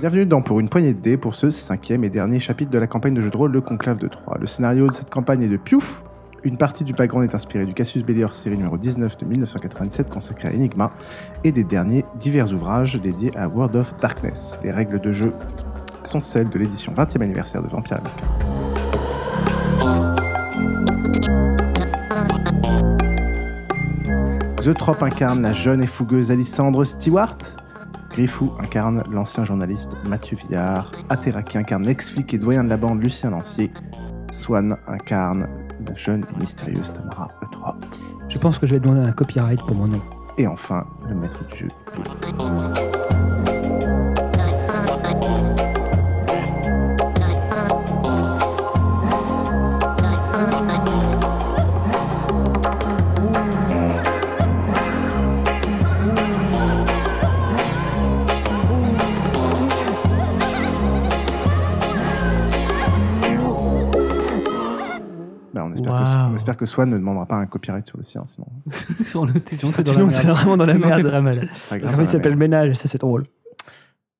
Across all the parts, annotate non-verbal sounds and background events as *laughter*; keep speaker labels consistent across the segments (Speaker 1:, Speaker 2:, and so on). Speaker 1: Bienvenue dans Pour une poignée de dés pour ce cinquième et dernier chapitre de la campagne de jeu de rôle Le Conclave de Troyes. Le scénario de cette campagne est de Piouf. Une partie du background est inspirée du Cassius Bellior série numéro 19 de 1987 consacrée à Enigma et des derniers divers ouvrages dédiés à World of Darkness. Les règles de jeu sont celles de l'édition 20e anniversaire de Vampire la Masquerade. Zotrop incarne la jeune et fougueuse Alissandre Stewart. Griffou incarne l'ancien journaliste Mathieu Villard. Atera qui incarne l'ex-flic et doyen de la bande Lucien Lancier. Swan incarne la jeune et mystérieuse Tamara Eutrop.
Speaker 2: Je pense que je vais demander un copyright pour mon nom.
Speaker 1: Et enfin, le maître du jeu. Bah, on, espère que,
Speaker 3: Waouh.
Speaker 1: on espère que Swan ne demandera pas un copyright sur le sien, sinon
Speaker 3: Sur le
Speaker 2: Sinon, c'est vraiment dans la
Speaker 3: Sinon, t'es
Speaker 2: merde.
Speaker 3: très mal.
Speaker 1: ce sera grave.
Speaker 2: Parce qu'en fait, il s'appelle Ménage, ça c'est drôle.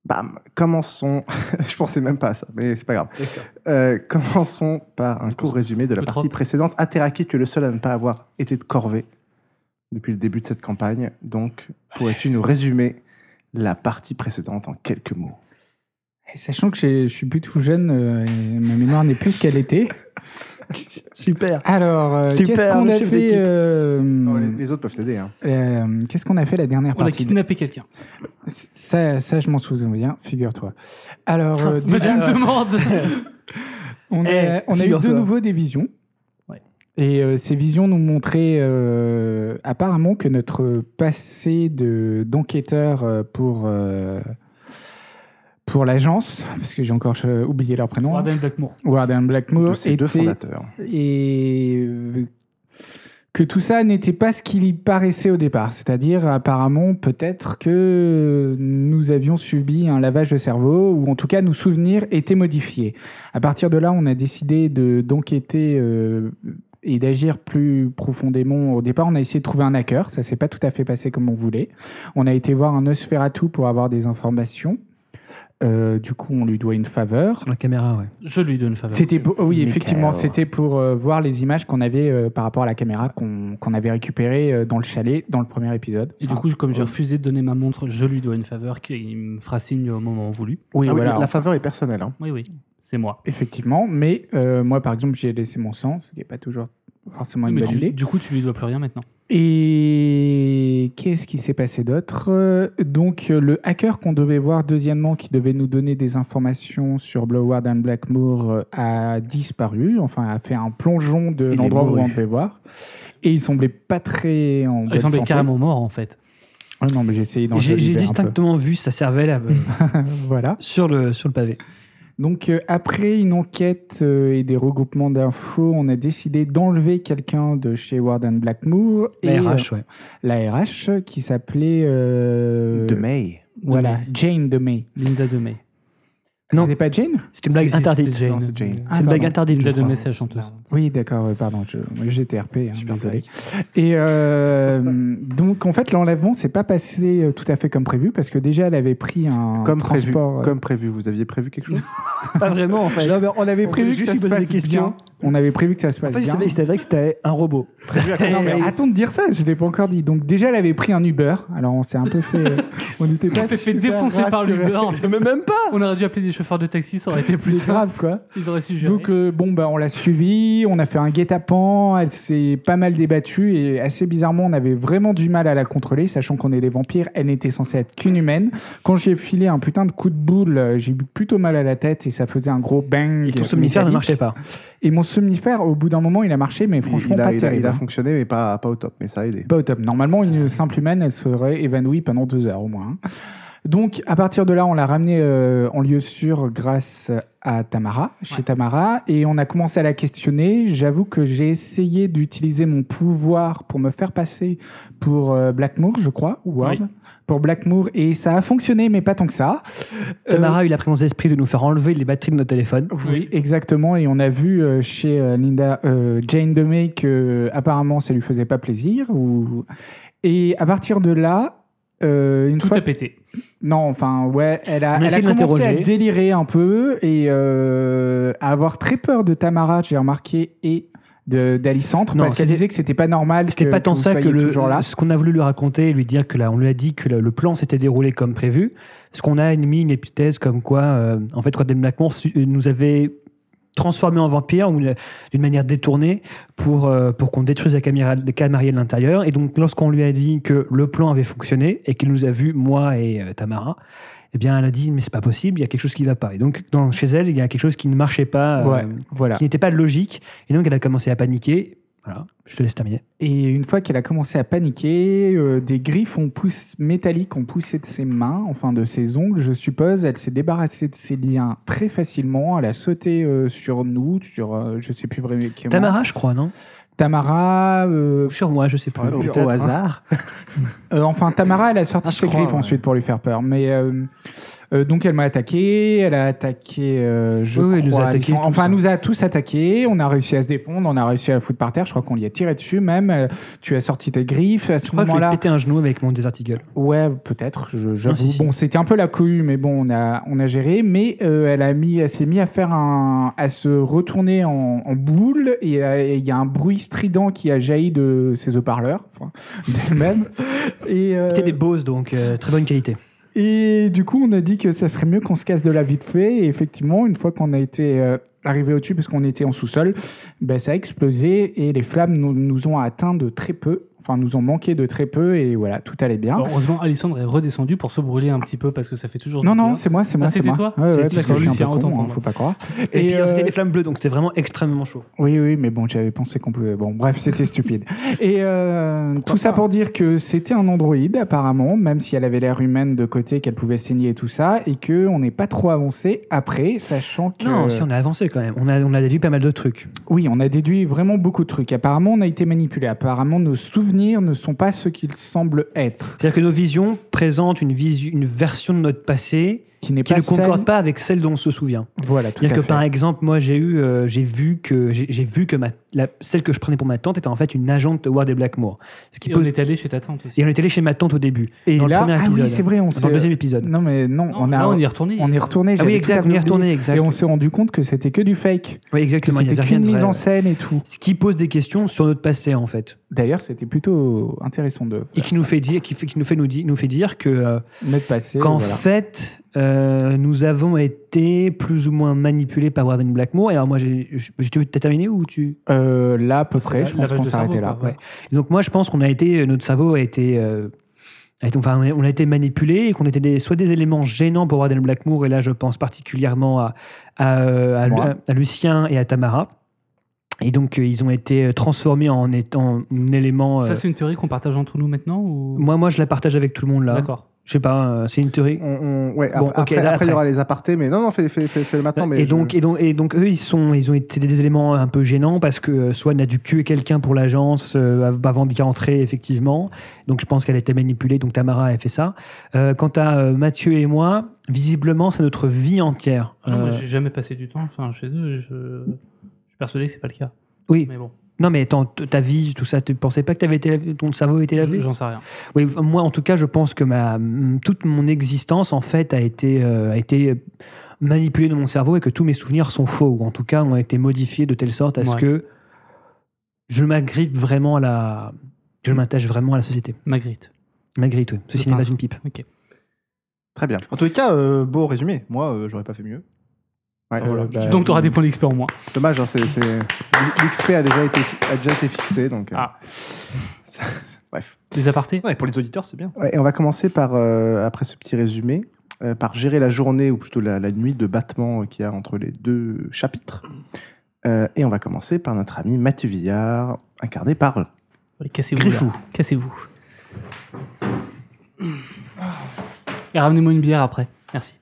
Speaker 1: Bam, commençons. *laughs* Je pensais même pas à ça, mais c'est pas grave. Euh, commençons par un court résumé de la
Speaker 3: Le
Speaker 1: partie
Speaker 3: drop.
Speaker 1: précédente. Ateraki, tu es le seul à ne pas avoir été de corvée depuis le début de cette campagne. Donc, pourrais-tu nous résumer la partie précédente en quelques mots
Speaker 4: Et sachant que j'ai- je suis plus tout jeune, euh, et ma mémoire n'est plus ce qu'elle était.
Speaker 2: Super.
Speaker 4: Alors, euh,
Speaker 2: Super,
Speaker 4: qu'est-ce qu'on
Speaker 2: le
Speaker 4: a
Speaker 2: chef
Speaker 4: fait
Speaker 2: d'équipe.
Speaker 4: euh,
Speaker 1: Non, Oh, les, les autres peuvent t'aider. hein.
Speaker 4: euh, Qu'est-ce qu'on a fait la dernière
Speaker 3: On a
Speaker 4: partie de- *laughs*
Speaker 3: kidnappé quelqu'un.
Speaker 4: Ça, ça, je m'en souviens, figure-toi. Alors, euh,
Speaker 3: Bah, tu
Speaker 4: déjà, *laughs*
Speaker 3: me demandes
Speaker 4: on a,
Speaker 2: Eh,
Speaker 4: on a eu de
Speaker 2: figure-toi.
Speaker 4: nouveau des visions.
Speaker 2: Ouais.
Speaker 4: Et euh, ces visions nous montraient euh, apparemment que notre passé de- d'enquêteur euh, pour, euh, pour l'agence, parce que j'ai encore euh, oublié leur prénom,
Speaker 3: Warden Blackmore.
Speaker 4: Warden Blackmore,
Speaker 1: De ces deux
Speaker 4: était-
Speaker 1: fondateurs.
Speaker 4: et euh, que tout ça n'était pas ce qu'il y paraissait au départ. C'est-à-dire, apparemment, peut-être que nous avions subi un lavage de cerveau, ou en tout cas, nos souvenirs étaient modifiés. À partir de là, on a décidé de- d'enquêter euh, et d'agir plus profondément. Au départ, on a essayé de trouver un hacker. Ça s'est pas tout à fait passé comme on voulait. On a été voir un Nosferatu pour avoir des informations. Euh, du coup, on lui doit une faveur.
Speaker 2: Sur la caméra, ouais.
Speaker 3: Je lui donne une faveur.
Speaker 4: C'était pour- oh oui,
Speaker 1: Michael.
Speaker 4: effectivement, c'était pour euh, voir les images qu'on avait euh, par rapport à la caméra qu'on qu'on avait récupérées euh, dans le chalet dans le premier épisode.
Speaker 3: Et du coup, comme
Speaker 4: Ah.
Speaker 3: j'ai refusé de donner ma montre, je lui dois une faveur qui me fera signe au moment voulu.
Speaker 4: oui,
Speaker 1: Ah oui,
Speaker 4: voilà.
Speaker 1: la, la faveur est personnelle. hein.
Speaker 3: Oui, oui, c'est moi.
Speaker 4: Effectivement, mais euh, moi, par exemple, j'ai laissé mon sang, ce qui n'est pas toujours forcément une
Speaker 3: Mais
Speaker 4: bonne
Speaker 3: tu-
Speaker 4: idée.
Speaker 3: du coup, tu lui dois plus rien maintenant. Ah,
Speaker 4: Et qu'est-ce qui s'est passé d'autre Euh, Donc, euh, le hacker qu'on devait voir, deuxièmement, qui devait nous donner des informations sur Bloward and Blackmoor, euh, a disparu, enfin, a fait un plongeon de
Speaker 1: Il est
Speaker 4: l'endroit où
Speaker 1: mouru.
Speaker 4: on devait voir. Et il semblait pas très en bonne
Speaker 3: Il semblait
Speaker 4: santé.
Speaker 3: carrément mort en fait.
Speaker 4: Ah non, mais j'ai essayé d'en
Speaker 2: J'ai j'ai
Speaker 4: joliver un
Speaker 2: distinctement vu sa cervelle euh,
Speaker 4: peu. Voilà.
Speaker 2: *laughs* sur, le, sur le pavé.
Speaker 4: Donc, euh, après une enquête euh, et des regroupements d'infos, on a décidé d'enlever quelqu'un de chez Warden Blackmoor. et,
Speaker 2: La
Speaker 4: euh,
Speaker 2: RH, ouais.
Speaker 4: la RH, qui s'appelait. euh,
Speaker 1: De May.
Speaker 4: Voilà,
Speaker 3: Demey.
Speaker 4: Jane de May.
Speaker 3: Linda de May.
Speaker 2: Non.
Speaker 4: C'était pas Jane
Speaker 2: C'est une blague
Speaker 3: Si, si,
Speaker 2: interdite.
Speaker 3: c'était
Speaker 1: Non, c'est Jane.
Speaker 4: Ah,
Speaker 2: C'est une blague
Speaker 4: pardon.
Speaker 2: interdite, je
Speaker 3: Linda de May,
Speaker 2: crois. Ah,
Speaker 3: c'est la chanteuse.
Speaker 4: Oui, d'accord, euh, pardon, je, GTRP,
Speaker 1: Super
Speaker 4: hein, désolé. *laughs* Et euh, *laughs* donc, en fait, l'enlèvement s'est pas passé euh, tout à fait comme prévu, parce que déjà, elle avait pris un
Speaker 1: Comme prévu,
Speaker 4: transport. euh,
Speaker 1: comme prévu. Vous aviez prévu quelque chose
Speaker 2: Pas vraiment, en fait.
Speaker 4: Non, mais on avait prévu que
Speaker 2: juste
Speaker 4: ça
Speaker 2: lui
Speaker 4: se
Speaker 2: poser
Speaker 4: passe
Speaker 2: des questions.
Speaker 4: bien. On avait prévu que ça se
Speaker 2: En
Speaker 4: passe
Speaker 2: fait, il
Speaker 4: bien.
Speaker 2: savait il savait que c'était un robot.
Speaker 1: Prévu à
Speaker 4: Ah *laughs* Non, mais attends de dire ça, je l'ai pas encore dit. Donc déjà, elle avait pris un Uber. Alors on s'est un peu fait, on était pas
Speaker 3: On s'est fait
Speaker 4: super
Speaker 3: défoncer par
Speaker 4: rassurés.
Speaker 3: l'Uber.
Speaker 4: *laughs*
Speaker 2: Mais même pas
Speaker 3: On aurait dû appeler des chauffeurs de taxi, ça aurait été plus
Speaker 4: Plus
Speaker 3: simple.
Speaker 4: grave quoi.
Speaker 3: Ils auraient su gérer.
Speaker 4: Donc euh, bon bah on l'a suivi, on a fait un guet-apens, elle s'est pas mal débattue et assez bizarrement on avait vraiment du mal à la contrôler, sachant qu'on est des vampires, elle n'était censée être qu'une humaine. Quand j'ai filé un putain de coup de boule, euh, j'ai eu plutôt mal à la tête et ça faisait un gros bang.
Speaker 2: Et ton somnifère ne
Speaker 4: métallique.
Speaker 2: marchait pas.
Speaker 4: Et mon somnifère au bout d'un moment il a marché mais franchement
Speaker 1: il, a,
Speaker 4: pas
Speaker 1: il a- il a
Speaker 4: terrible. hein.
Speaker 1: fonctionné, mais pas, pas au top. Mais ça a aidé.
Speaker 4: Pas au top. Normalement,
Speaker 3: Ah,
Speaker 4: une simple humaine, elle serait évanouie pendant deux heures au moins. hein. Donc, à partir de là, on l'a ramenée euh, en lieu sûr grâce à Tamara, chez
Speaker 3: Ouais.
Speaker 4: Tamara, et on a commencé à la questionner. J'avoue que j'ai essayé d'utiliser mon pouvoir pour me faire passer pour euh, Blackmoor, je crois, ou Ward,
Speaker 3: Oui.
Speaker 4: pour Blackmoor, et ça a fonctionné, mais pas tant que ça. Euh,
Speaker 2: Tamara a eu la présence d'esprit de nous faire enlever les batteries de notre téléphone.
Speaker 3: Oui.
Speaker 4: Oui, exactement. Et on a vu euh, chez euh, Linda euh, Jane DeMay que euh, apparemment ça lui faisait pas plaisir. Ou... Et à partir de là, euh, une
Speaker 3: Tout
Speaker 4: fois
Speaker 3: a pété.
Speaker 4: Non, enfin, ouais, elle a,
Speaker 2: On a
Speaker 4: elle a
Speaker 2: essayé de
Speaker 4: commencé à
Speaker 2: l'interroger.
Speaker 4: délirer un peu et euh, à avoir très peur de Tamara, j'ai remarqué, et de- d'Alicente,
Speaker 2: Non,
Speaker 4: parce qu'elle
Speaker 2: c'était-
Speaker 4: disait que c'était pas normal.
Speaker 2: C'était
Speaker 4: que-
Speaker 2: pas tant
Speaker 4: vous
Speaker 2: ça que
Speaker 4: soyez
Speaker 2: le,
Speaker 4: toujours là.
Speaker 2: ce qu'on a voulu lui raconter, lui dire que là, on lui a dit que le, le plan s'était déroulé comme prévu. Ce qu'on a mis une épithèse comme quoi, euh, en fait, Quadem Blackmore su- euh, nous avait transformé en vampire ou euh, d'une manière détournée pour, euh, pour qu'on détruise la caméra, les camariers de l'intérieur. Et donc, lorsqu'on lui a dit que le plan avait fonctionné et qu'il nous a vus, moi et euh, Tamara, eh bien, elle a dit, mais c'est pas possible, il y a quelque chose qui va pas. Et donc, dans, chez elle, il y a quelque chose qui ne marchait pas, euh,
Speaker 4: Ouais, voilà.
Speaker 2: qui n'était pas logique. Et donc, elle a commencé à paniquer. Voilà, je te laisse terminer.
Speaker 4: Et une fois qu'elle a commencé à paniquer, euh, des griffes ont poussé, métalliques ont poussé de ses mains, enfin de ses ongles, je suppose. Elle s'est débarrassée de ses liens très facilement. Elle a sauté euh, sur nous, sur euh, je sais plus vraiment.
Speaker 2: Tamara, je crois, non
Speaker 4: Tamara. euh,
Speaker 2: Ou sur moi, je sais plus.
Speaker 1: Ouais,
Speaker 4: Au
Speaker 1: peut-être, hein.
Speaker 4: hasard. Euh, enfin, Tamara, elle a sorti
Speaker 1: Ah, je
Speaker 4: ses
Speaker 1: crois,
Speaker 4: griffes
Speaker 1: ouais.
Speaker 4: ensuite pour lui faire peur. Mais euh, euh, donc, elle m'a attaqué. Elle a attaqué. euh, je
Speaker 2: Oui, oui, elle nous a
Speaker 4: crois,
Speaker 2: attaqué
Speaker 4: Alexandre.
Speaker 2: tous,
Speaker 4: Enfin, elle
Speaker 2: hein.
Speaker 4: nous a tous attaqués. On a réussi à se défendre. On a réussi à la foutre par terre. Je crois qu'on lui a tiré dessus même. Euh, Tu as sorti tes griffes. À
Speaker 2: Je
Speaker 4: ce
Speaker 2: crois que je vais
Speaker 4: moment-là, Euh,
Speaker 2: péter un genou avec mon Desert Eagle.
Speaker 4: Ouais, peut-être. je- J'avoue.
Speaker 2: si, si.
Speaker 4: Bon, c'était un peu la cohue, mais bon, on a, on a géré. Mais euh, elle a mis, elle s'est mis à faire un, à se retourner en, en boule et euh, et il y a un bruit strident qui a jailli de ses haut-parleurs, enfin, *laughs* d'elle-même. Et, euh,
Speaker 2: C'était des Bose, donc euh, très bonne qualité.
Speaker 4: et du coup, on a dit que ça serait mieux qu'on se casse de la vite fait. Et effectivement, une fois qu'on a été euh, arrivé au-dessus, parce qu'on était en sous-sol, ben, ça a explosé et les flammes nous, nous ont atteint de très peu. Enfin, nous ont manqué de très peu et voilà, tout allait bien.
Speaker 3: Alors, heureusement, Alessandre est redescendu pour se brûler un petit peu parce que ça fait toujours.
Speaker 4: Non,
Speaker 3: du
Speaker 4: non,
Speaker 3: bien.
Speaker 4: c'est moi, c'est moi.
Speaker 3: Ah,
Speaker 4: c'est
Speaker 3: c'était
Speaker 4: moi.
Speaker 3: toi
Speaker 4: Ouais, ouais,
Speaker 3: C'était-
Speaker 4: parce que
Speaker 3: d'accord,
Speaker 4: je suis un
Speaker 3: Lucien,
Speaker 4: peu
Speaker 3: autant
Speaker 4: con,
Speaker 3: pour
Speaker 4: hein,
Speaker 3: moi.
Speaker 4: faut pas croire.
Speaker 2: Et, puis,
Speaker 4: euh,
Speaker 2: alors, c'était des flammes bleues, donc c'était vraiment extrêmement chaud.
Speaker 4: Oui, oui, mais bon, j'avais pensé qu'on pouvait. Bon, bref,
Speaker 2: *laughs*
Speaker 4: c'était stupide. Et euh, tout ça
Speaker 2: pas
Speaker 4: pour dire que c'était un androïde, apparemment, même si elle avait l'air humaine de côté, qu'elle pouvait saigner et tout ça, et qu'on n'est pas trop avancé après, sachant que.
Speaker 2: Non, si on a avancé quand même. On a, on a déduit pas mal de trucs.
Speaker 4: Oui, on a déduit vraiment beaucoup de trucs. Apparemment, on a été manipulé. Apparemment, nos souvenirs ne sont pas ce qu'ils semblent être,
Speaker 2: C'est-à-dire que nos visions présentent une, visu- une version de notre passé
Speaker 4: qui n'est
Speaker 2: qui
Speaker 4: pas
Speaker 2: ne
Speaker 4: celle-
Speaker 2: concorde pas avec celle dont on se souvient.
Speaker 4: Voilà, tout à
Speaker 2: C'est-à-dire que
Speaker 4: fait.
Speaker 2: par exemple, moi j'ai eu, euh, j'ai vu que j'ai j'ai vu que ma, la- celle que je prenais pour ma tante était en fait une agente de Ward et Blackmore, ce qui
Speaker 3: Et
Speaker 2: pose.
Speaker 3: on est allé chez ta tante aussi.
Speaker 2: Et on était allé chez ma tante au début,
Speaker 4: Et
Speaker 2: dans le
Speaker 4: là,
Speaker 2: premier
Speaker 4: ah
Speaker 2: épisode,
Speaker 4: oui, c'est vrai,
Speaker 2: dans
Speaker 4: on
Speaker 2: le
Speaker 4: s'est.
Speaker 2: deuxième épisode.
Speaker 4: Non, mais non,
Speaker 3: Non,
Speaker 4: on a.
Speaker 3: là, on y est retourné.
Speaker 4: On est
Speaker 2: Ah
Speaker 4: retourné.
Speaker 2: oui,
Speaker 4: j'avais
Speaker 2: exact,
Speaker 4: tout
Speaker 2: on y
Speaker 4: à
Speaker 2: est
Speaker 4: fait oublié.
Speaker 2: retourné, exact.
Speaker 4: Et on s'est rendu compte que c'était que du fake,
Speaker 2: Oui,
Speaker 4: que
Speaker 2: exactement. il y
Speaker 4: c'était
Speaker 2: avait rien
Speaker 4: qu'une
Speaker 2: de vrai,
Speaker 4: mise en
Speaker 2: ouais.
Speaker 4: scène et tout.
Speaker 2: Ce qui pose des questions sur notre passé en fait.
Speaker 4: D'ailleurs, c'était plutôt intéressant de
Speaker 2: et qui nous fait dire, qui fait, qui nous fait nous, di- nous fait dire que euh,
Speaker 4: mettre passer.
Speaker 2: qu'en
Speaker 4: voilà.
Speaker 2: fait euh, nous avons été plus ou moins manipulés par Warden Blackmore. Et alors moi, j'ai, je- je- tu as terminé ou tu
Speaker 4: Euh, là, à peu près,
Speaker 3: la-
Speaker 4: je pense
Speaker 3: lavage
Speaker 4: qu'on
Speaker 3: de
Speaker 4: s'arrêtait
Speaker 3: cerveau,
Speaker 4: là.
Speaker 3: quoi. Ouais.
Speaker 2: Donc moi, je pense qu'on a été, notre cerveau a été, euh, a été- enfin, on a été manipulé et qu'on était des, soit des éléments gênants pour Warden Blackmore. Et là, je pense particulièrement à à, euh, à Lu-
Speaker 4: Moi.
Speaker 2: à Lucien et à Tamara. Et donc euh, ils ont été transformés en étant un élément. euh,
Speaker 3: Ça, c'est une théorie qu'on partage entre nous maintenant ou...
Speaker 2: moi, moi, je la partage avec tout le monde là.
Speaker 3: D'accord.
Speaker 2: Je sais pas, euh, c'est une théorie.
Speaker 1: On, on- ouais,
Speaker 2: Bon,
Speaker 1: ap-
Speaker 2: ok,
Speaker 1: après,
Speaker 2: là,
Speaker 1: après, il y
Speaker 2: après.
Speaker 1: aura les apartés, mais non, non, fais, fais, fais, fais-le maintenant. Mais
Speaker 2: et,
Speaker 1: je-
Speaker 2: donc, et, donc, et donc, eux, ils, sont, ils ont été des éléments un peu gênants parce que euh, Swan a dû tuer quelqu'un pour l'agence euh, av- avant d'y entrer, effectivement. Donc, je pense qu'elle a été manipulée. Donc, Tamara a fait ça. Euh, quant à euh, Mathieu et moi, visiblement, c'est notre vie entière.
Speaker 3: Ah Non, moi,
Speaker 2: Euh,
Speaker 3: j'ai jamais passé du temps enfin, chez eux. Je... je suis persuadé que c'est pas le cas.
Speaker 2: Oui.
Speaker 3: Mais bon,
Speaker 2: Non, mais attends, t- ta vie, tout ça, tu pensais pas que t'avais été lavé- ton cerveau était
Speaker 3: je-
Speaker 2: lavé
Speaker 3: j'en sais rien.
Speaker 2: Oui, enfin, moi, en tout cas, je pense que ma, toute mon existence, en fait, a été, euh, a été manipulée dans mon cerveau et que tous mes souvenirs sont faux, ou en tout cas ont été modifiés de telle sorte à ce
Speaker 3: Ouais.
Speaker 2: que je m'agrippe vraiment à la. Je m'attache vraiment à la société.
Speaker 3: Magritte.
Speaker 2: M'agrippe, oui. Ceci
Speaker 3: Le
Speaker 2: n'est pas
Speaker 3: peintre.
Speaker 2: une pipe.
Speaker 1: Très bien.
Speaker 5: En tous les cas, euh, beau résumé. Moi, euh, j'aurais pas fait mieux.
Speaker 1: Ouais,
Speaker 5: Voilà,
Speaker 1: euh,
Speaker 5: bah,
Speaker 3: Donc, tu auras des points d'XP en moins.
Speaker 1: Dommage, hein, c'est, c'est- l'XP a déjà été, fi- a déjà été fixé. Donc, euh,
Speaker 3: Ah.
Speaker 1: *laughs* ça- Bref.
Speaker 3: Des apartés
Speaker 5: Ouais, pour les auditeurs, c'est bien.
Speaker 1: Ouais, et on va commencer par, euh, après ce petit résumé, euh, par gérer la journée, ou plutôt la, la nuit de battement euh, qu'il y a entre les deux chapitres. Euh, et on va commencer par notre ami Mathieu Villard, incarné par
Speaker 3: Allez, Cassez-vous.
Speaker 1: Griffou.
Speaker 3: là. Cassez-vous. Et ramenez-moi une bière après. Merci.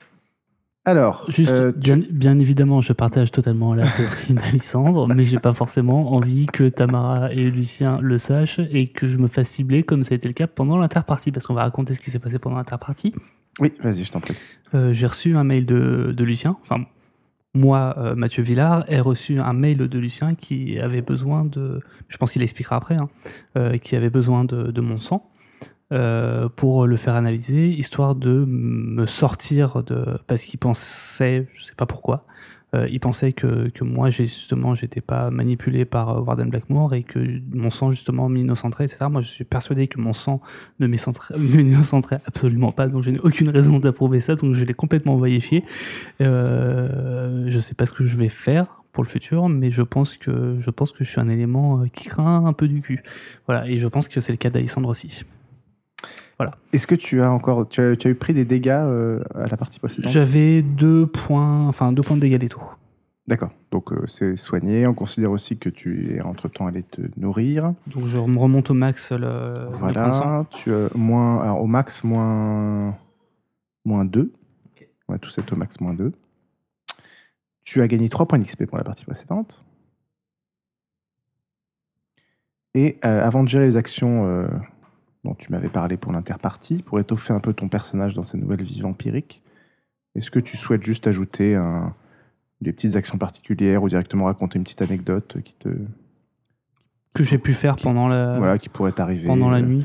Speaker 1: Alors,
Speaker 3: Juste,
Speaker 1: euh, tu-
Speaker 3: bien, bien évidemment, je partage totalement la théorie *laughs* d'Alexandre, mais j'ai pas forcément envie que Tamara et Lucien le sachent et que je me fasse cibler comme ça a été le cas pendant l'interpartie, parce qu'on va raconter ce qui s'est passé pendant l'interpartie.
Speaker 1: oui, vas-y, je t'en prie.
Speaker 3: Euh, j'ai reçu un mail de, de Lucien, enfin, moi, euh, Mathieu Villard, ai reçu un mail de Lucien qui avait besoin de, je pense qu'il expliquera après, hein, euh, qui avait besoin de, de mon sang. euh, pour le faire analyser, histoire de me sortir de. Parce qu'il pensait, je sais pas pourquoi, euh, il pensait que, que moi, j'ai- justement, j'étais pas manipulé par euh, Warden Blackmore et que mon sang, justement, m'innocentrait, etc. Moi, je suis persuadé que mon sang *laughs* ne m'innocentra- m'innocentrait absolument pas, donc je n'ai aucune raison d'approuver ça, donc je l'ai complètement envoyé chier. Euh, je sais pas ce que je vais faire pour le futur, mais je pense que je pense que je suis un élément euh, qui craint un peu du cul. Voilà, et je pense que c'est le cas d'Alessandre aussi.
Speaker 1: Est-ce que tu as encore. Tu as, tu as eu pris des dégâts euh, à la partie précédente
Speaker 3: J'avais deux points, enfin deux points de dégâts et tout.
Speaker 1: D'accord. Donc euh, c'est soigné. On considère aussi que tu es entre-temps allé te nourrir.
Speaker 3: Donc je me remonte au max le. le point de sang.
Speaker 1: Voilà. Tu as moins, alors, au max, moins, moins 2. On va tous être au max moins 2. Tu as gagné 3 points d'XP pour la partie précédente. Et euh, avant de gérer les actions euh, dont tu m'avais parlé pour l'interpartie, pour étoffer un peu ton personnage dans sa nouvelle vie vampirique, est-ce que tu souhaites juste ajouter un- des petites actions particulières ou directement raconter une petite anecdote qui te
Speaker 3: Euh, que j'ai pu faire pendant la
Speaker 1: voilà qui pourrait t'arriver
Speaker 3: pendant la
Speaker 1: euh,
Speaker 3: nuit.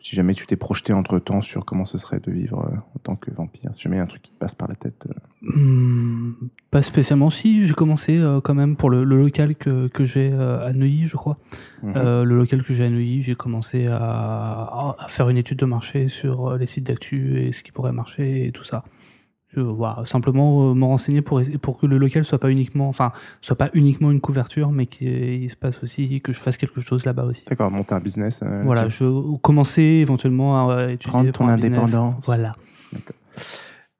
Speaker 1: si jamais tu t'es projeté entre temps sur comment ce serait de vivre euh, en tant que vampire, si jamais il y a un truc qui te passe par la tête. euh.
Speaker 3: Hmm, pas spécialement. Si j'ai commencé euh, quand même pour le, le local que, que j'ai euh, à Neuilly, je crois.
Speaker 1: Mhm.
Speaker 3: Euh, le local que j'ai à Neuilly, j'ai commencé à, à faire une étude de marché sur euh, les sites d'actu et ce qui pourrait marcher et tout ça. Je, voilà, simplement euh, me renseigner pour, essa- pour que le local soit pas uniquement, enfin, soit pas uniquement une couverture, mais qu'il se passe aussi que je fasse quelque chose là-bas aussi.
Speaker 1: D'accord, monter un business. euh,
Speaker 3: Voilà,
Speaker 1: tiens.
Speaker 3: je commençais éventuellement à euh, étudier
Speaker 1: Prendre ton
Speaker 3: pour un business.
Speaker 1: indépendance.
Speaker 3: Voilà.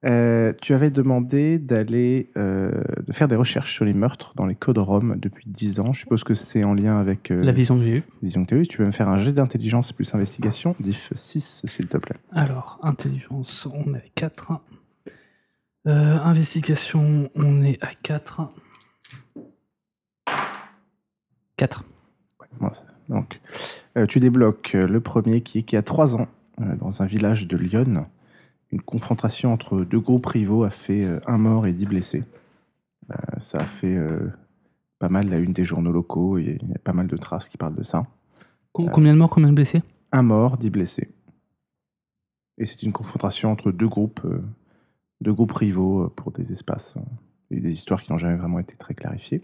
Speaker 1: Euh, tu avais demandé d'aller euh, de faire des recherches sur les meurtres dans les codes Rome depuis 10 ans. Je suppose que c'est en lien avec euh,
Speaker 3: La vision que j'ai eue.
Speaker 1: Vision que t'as eue. Tu peux me faire un jet d'intelligence plus investigation, diff 6, s'il te plaît.
Speaker 3: Alors, intelligence, on est à 4. Euh, investigation, on est à 4. 4.
Speaker 1: Voilà, c'est- Donc, euh, tu débloques euh, le premier qui, qui a 3 ans, euh, dans un village de Lyon. Une confrontation entre deux groupes rivaux a fait euh, un mort et 10 blessés. Euh, ça a fait euh, pas mal la une des journaux locaux, il y a- il y a pas mal de traces qui parlent de ça. Euh.
Speaker 3: Combien de morts, combien de blessés
Speaker 1: Un mort, 10 blessés. Et c'est une confrontation entre deux groupes, euh, deux groupes rivaux euh, pour des espaces euh, et des histoires qui n'ont jamais vraiment été très clarifiées.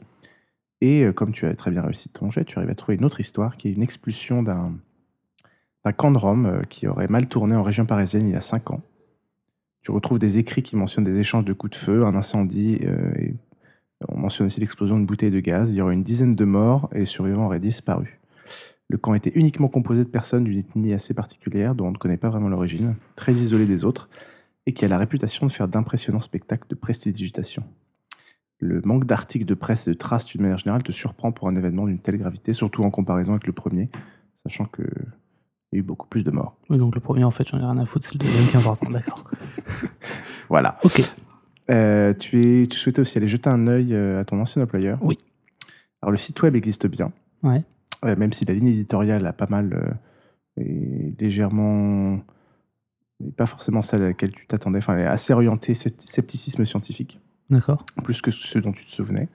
Speaker 1: Et euh, comme tu as très bien réussi ton jet, tu arrives à trouver une autre histoire qui est une expulsion d'un d'un camp de Rome euh, qui aurait mal tourné en région parisienne il y a 5 ans. Tu retrouves des écrits qui mentionnent des échanges de coups de feu, un incendie, euh, et on mentionne aussi l'explosion d'une bouteille de gaz. Il y aurait une dizaine de morts et les survivants auraient disparu. Le camp était uniquement composé de personnes d'une ethnie assez particulière dont on ne connaît pas vraiment l'origine, très isolée des autres, et qui a la réputation de faire d'impressionnants spectacles de prestidigitation. Le manque d'articles de presse et de traces d'une manière générale te surprend pour un événement d'une telle gravité, surtout en comparaison avec le premier, sachant que il y a eu beaucoup plus de morts.
Speaker 3: Oui, donc le premier, en fait, j'en ai rien à foutre, c'est le deuxième qui est important, d'accord.
Speaker 1: Voilà.
Speaker 3: Ok.
Speaker 1: Euh, tu, es, tu souhaitais aussi aller jeter un œil euh, à ton ancien employeur.
Speaker 3: Oui.
Speaker 1: Alors le site web existe bien.
Speaker 3: Ouais.
Speaker 1: Euh, même si la ligne éditoriale a pas mal euh, et légèrement, mais pas forcément celle à laquelle tu t'attendais. Enfin, elle est assez orientée scepti- scepticisme scientifique,
Speaker 3: D'accord.
Speaker 1: plus que ce dont tu te souvenais.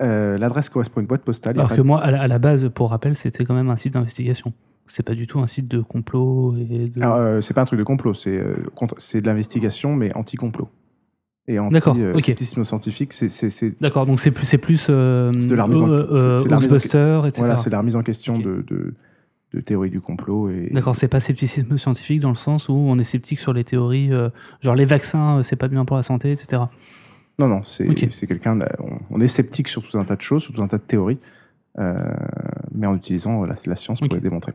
Speaker 1: Euh, L'adresse correspond à une boîte postale. Il y a
Speaker 3: Alors
Speaker 1: pas
Speaker 3: que moi, à la, à la base, pour rappel, c'était quand même un site d'investigation. C'est pas du tout un site de complot et de.
Speaker 1: Alors, euh, c'est pas un truc de complot, c'est euh, contre- c'est de l'investigation, mais anti-complot. Et
Speaker 3: D'accord, ok.
Speaker 1: anti-scepticisme scientifique, c'est- c'est- c'est
Speaker 3: D'accord, donc c'est plus. C'est plus euh,
Speaker 1: C'est de la remise en-
Speaker 3: euh,
Speaker 1: c'est- c'est
Speaker 3: euh,
Speaker 1: la remise en-
Speaker 3: Ghostbuster, etc.
Speaker 1: Voilà, c'est la remise en question
Speaker 3: Ok.
Speaker 1: de, de, de théorie du complot. Et...
Speaker 3: D'accord, c'est pas scepticisme scientifique dans le sens où on est sceptique sur les théories, euh, genre les vaccins, euh, c'est pas bien pour la santé, etc.
Speaker 1: Non, non, c'est
Speaker 3: Ok.
Speaker 1: c'est quelqu'un. d'a- On, on est sceptique sur tout un tas de choses, sur tout un tas de théories, euh, mais en utilisant la, la science pour
Speaker 3: Ok.
Speaker 1: les démontrer.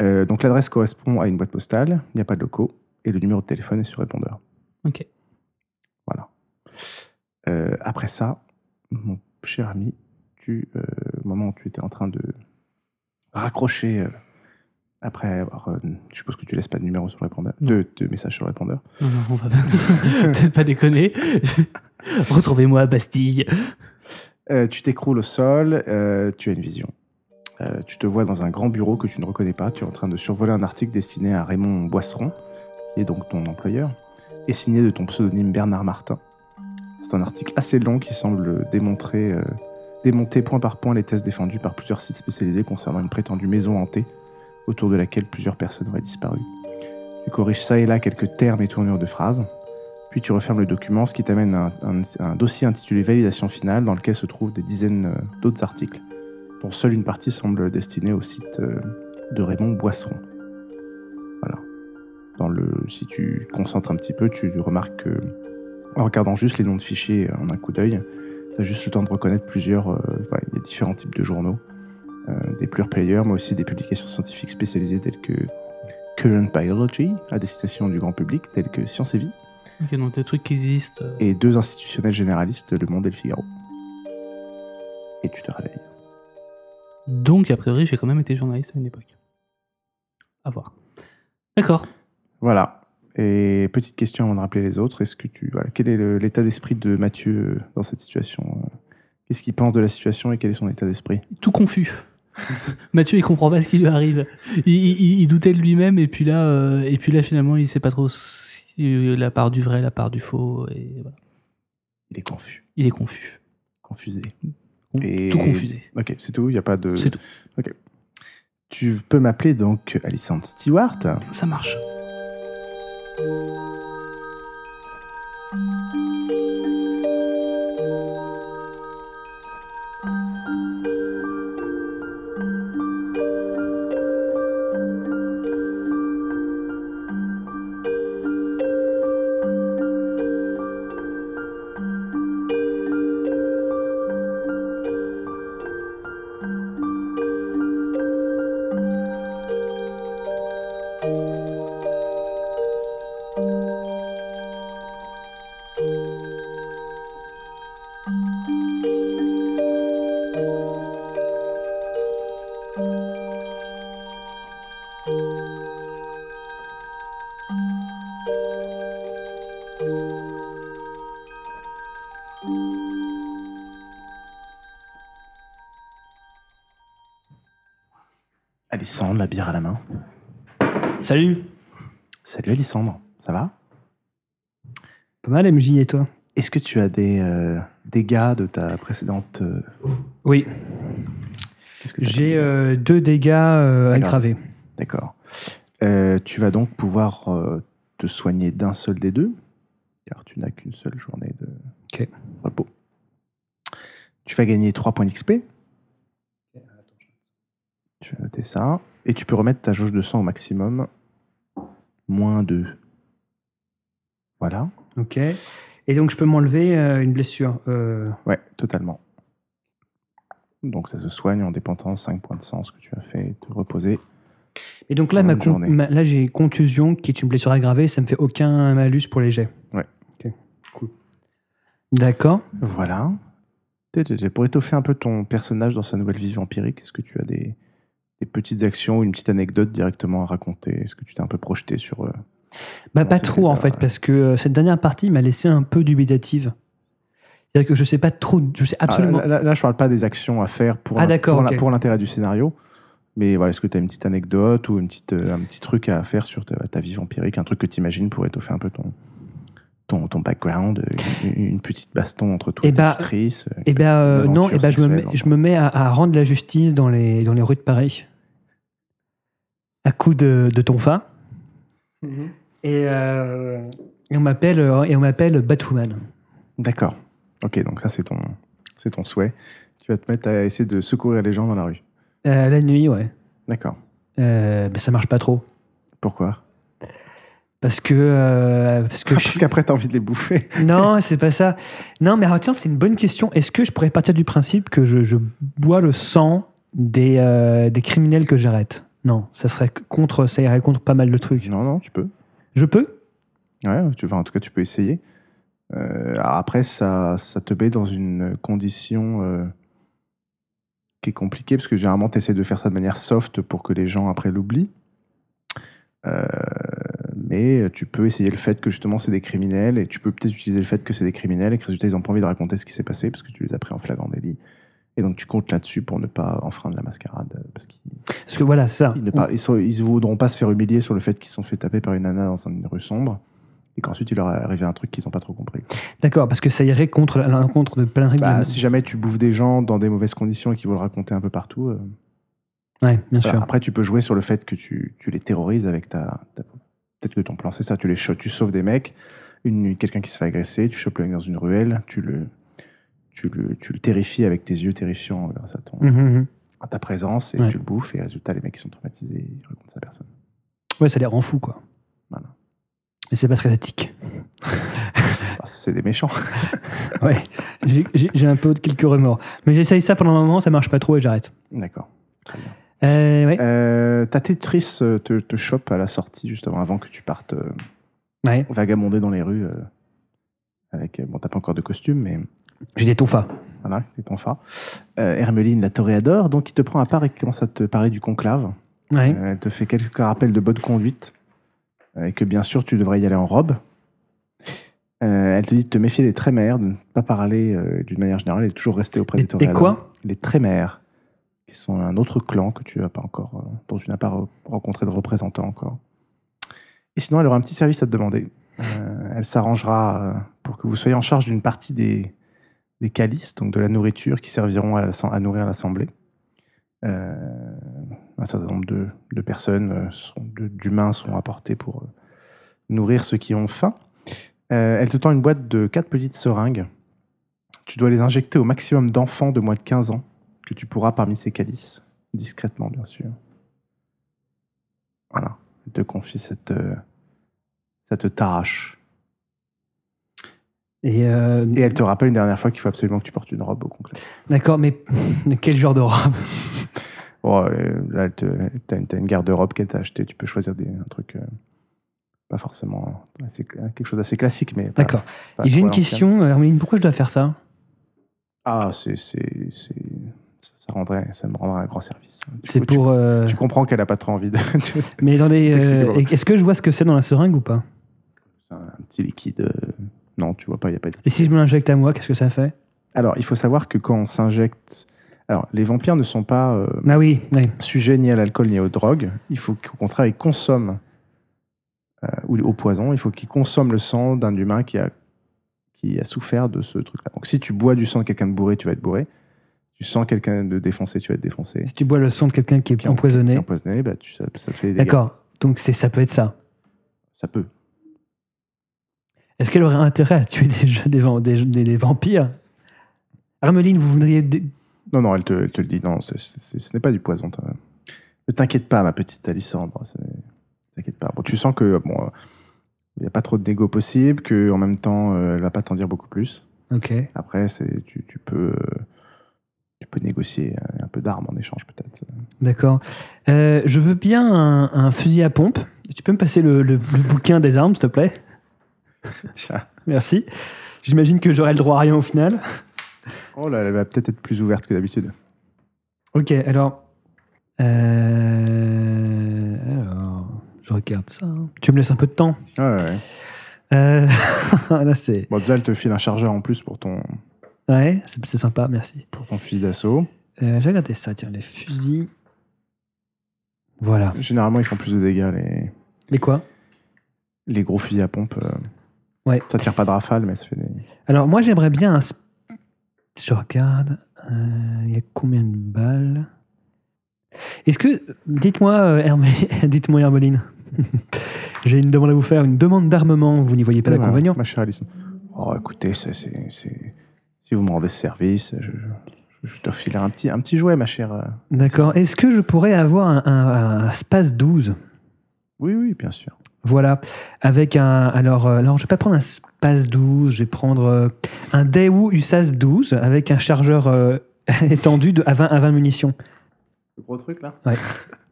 Speaker 1: Euh, donc l'adresse correspond à une boîte postale, il n'y a pas de locaux, et le numéro de téléphone est sur répondeur.
Speaker 3: Ok.
Speaker 1: Voilà. Euh, après ça, mon cher ami, tu, euh, au moment où tu étais en train de raccrocher, euh, après avoir. euh, je suppose que tu laisses pas de numéro sur le répondeur,
Speaker 3: Non.
Speaker 1: de, de message sur le répondeur.
Speaker 3: Non, non, on va pas, *laughs* peut-être pas déconner. *laughs* Retrouvez-moi à Bastille.
Speaker 1: Euh, tu t'écroules au sol, euh, tu as une vision. Euh, tu te vois dans un grand bureau que tu ne reconnais pas, tu es en train de survoler un article destiné à Raymond Boisseron, qui est donc ton employeur, et signé de ton pseudonyme Bernard Martin. C'est un article assez long qui semble démontrer, euh, démonter point par point les thèses défendues par plusieurs sites spécialisés concernant une prétendue maison hantée autour de laquelle plusieurs personnes auraient disparu. Tu corriges ça et là quelques termes et tournures de phrases. Puis tu refermes le document, ce qui t'amène à un, un- un dossier intitulé Validation finale dans lequel se trouvent des dizaines euh, d'autres articles, dont seule une partie semble destinée au site euh, de Raymond Boisseron. Voilà. Dans le, si tu te concentres un petit peu, tu remarques que, en regardant juste les noms de fichiers euh, en un coup d'œil, tu as juste le temps de reconnaître plusieurs. euh, enfin, il y a différents types de journaux, euh, des plurplayers, mais aussi des publications scientifiques spécialisées telles que Current Biology, à destination du grand public, telles que Science et Vie
Speaker 3: Ok, donc des trucs qui existent. euh,
Speaker 1: et deux institutionnels généralistes, Le Monde et Le Figaro. Et tu te réveilles.
Speaker 3: Donc, a priori, j'ai quand même été journaliste à une époque. À voir. D'accord.
Speaker 1: Voilà. Et petite question avant de rappeler les autres. Est-ce que tu voilà, quel est le- l'état d'esprit de Mathieu euh, dans cette situation euh, Qu'est-ce qu'il pense de la situation et quel est son état d'esprit
Speaker 3: Tout confus. *laughs* Mathieu, il comprend pas ce qui lui arrive. Il, il- il doutait de lui-même, et puis là, euh, et puis là, finalement, il sait pas trop si- euh, la part du vrai, la part du faux, et voilà.
Speaker 1: Il est confus,
Speaker 3: Il est confus.
Speaker 1: confusé. Et-
Speaker 3: Et... Tout confusé.
Speaker 1: Ok, c'est tout. Il n'y a pas de.
Speaker 3: C'est tout.
Speaker 1: Ok. Tu peux m'appeler donc Alison Stewart.
Speaker 3: Ça marche.
Speaker 1: Alessandre, la bière à la main.
Speaker 2: Salut
Speaker 1: Salut Alessandre, ça va
Speaker 2: Pas mal, MJ, et toi
Speaker 1: Est-ce que tu as des euh, dégâts de ta précédente euh,
Speaker 2: Oui,
Speaker 1: qu'est-ce que t'as comme
Speaker 2: j'ai
Speaker 1: dégâts
Speaker 2: euh, deux dégâts euh,
Speaker 1: D'accord.
Speaker 2: aggravés.
Speaker 1: D'accord. Euh, tu vas donc pouvoir euh, te soigner d'un seul des deux, car tu n'as qu'une seule journée de
Speaker 2: Ok.
Speaker 1: repos. Tu vas gagner 3 points d'XP. Tu vas noter ça. Et tu peux remettre ta jauge de sang au maximum. Moins 2. Voilà.
Speaker 2: Ok. Et donc, je peux m'enlever euh, une blessure. euh,
Speaker 1: Ouais, totalement. Donc ça se soigne en dépendant 5 points de sang, ce que tu as fait, te reposer.
Speaker 2: Et donc là,
Speaker 1: Pendant
Speaker 2: ma
Speaker 1: une
Speaker 2: con-
Speaker 1: journée.
Speaker 2: ma- là j'ai contusion qui est une blessure aggravée, ça me fait aucun malus pour les jets.
Speaker 1: Ouais.
Speaker 2: Ok, cool. D'accord.
Speaker 1: Voilà. T'es- t'es- t'es- Pour étoffer un peu ton personnage dans sa nouvelle vie vampirique, est-ce que tu as des, des petites actions ou une petite anecdote directement à raconter Est-ce que tu t'es un peu projeté sur... euh,
Speaker 2: Bah,
Speaker 1: Comment
Speaker 2: pas
Speaker 1: c'était
Speaker 2: trop en
Speaker 1: là,
Speaker 2: fait,
Speaker 1: ouais.
Speaker 2: parce que euh, cette dernière partie m'a laissé un peu dubitative. C'est-à-dire que je sais pas trop, je sais absolument.
Speaker 1: Ah, là, là, là, je parle pas des actions à faire pour,
Speaker 2: Ah,
Speaker 1: l'in-
Speaker 2: d'accord,
Speaker 1: pour l'in-
Speaker 2: ok.
Speaker 1: pour l'intérêt du scénario. Mais voilà, est-ce que tu as une petite anecdote ou une petite, euh, un petit truc à faire sur ta, ta vie vampirique Un truc que tu imagines pour étoffer un peu ton, ton, ton background euh, une, une petite baston entre toi et,
Speaker 2: Eh
Speaker 1: ta
Speaker 2: bah,
Speaker 1: tutrice, euh,
Speaker 2: Eh ben euh,
Speaker 1: aventure
Speaker 2: non, eh ben, je me
Speaker 1: sexuelle,
Speaker 2: mets,
Speaker 1: hein.
Speaker 2: je me mets à, à rendre la justice dans les, dans les rues de Paris. À coup de, de tonfa. Et, euh, et on m'appelle euh, et on m'appelle Batwoman.
Speaker 1: D'accord. Ok, donc ça, c'est ton, c'est ton souhait. Tu vas te mettre à essayer de secourir les gens dans la rue.
Speaker 2: Euh, la nuit, ouais.
Speaker 1: D'accord.
Speaker 2: Euh, ben, ça marche pas trop.
Speaker 1: Pourquoi
Speaker 2: Parce que. euh, parce que je
Speaker 1: Ah, Parce qu'après, t'as envie de les bouffer.
Speaker 2: *laughs* Non, c'est pas ça. Non, mais alors, tiens, c'est une bonne question. Est-ce que je pourrais partir du principe que je, je bois le sang des, euh, des criminels que j'arrête Non, ça serait contre, ça irait contre pas mal de trucs.
Speaker 1: Non, non, tu peux.
Speaker 2: Je peux
Speaker 1: Ouais, tu vas, en tout cas, tu peux essayer. Euh, alors après, ça, ça te met dans une condition euh, qui est compliquée, parce que généralement, tu essaies de faire ça de manière soft pour que les gens, après, l'oublient. Euh, mais tu peux essayer le fait que justement c'est des criminels et tu peux peut-être utiliser le fait que c'est des criminels et que résultat ils n'ont pas envie de raconter ce qui s'est passé parce que tu les as pris en flagrant délit et donc tu comptes là-dessus pour ne pas enfreindre la mascarade euh, parce qu'ils
Speaker 2: Parce que voilà, ça.
Speaker 1: ils ne par- ils sont- ils se voudront pas se faire humilier sur le fait qu'ils se sont fait taper par une nana dans une rue sombre et qu'ensuite il leur est arrivé un truc qu'ils n'ont pas trop
Speaker 2: *laughs*
Speaker 1: compris. quoi.
Speaker 2: D'accord, parce que ça irait contre la- l'encontre de plein de règles. de la-
Speaker 1: Bah, si jamais tu bouffes des gens dans des mauvaises conditions et qu'ils vont le raconter un peu partout, euh,
Speaker 2: Ouais, bien
Speaker 1: voilà.
Speaker 2: sûr.
Speaker 1: après tu peux jouer sur le fait que tu, tu les terrorises avec ta, ta- Peut-être que ton plan, c'est ça. Tu les cho- tu sauves des mecs, une, quelqu'un qui se fait agresser, tu chopes le mec dans une ruelle, tu le, tu le, tu le terrifies avec tes yeux terrifiants grâce à, ton,
Speaker 2: Mhm, mhm.
Speaker 1: à ta présence et
Speaker 2: Ouais.
Speaker 1: tu le bouffes. Et résultat, les mecs qui sont traumatisés, ils racontent ça à personne.
Speaker 2: Ouais, ça les rend fous, quoi.
Speaker 1: Voilà.
Speaker 2: Mais c'est pas très éthique.
Speaker 1: Ah, c'est des méchants. *laughs*
Speaker 2: Ouais. J'ai- J'ai j'ai un peu quelques remords. Mais j'essaye ça pendant un moment, ça marche pas trop et j'arrête.
Speaker 1: D'accord. Très bien.
Speaker 2: Euh, ouais.
Speaker 1: Euh, ta Tetris euh, te, te chope à la sortie, justement, avant que tu partes euh,
Speaker 2: Ouais.
Speaker 1: vagabonder dans les rues. euh, avec, euh, bon, t'as pas encore de costume, mais
Speaker 2: J'ai des tonfas.
Speaker 1: voilà, c'est ton phare. Euh, Hermeline, la toréador, donc il te prend à part et commence à te parler du conclave.
Speaker 2: Ouais.
Speaker 1: Euh, elle te fait quelques rappels de bonne conduite euh, et que bien sûr tu devrais y aller en robe. Euh, elle te dit de te méfier des trémères, de ne pas parler euh, d'une manière générale et de toujours rester auprès
Speaker 2: Des-
Speaker 1: des,
Speaker 2: des
Speaker 1: toréadors.
Speaker 2: quoi
Speaker 1: Les trémères, qui sont un autre clan que tu n'as pas encore, euh, dont tu n'as pas re- rencontré de représentant encore. Et sinon, elle aura un petit service à te demander. Euh, elle s'arrangera euh, pour que vous soyez en charge d'une partie des, des calices, donc de la nourriture qui serviront à, l'assem- à nourrir l'assemblée. Euh, un certain nombre de, de personnes, euh, seront- de- d'humains seront apportés pour euh, nourrir ceux qui ont faim. Euh, elle te tend une boîte de quatre petites seringues. Tu dois les injecter au maximum d'enfants de moins de 15 ans que tu pourras parmi ces calices, discrètement bien sûr. Voilà, elle te confie cette, euh, cette tarache.
Speaker 2: Et, euh,
Speaker 1: Et elle te rappelle une dernière fois qu'il faut absolument que tu portes une robe au conclave.
Speaker 2: D'accord, mais *laughs* quel genre de robe
Speaker 1: Ah, Bon, euh, là, elle te- t'as une, t'as une garde-robe qu'elle t'a achetée. Tu peux choisir des, un truc euh, pas forcément c'est quelque chose d'assez classique, mais pas-
Speaker 2: D'accord.
Speaker 1: pas
Speaker 2: Et
Speaker 1: trop
Speaker 2: J'ai une
Speaker 1: à l'ancienne.
Speaker 2: question, euh, Hermeline, pourquoi je dois faire ça
Speaker 1: Ah, c'est c'est c'est ça, ça rendrait ça me rendrait un grand service. Du
Speaker 2: C'est
Speaker 1: coup, tu-
Speaker 2: pour. euh,
Speaker 1: Tu, comprends qu'elle a pas trop envie de. *laughs* de-
Speaker 2: Mais dans les.
Speaker 1: t'expliquer
Speaker 2: euh,
Speaker 1: pourquoi.
Speaker 2: Est-ce que je vois ce que c'est dans la seringue ou pas
Speaker 1: un petit liquide. euh, Non, tu vois pas, il y a pas. de-
Speaker 2: Et si je me l'injecte à moi, qu'est-ce que ça fait
Speaker 1: Alors, il faut savoir que quand on s'injecte, alors les vampires ne sont pas euh,
Speaker 2: Ah oui, oui.
Speaker 1: sujets ni à l'alcool ni aux drogues. Il faut qu'au contraire, ils consomment euh, ou au poison. Il faut qu'ils consomment le sang d'un humain qui a qui a souffert de ce truc-là. Donc, si tu bois du sang de quelqu'un de bourré, tu vas être bourré. Tu sens quelqu'un de défoncé, tu vas être défoncé.
Speaker 2: Si tu bois le sang de quelqu'un qui est
Speaker 1: Qui est en-
Speaker 2: empoisonné.
Speaker 1: Qui est empoisonné, bah, tu, ça, ça te fait des dégâts.
Speaker 2: D'accord. Donc c'est- ça peut être ça.
Speaker 1: Ça peut.
Speaker 2: Est-ce qu'elle aurait intérêt à tuer des, gens- des, van- des- des- des vampires Hermeline, vous voudriez. dé-
Speaker 1: Non, non, elle te, elle te le dit. Non, c'est- c'est- ce n'est pas du poison. t'as- Ne t'inquiète pas, ma petite Alissandre. c'est- T'inquiète pas. Bon, tu sens que bon, euh, il n'y a pas trop de négo possible, que en même temps, euh, elle va pas t'en dire beaucoup plus.
Speaker 2: Ok.
Speaker 1: Après, c'est tu, tu peux euh, tu peux négocier euh, un peu d'armes en échange peut-être.
Speaker 2: D'accord. Euh, je veux bien un, un fusil à pompe. Tu peux me passer le, le- le bouquin des armes, s'il te plaît
Speaker 1: Tiens.
Speaker 2: Merci. J'imagine que j'aurai le droit à rien au final.
Speaker 1: Oh là, elle va peut-être être plus ouverte que d'habitude.
Speaker 2: Ok, alors. euh, alors, je regarde ça. hein. Tu me laisses un peu de temps.
Speaker 1: Ouais, Ah ouais, ouais.
Speaker 2: Euh, *laughs* Là, c'est.
Speaker 1: Bon, déjà, elle te file un chargeur en plus pour ton
Speaker 2: Ouais, c'est c'est sympa, merci.
Speaker 1: pour ton fusil d'assaut.
Speaker 2: Euh, J'ai regardé ça, tiens, les fusils. Voilà.
Speaker 1: Généralement, ils font plus de dégâts les
Speaker 2: Mais quoi
Speaker 1: les gros fusils à pompe. euh,
Speaker 2: Ouais.
Speaker 1: Ça tire pas de rafale, mais ça fait des
Speaker 2: Alors, moi, j'aimerais bien un. sp- Je regarde. euh, Il y a combien de balles Est-ce que. Dites-moi, euh, Hermé- *laughs* dites-moi, Hermeline. *laughs* J'ai une demande à vous faire, une demande d'armement. Vous n'y voyez pas
Speaker 1: Oui, ma-
Speaker 2: d'inconvénient
Speaker 1: Ma chère Alison. Oh, écoutez, c'est- c'est- c'est- si vous me rendez ce service, je, je, je te file un petit, un petit jouet, ma chère. euh.
Speaker 2: D'accord. Est-ce que je pourrais avoir un, un- un space 12
Speaker 1: Oui, oui, bien sûr.
Speaker 2: Voilà. Avec un. Alors, euh, alors, je vais pas prendre un space 12, je vais prendre euh, un Daewoo USAS 12 avec un chargeur euh, *laughs* étendu de, à, 20, à 20 munitions.
Speaker 1: Le gros truc, là
Speaker 2: Ouais.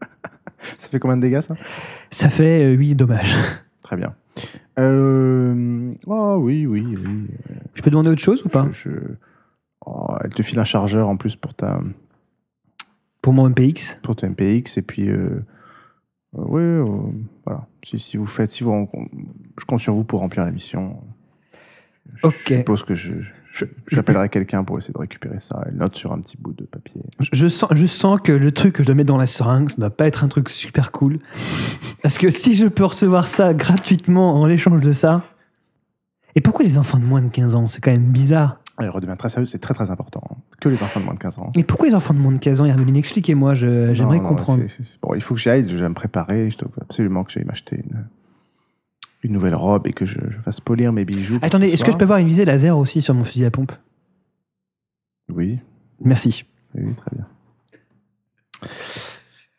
Speaker 1: *laughs* Ça fait combien de dégâts, ça
Speaker 2: Ça fait 8 dommages.
Speaker 1: Très bien. Euh, oh, oui, oui, oui.
Speaker 2: Je peux demander autre chose ou pas
Speaker 1: Je- je- oh, elle te file un chargeur en plus pour ta,
Speaker 2: Pour mon MPX
Speaker 1: pour ton MPX, et puis. euh, euh, oui, euh, voilà. Si, si vous faites, si vous rencontrez, je compte sur vous pour remplir la mission. Je
Speaker 2: Ok.
Speaker 1: suppose que je, je- je- j'appellerai quelqu'un pour essayer de récupérer ça. Elle note sur un petit bout de papier.
Speaker 2: Je- je sens, je sens que le truc que je dois mettre dans la seringue, ça ne doit pas être un truc super cool. Parce que si je peux recevoir ça gratuitement en échange de ça. Et pourquoi les enfants de moins de 15 ans C'est quand même bizarre.
Speaker 1: Elle redevient très sérieuse, c'est très très important. hein. Que les enfants de moins de 15 ans.
Speaker 2: Mais pourquoi les enfants de moins de 15 ans, Hermeline Expliquez-moi, je- j'aimerais
Speaker 1: Non, non,
Speaker 2: comprendre.
Speaker 1: c'est- c'est- c'est- Bon, il faut que j'aille, je vais me préparer. Je dois absolument que j'aille m'acheter une, une nouvelle robe et que je, je fasse polir mes bijoux. pour
Speaker 2: Attendez,
Speaker 1: ce
Speaker 2: est-ce que je
Speaker 1: soir.
Speaker 2: peux avoir une visée laser aussi sur mon fusil à pompe
Speaker 1: Oui,
Speaker 2: Merci.
Speaker 1: oui, oui, très bien.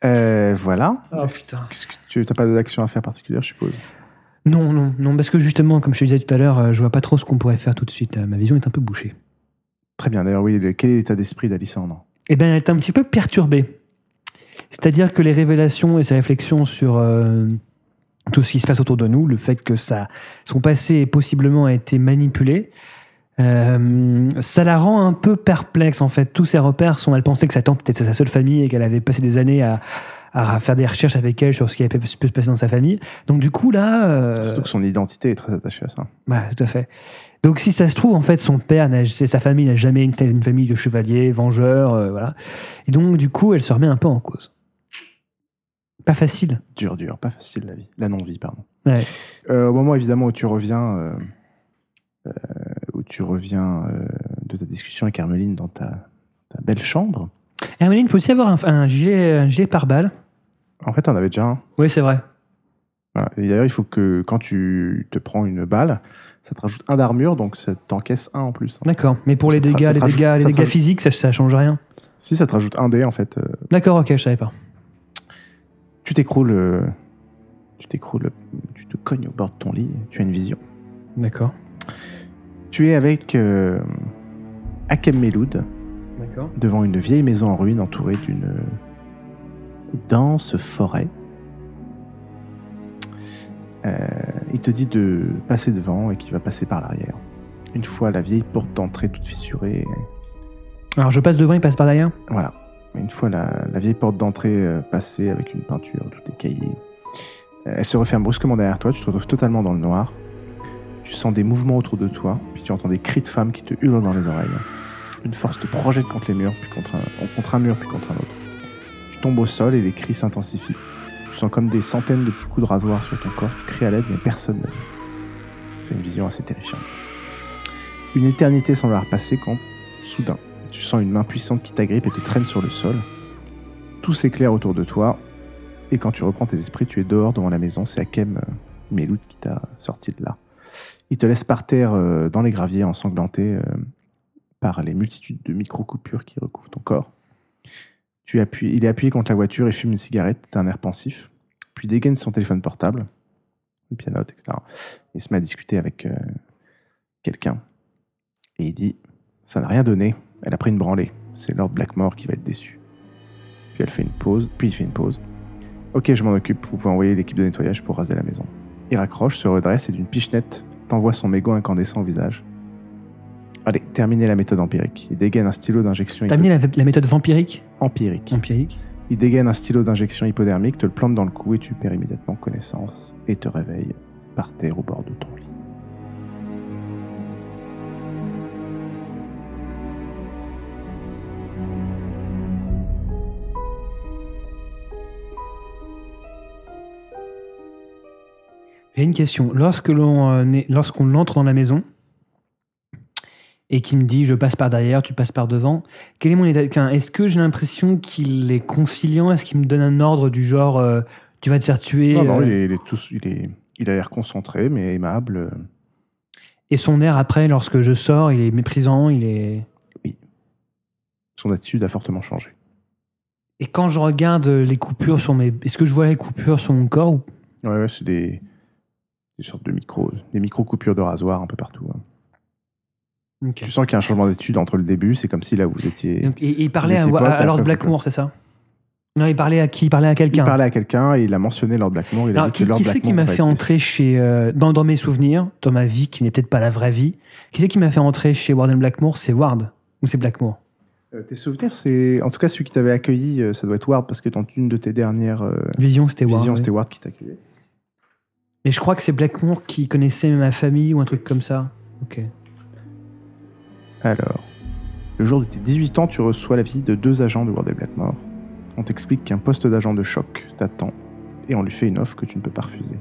Speaker 1: Euh, voilà.
Speaker 2: Oh putain.
Speaker 1: Qu'est-ce que tu n'as pas d'action à faire particulière, je suppose.
Speaker 2: Non, non, non, parce que justement, comme je te disais tout à l'heure, euh, je vois pas trop ce qu'on pourrait faire tout de suite. Euh, Ma vision est un peu bouchée.
Speaker 1: Très bien. D'ailleurs, oui, le- quel est l'état d'esprit d'Alissandre
Speaker 2: Eh bien, elle est un petit peu perturbée. C'est-à-dire que les révélations et ses réflexions sur euh, tout ce qui se passe autour de nous, le fait que ça, son passé ait possiblement a été manipulé, euh, ça la rend un peu perplexe en fait. Tous ses repères sont. Elle pensait que sa tante était sa seule famille et qu'elle avait passé des années à, à faire des recherches avec elle sur ce qui avait pu se passer dans sa famille. Donc du coup là, euh,
Speaker 1: Surtout que son identité est très attachée à ça.
Speaker 2: bah, tout à fait. Donc, si ça se trouve, en fait, son père, n'a- c'est- sa famille n'a jamais été une famille de chevaliers, vengeurs, euh, voilà. Et donc, du coup, elle se remet un peu en cause. Pas facile.
Speaker 1: Dur, dur. Pas facile, la vie. La non-vie, pardon.
Speaker 2: Ouais.
Speaker 1: Euh, au moment, évidemment, où tu reviens, euh, euh, où tu reviens euh, de ta discussion avec Hermeline dans ta, ta belle chambre,
Speaker 2: Hermeline, peut aussi avoir un, un gilet, un gilet pare-balles
Speaker 1: en fait, on avait déjà un.
Speaker 2: Oui, c'est vrai.
Speaker 1: Voilà. Et d'ailleurs, il faut que quand tu te prends une balle, ça te rajoute un d'armure, donc ça t'encaisse un en plus. hein.
Speaker 2: D'accord. Mais pour les
Speaker 1: Ça te-
Speaker 2: dégâts,
Speaker 1: ça te
Speaker 2: les
Speaker 1: rajoute-
Speaker 2: dégâts, les
Speaker 1: ça te
Speaker 2: dégâts
Speaker 1: rajoute-
Speaker 2: physiques, ça, ça change rien.
Speaker 1: Si ça te rajoute un dé, en fait, euh,
Speaker 2: D'accord, ok, je savais pas.
Speaker 1: tu t'écroules, euh, tu t'écroules, tu te cognes au bord de ton lit, tu as une vision.
Speaker 2: D'accord.
Speaker 1: Tu es avec euh, Hakem Meloud
Speaker 2: D'accord.
Speaker 1: devant une vieille maison en ruine entourée d'une dense forêt. Euh, il te dit de passer devant et qu'il va passer par l'arrière. Une fois la vieille porte d'entrée toute fissurée,
Speaker 2: Alors, je passe devant, il passe par derrière
Speaker 1: Voilà. Une fois la, la vieille porte d'entrée euh, passée avec une peinture tout écaillée, euh, elle se referme brusquement derrière toi, tu te retrouves totalement dans le noir. Tu sens des mouvements autour de toi, puis tu entends des cris de femmes qui te hurlent dans les oreilles. Une force te projette contre les murs, puis contre un, contre un mur, puis contre un autre. Tu tombes au sol et les cris s'intensifient. Tu sens comme des centaines de petits coups de rasoir sur ton corps, tu cries à l'aide, mais personne ne vient. C'est une vision assez terrifiante. Une éternité semble avoir passé quand, soudain, tu sens une main puissante qui t'agrippe et te traîne sur le sol. Tout s'éclaire autour de toi. Et quand tu reprends tes esprits, tu es dehors devant la maison. C'est Hakem euh, Meloud qui t'a sorti de là. Il te laisse par terre euh, dans les graviers, ensanglanté euh, par les multitudes de micro-coupures qui recouvrent ton corps. Tu appuies, il est appuyé contre la voiture et fume une cigarette d'un air pensif. Puis dégaine son téléphone portable, le piano, etc. Et se met à discuter avec euh, quelqu'un. Et il dit Ça n'a rien donné. Elle a pris une branlée. C'est Lord Blackmore qui va être déçu. Puis elle fait une pause, puis il fait une pause. Ok, je m'en occupe, vous pouvez envoyer l'équipe de nettoyage pour raser la maison. Il raccroche, se redresse et d'une pichenette t'envoie son mégot incandescent au visage. Allez, terminez la méthode empirique. Il dégaine un stylo d'injection
Speaker 2: T'as amené la, la méthode vampirique
Speaker 1: hypo- empirique.
Speaker 2: Vampirique.
Speaker 1: Il dégaine un stylo d'injection hypodermique, te le plante dans le cou et tu perds immédiatement connaissance et te réveilles par terre au bord de ton lit.
Speaker 2: J'ai une question. Lorsque l'on euh, est- lorsqu'on entre dans la maison et qu'il me dit je passe par derrière, tu passes par devant, quel est mon état de- qu'un- Est-ce que j'ai l'impression qu'il est conciliant Est-ce qu'il me donne un ordre du genre euh, tu vas te faire tuer
Speaker 1: non, non,
Speaker 2: euh,
Speaker 1: il, est, il est tous- il, est- il a l'air concentré mais aimable. euh,
Speaker 2: Et son air après, lorsque je sors, il est méprisant, il est.
Speaker 1: Son attitude a fortement changé.
Speaker 2: Et quand je regarde euh, les coupures sur mes. Est-ce que je vois les coupures sur mon corps ou-
Speaker 1: Ouais, ouais, c'est des, des sortes de micros, des micro-coupures de rasoir un peu partout. hein.
Speaker 2: Ok.
Speaker 1: Tu sens qu'il y a un changement d'étude entre le début, c'est comme si là vous étiez.
Speaker 2: Donc, et- et il parlait à,
Speaker 1: étiez potes,
Speaker 2: à- à
Speaker 1: après,
Speaker 2: Lord
Speaker 1: vous êtes
Speaker 2: Blackmore, c'est ça Non, il parlait à qui Il parlait à
Speaker 1: Il
Speaker 2: quelqu'un.
Speaker 1: parlait à quelqu'un et il a mentionné Lord Blackmore. Il a
Speaker 2: Alors,
Speaker 1: dit que
Speaker 2: qui,
Speaker 1: Lord
Speaker 2: qui c'est qui
Speaker 1: Blackmore
Speaker 2: m'a
Speaker 1: va
Speaker 2: fait
Speaker 1: être
Speaker 2: entrer chez euh, dans, dans mes souvenirs, dans ma vie qui n'est peut-être pas la vraie vie Qui c'est qui m'a fait entrer chez Warden Blackmore C'est Ward ou c'est Blackmore
Speaker 1: déçu. Euh, tes souvenirs, c'est. En tout cas, celui qui t'avait accueilli, euh, ça doit être Ward, parce que dans une de tes dernières euh,
Speaker 2: Vision, c'était Ward.
Speaker 1: visions,
Speaker 2: ouais.
Speaker 1: c'était Ward qui t'accueillait.
Speaker 2: Mais je crois que c'est Blackmore qui connaissait ma famille ou un truc comme ça. Ok.
Speaker 1: Alors, le jour de tes 18 ans, tu reçois la visite de deux agents de Ward et Blackmore. On t'explique qu'un poste d'agent de choc t'attend et on lui fait une offre que tu ne peux pas refuser.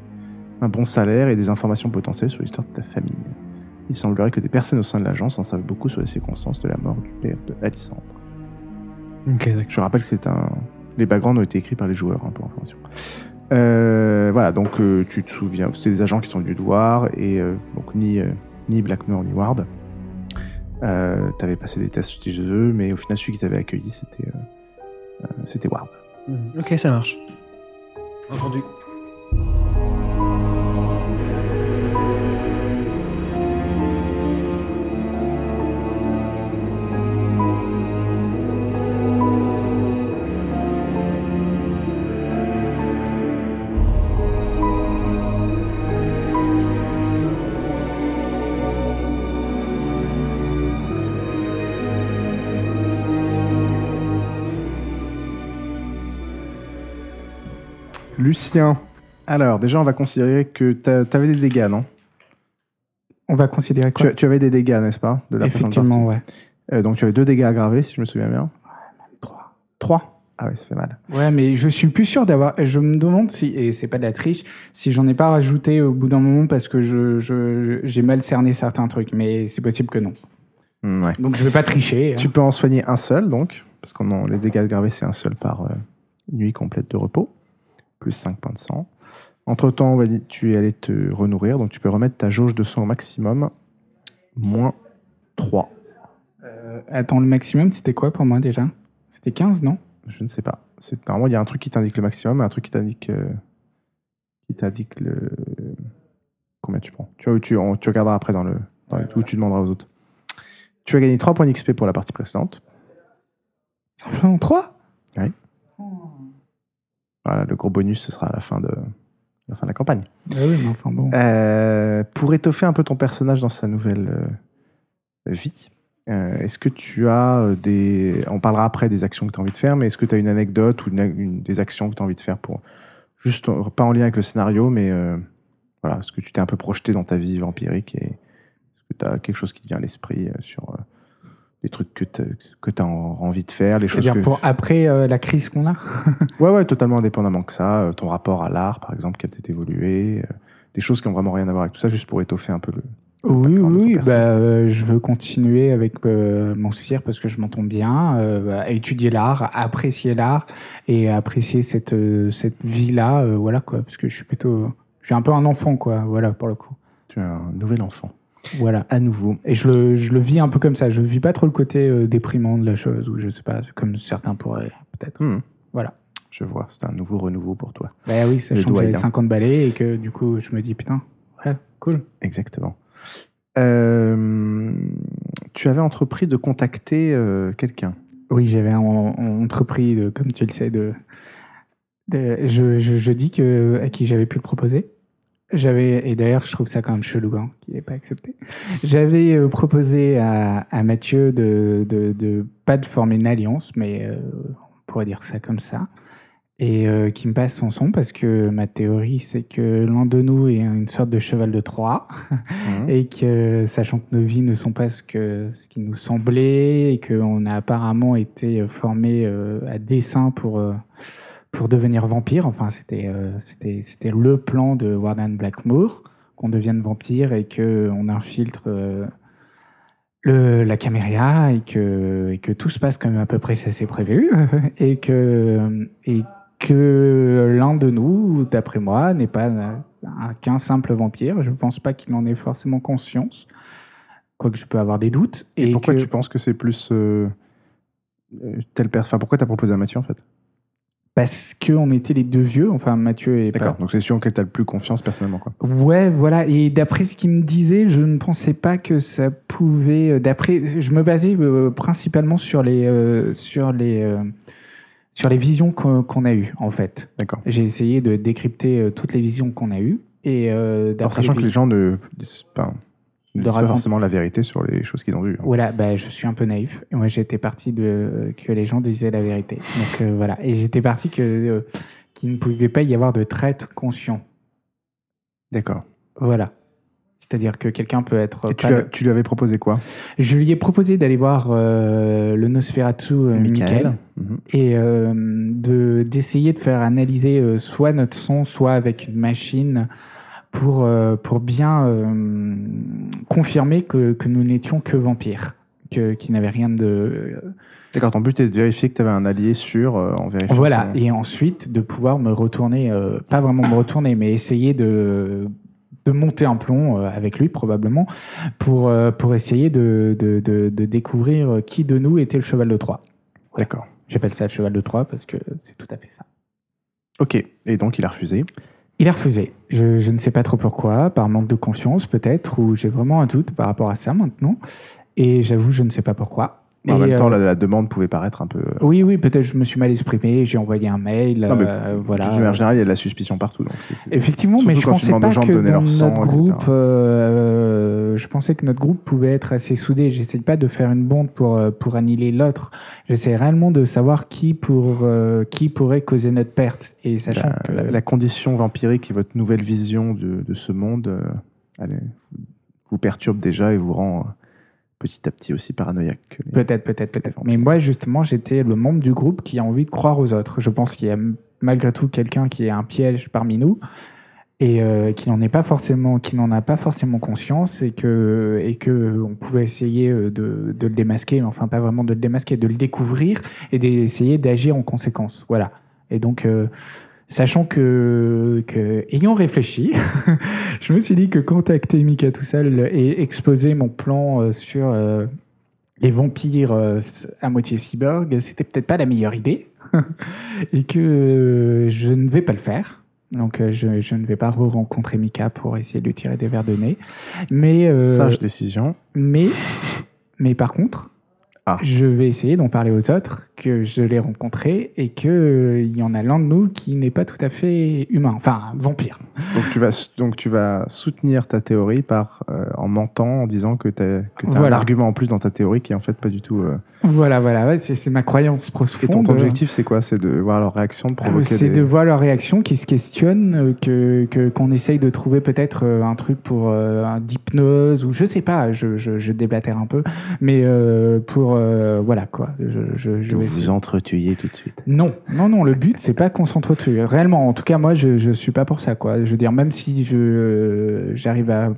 Speaker 1: Un bon salaire et des informations potentielles sur l'histoire de ta famille. Il semblerait que des personnes au sein de l'agence en savent beaucoup sur les circonstances de la mort du père de Alissandre.
Speaker 2: Ok, d'accord.
Speaker 1: Je rappelle que c'est un. Les backgrounds ont été écrits par les joueurs, hein, pour information. Euh, voilà, donc euh, tu te souviens, c'était des agents qui sont venus te voir, et euh, donc ni, euh, ni Blackmore ni Ward. Euh, t'avais passé des tests chez eux, mais au final, celui qui t'avait accueilli, c'était euh, euh, c'était Ward.
Speaker 2: Ok, ça marche.
Speaker 5: Entendu.
Speaker 1: Lucien, alors déjà, on va considérer que t'a- t'avais des dégâts, non
Speaker 4: On va considérer quoi
Speaker 1: tu, tu avais des dégâts, n'est-ce pas De la précédente
Speaker 4: Effectivement, ouais.
Speaker 1: partie. Euh, donc tu avais deux dégâts aggravés, si je me souviens bien.
Speaker 4: Trois.
Speaker 1: Trois Ah ouais, ça fait mal.
Speaker 4: Ouais, mais je suis plus sûr d'avoir. Je me demande si, et c'est pas de la triche, si j'en ai pas rajouté au bout d'un moment parce que je je- j'ai mal cerné certains trucs, mais c'est possible que non.
Speaker 1: Hmm, ouais.
Speaker 4: Donc je vais pas tricher. hein.
Speaker 1: Tu peux en soigner un seul, donc, parce que les dégâts aggravés, c'est un seul par euh, nuit complète de repos, plus 5 points de sang. Entre-temps, on va dire, tu es allé te renourrir, donc tu peux remettre ta jauge de sang au maximum, moins 3.
Speaker 4: Euh, Attends, le maximum, c'était quoi pour moi déjà C'était 15, non
Speaker 1: Je ne sais pas. C'est normalement il y a un truc qui t'indique le maximum, un truc qui t'indique euh, qui t'indique le combien tu prends. Tu vois, tu, on- tu regarderas après dans le dans le- ou tu demanderas aux autres. Tu as gagné 3 points d'XP pour la partie précédente.
Speaker 4: Simplement 3
Speaker 1: Voilà, le gros bonus ce sera à la fin de à la fin de la campagne.
Speaker 4: Bah oui, mais enfin bon.
Speaker 1: Euh, pour étoffer un peu ton personnage dans sa nouvelle euh, vie, euh, est-ce que tu as euh, des. On parlera après des actions que tu as envie de faire, mais est-ce que tu as une anecdote ou une, une- des actions que tu as envie de faire pour. Juste, euh, pas en lien avec le scénario, mais euh, voilà, est-ce que tu t'es un peu projeté dans ta vie vampirique et est-ce que tu as quelque chose qui te vient à l'esprit euh, sur euh, les trucs que tu as envie de faire, les Ah, choses
Speaker 4: C'est-à-dire
Speaker 1: que.
Speaker 4: pour après euh, la crise qu'on a
Speaker 1: Ouais, ouais, totalement indépendamment que ça. Euh, ton rapport à l'art, par exemple, qui a peut-être évolué. euh, des choses qui ont vraiment rien à voir avec tout ça, juste pour étoffer un peu le.
Speaker 4: Oui,
Speaker 1: background de
Speaker 4: oui,
Speaker 1: ton
Speaker 4: bah, euh, je veux continuer avec euh, mon cire parce que je m'entends bien, euh, bah, étudier l'art, apprécier l'art et apprécier cette, euh, cette vie-là, euh, voilà quoi, parce que je suis plutôt. Je suis un peu un enfant, quoi, voilà, pour le coup.
Speaker 1: Tu es un nouvel enfant.
Speaker 4: Voilà.
Speaker 1: À nouveau.
Speaker 4: Et je le, je le vis un peu comme ça, je vis pas trop le côté euh, déprimant de la chose, ou je sais pas, comme certains pourraient, peut-être. Voilà.
Speaker 1: Je vois, c'est un nouveau renouveau pour toi.
Speaker 4: Bah oui, sachant que
Speaker 1: doigt,
Speaker 4: j'avais
Speaker 1: hein.
Speaker 4: 50 balais et que du coup, je me dis, putain, voilà, cool.
Speaker 1: Exactement. Euh, tu avais entrepris de contacter euh, quelqu'un.
Speaker 4: Oui, j'avais en- en- entrepris, de, comme tu le sais, de, de- je, je- je dis que, à qui j'avais pu le proposer. J'avais, et d'ailleurs, je trouve ça quand même chelou hein, qu'il n'ait pas accepté. J'avais euh, proposé à, à Mathieu de, de, de- pas de former une alliance, mais euh, on pourrait dire ça comme ça, et euh, qui me passe son son parce que ma théorie, c'est que l'un de nous est une sorte de cheval de Troie
Speaker 1: Mhm.
Speaker 4: et que sachant que nos vies ne sont pas ce que ce qui nous semblait et qu'on a apparemment été formés euh, à dessein pour euh, pour devenir vampire enfin c'était euh, c'était c'était le plan de Warden Blackmore qu'on devienne vampire et que on infiltre euh, le, la caméra et que, et que tout se passe comme à peu près ça s'est prévu et que, et que l'un de nous, d'après moi, n'est pas un- un- qu'un simple vampire. Je ne pense pas qu'il en ait forcément conscience, quoique je peux avoir des doutes.
Speaker 1: Et, pourquoi
Speaker 4: que-
Speaker 1: tu penses que c'est plus euh, euh, telle personne Enfin, pourquoi t'as proposé à Mathieu en fait
Speaker 4: Parce qu'on était les deux vieux, enfin Mathieu et
Speaker 1: D'accord. Donc c'est sûr auquel t'as le plus confiance personnellement, quoi.
Speaker 4: Ouais, voilà. Et d'après ce qu'il me disait, je ne pensais pas que ça pouvait. euh, D'après, je me basais euh, principalement sur les euh, sur les euh, sur les visions qu'on qu'on a eues en fait.
Speaker 1: D'accord.
Speaker 4: J'ai essayé de décrypter euh, toutes les visions qu'on a eues et euh,
Speaker 1: En
Speaker 4: d'après
Speaker 1: sachant
Speaker 4: les-
Speaker 1: que les gens ne disent pas, ne
Speaker 4: De
Speaker 1: disent pas
Speaker 4: raconte-
Speaker 1: forcément la vérité sur les choses qu'ils ont vues. hein.
Speaker 4: Voilà, bah, je suis un peu naïf. Moi, j'étais parti de euh, que les gens disaient la vérité. Donc euh, voilà, et j'étais parti que euh, qu'il ne pouvait pas y avoir de traite conscient.
Speaker 1: D'accord.
Speaker 4: Voilà. C'est-à-dire que quelqu'un peut être. euh,
Speaker 1: Et tu
Speaker 4: pas-
Speaker 1: lui, as- tu lui avais proposé quoi
Speaker 4: Je lui ai proposé d'aller voir euh, le Nosferatu euh, Michael
Speaker 1: Mhm.
Speaker 4: et euh, de d'essayer de faire analyser euh, soit notre son, soit avec une machine pour, euh, pour bien euh, confirmer que, que nous n'étions que vampires, que- qui n'avait rien de,
Speaker 1: D'accord, ton but est de vérifier que tu avais un allié sûr euh, en vérifiant.
Speaker 4: Voilà,
Speaker 1: son-
Speaker 4: et ensuite de pouvoir me retourner, euh, pas vraiment me retourner, mais essayer de, de monter un plomb euh, avec lui probablement pour, euh, pour essayer de, de, de- de découvrir qui de nous était le cheval de Troie.
Speaker 1: D'accord.
Speaker 4: J'appelle ça le cheval de Troie parce que c'est tout à fait ça.
Speaker 1: Ok, et donc il a refusé.
Speaker 4: Il a refusé. Je, je ne sais pas trop pourquoi, par manque de confiance peut-être, ou j'ai vraiment un doute par rapport à ça maintenant. Et j'avoue, je ne sais pas pourquoi.
Speaker 1: En
Speaker 4: Et,
Speaker 1: même temps, la,
Speaker 4: euh,
Speaker 1: la demande pouvait paraître un peu. euh,
Speaker 4: Oui, oui, peut-être je me suis mal exprimé, j'ai envoyé un mail.
Speaker 1: Non, mais
Speaker 4: euh, voilà.
Speaker 1: Voilà. De manière générale, il y a de la suspicion partout. Donc c'est- c'est-
Speaker 4: Effectivement,
Speaker 1: Surtout
Speaker 4: mais je
Speaker 1: quand tu
Speaker 4: pensais
Speaker 1: demandes aux
Speaker 4: pas
Speaker 1: gens de
Speaker 4: que
Speaker 1: donner leur
Speaker 4: dans
Speaker 1: sang,
Speaker 4: notre
Speaker 1: etc.
Speaker 4: groupe, euh, je pensais que notre groupe pouvait être assez soudé. J'essaie pas de faire une bonde pour euh, pour annihiler l'autre. J'essaie réellement de savoir qui pour euh, qui pourrait causer notre perte. Et sachant
Speaker 1: Bah, la,
Speaker 4: que
Speaker 1: la- la condition vampirique et votre nouvelle vision de, de ce monde euh, elle est- vous perturbe déjà et vous rend euh, petit à petit aussi paranoïaque. que les-
Speaker 4: peut-être, peut-être, peut-être. Mais moi, justement, j'étais le membre du groupe qui a envie de croire aux autres. Je pense qu'il y a malgré tout quelqu'un qui a un piège parmi nous et euh, qui n'en est pas forcément, qui n'en a pas forcément conscience et que et que on pouvait essayer euh, de, de le démasquer, mais enfin pas vraiment de le démasquer, de le découvrir et d'essayer d'agir en conséquence. Voilà. Et donc. euh, Sachant que, que, ayant réfléchi, *laughs* je me suis dit que contacter Mika tout seul et exposer mon plan euh, sur euh, les vampires euh, à moitié cyborg, c'était peut-être pas la meilleure idée *laughs* et que euh, je ne vais pas le faire. Donc euh, je, je ne vais pas re-rencontrer Mika pour essayer de lui tirer des verres de nez. Mais, euh,
Speaker 1: Sage décision.
Speaker 4: mais, mais par contre,
Speaker 1: Ah.
Speaker 4: je vais essayer d'en parler aux autres, que je l'ai rencontré et qu'il y en a l'un de nous qui n'est pas tout à fait humain, enfin vampire.
Speaker 1: Donc tu, vas, donc tu vas soutenir ta théorie par, euh, en mentant, en disant que tu as, un
Speaker 4: Voilà.
Speaker 1: argument en plus dans ta théorie qui est en fait pas du tout... euh,
Speaker 4: Voilà, voilà, ouais, c'est c'est ma croyance
Speaker 1: Et
Speaker 4: profonde.
Speaker 1: ton, ton objectif, c'est quoi C'est de voir leur réaction, de
Speaker 4: Euh,
Speaker 1: provoquer
Speaker 4: C'est
Speaker 1: des...
Speaker 4: de voir leur réaction, qui se questionnent, euh, que que- qu'on essaye de trouver peut-être euh, un truc pour euh, un d'hypnose ou je sais pas, je, je, je déblatère un peu, mais euh, pour euh, voilà quoi. Je, je, je vais essayer.
Speaker 1: entretuiez tout de suite.
Speaker 4: Non, non, non, le but, c'est pas qu'on s'entretue. Réellement, en tout cas, moi, je, je suis pas pour ça, quoi. Je veux dire, même si je euh, j'arrive à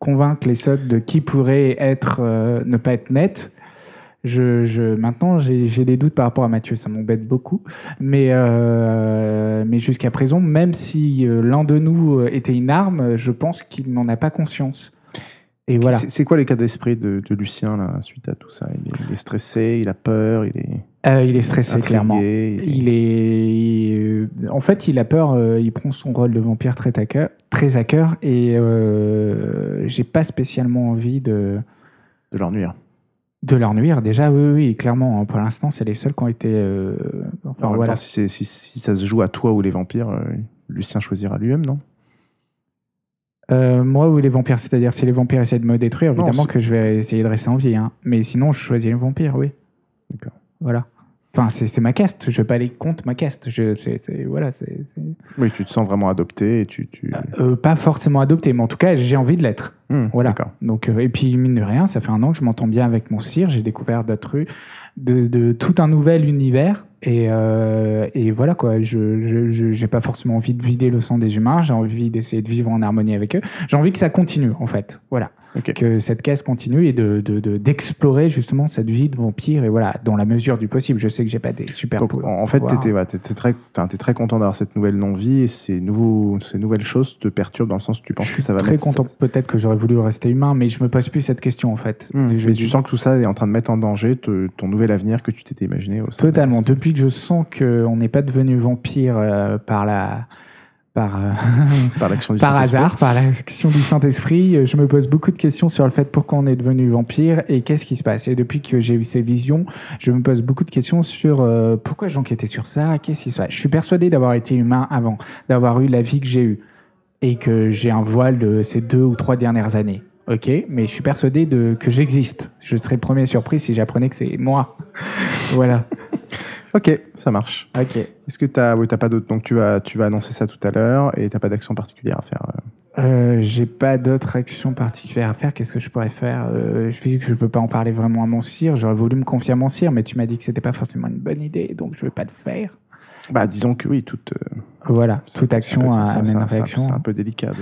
Speaker 4: convaincre les sots de qui pourrait être, euh, ne pas être net, je, je, maintenant, j'ai j'ai des doutes par rapport à Mathieu, ça m'embête beaucoup. Mais, euh, mais jusqu'à présent, même si euh, l'un de nous euh, était une arme, je pense qu'il n'en a pas conscience. Et voilà.
Speaker 1: C'est c'est quoi les cas d'esprit de, de Lucien, là, suite à tout ça il est, il est stressé, il a peur, il est
Speaker 4: Euh, il est stressé,
Speaker 1: intrigué,
Speaker 4: clairement.
Speaker 1: Il
Speaker 4: Il
Speaker 1: est...
Speaker 4: est. En fait, il a peur, euh, il prend son rôle de vampire très à cœur, très à cœur et euh, j'ai pas spécialement envie de,
Speaker 1: De l'ennui. hein.
Speaker 4: de leur nuire. Déjà, oui, oui, clairement, hein, pour l'instant, c'est les seuls qui ont été. euh, enfin,
Speaker 1: En même
Speaker 4: voilà.
Speaker 1: temps, si, c'est- si- si ça se joue à toi ou les vampires, euh, Lucien choisira lui-même, non
Speaker 4: Euh, moi ou les vampires, c'est-à-dire si les vampires essaient de me détruire,
Speaker 1: Non,
Speaker 4: évidemment
Speaker 1: c'est-
Speaker 4: que je vais essayer de rester en vie. hein. Mais sinon, je choisis les vampires, oui.
Speaker 1: D'accord.
Speaker 4: Voilà. Enfin, c'est c'est ma caste, je vais pas aller contre ma caste. Je, c'est- c'est- voilà, c'est. c'est-
Speaker 1: Oui, tu te sens vraiment adopté et tu... tu...
Speaker 4: Euh, pas forcément adopté, mais en tout cas, j'ai envie de l'être.
Speaker 1: Hmm,
Speaker 4: Voilà.
Speaker 1: D'accord.
Speaker 4: Donc, euh, et puis, mine de rien, ça fait un an que je m'entends bien avec mon cire. J'ai découvert d'autres rues, de, de tout un nouvel univers. Et, euh, et voilà, quoi. Je je- je- j'ai pas forcément envie de vider le sang des humains. J'ai envie d'essayer de vivre en harmonie avec eux. J'ai envie que ça continue, en fait. Voilà.
Speaker 1: Ok.
Speaker 4: Que cette caisse continue et d'explorer de, de, d'explorer justement cette vie de vampire. Et voilà, dans la mesure du possible. Je sais que j'ai pas des super
Speaker 1: Donc,
Speaker 4: pouvoirs.
Speaker 1: en en fait, tu étais, très, enfin, t'es très content d'avoir cette nouvelle non-vie et ces, nouveaux, ces nouvelles choses te perturbent dans le sens où tu penses que ça va
Speaker 4: Très
Speaker 1: mettre-
Speaker 4: content, peut-être que j'aurais voulu rester humain, mais je me pose plus cette question en fait.
Speaker 1: Hmm,
Speaker 4: Je
Speaker 1: mais
Speaker 4: dis-
Speaker 1: tu sens que tout ça est en train de mettre en danger te- ton nouvel avenir que tu t'étais imaginé au sein de la
Speaker 4: Totalement.
Speaker 1: maison.
Speaker 4: Depuis que je sens qu'on n'est pas devenu vampire euh, par la. Par, euh,
Speaker 1: par l'action du
Speaker 4: par
Speaker 1: Saint-Esprit.
Speaker 4: hasard, par l'action du Saint-Esprit, euh, je me pose beaucoup de questions sur le fait pourquoi on est devenu vampire et qu'est-ce qui se passe. Et depuis que j'ai eu ces visions, je me pose beaucoup de questions sur euh, pourquoi j'enquêtais sur ça, qu'est-ce qui se passe. Je suis persuadé d'avoir été humain avant, d'avoir eu la vie que j'ai eue et que j'ai un voile de ces deux ou trois dernières années. Ok, mais je suis persuadé de, que j'existe. Je serais le premier surpris si j'apprenais que c'est moi. *laughs* voilà.
Speaker 1: Ok, ça marche.
Speaker 4: Ok.
Speaker 1: Est-ce que tu as, oui, t'as pas d'autres. Donc tu vas, tu vas annoncer ça tout à l'heure et t'as pas d'action particulière à faire. euh.
Speaker 4: Euh, j'ai pas d'autre action particulière à faire. Qu'est-ce que je pourrais faire Euh, Je dis que je peux pas en parler vraiment à mon cire. J'aurais voulu me confier à mon cire, mais tu m'as dit que c'était pas forcément une bonne idée, donc je vais pas le faire.
Speaker 1: Bah disons que oui, toute. euh,
Speaker 4: Voilà,
Speaker 1: c'est-
Speaker 4: toute
Speaker 1: c'est un
Speaker 4: action
Speaker 1: peu-
Speaker 4: à
Speaker 1: c'est-
Speaker 4: amène
Speaker 1: c'est- c'est-
Speaker 4: réaction.
Speaker 1: C'est un peu délicat. de-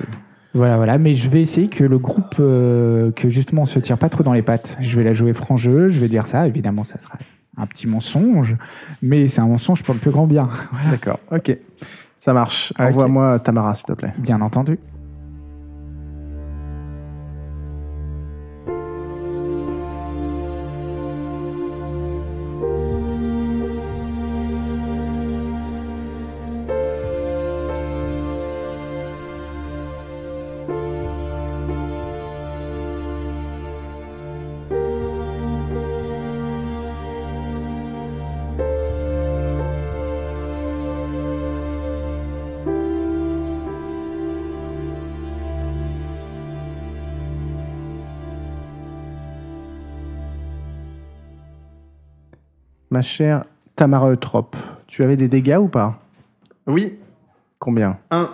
Speaker 4: Voilà, voilà. Mais je vais essayer que le groupe, euh, que justement, on se tire pas trop dans les pattes. Je vais la jouer franc jeu, je vais dire ça. Évidemment, ça sera un petit mensonge, mais c'est un mensonge pour le plus grand bien.
Speaker 1: D'accord, ok. Ça marche.
Speaker 4: Ah, Ok.
Speaker 1: Envoie-moi Tamara, s'il te plaît.
Speaker 4: Bien entendu.
Speaker 1: Ma chère Tamara Eutrope, tu avais des dégâts ou pas
Speaker 6: Oui,
Speaker 1: Combien
Speaker 6: 1.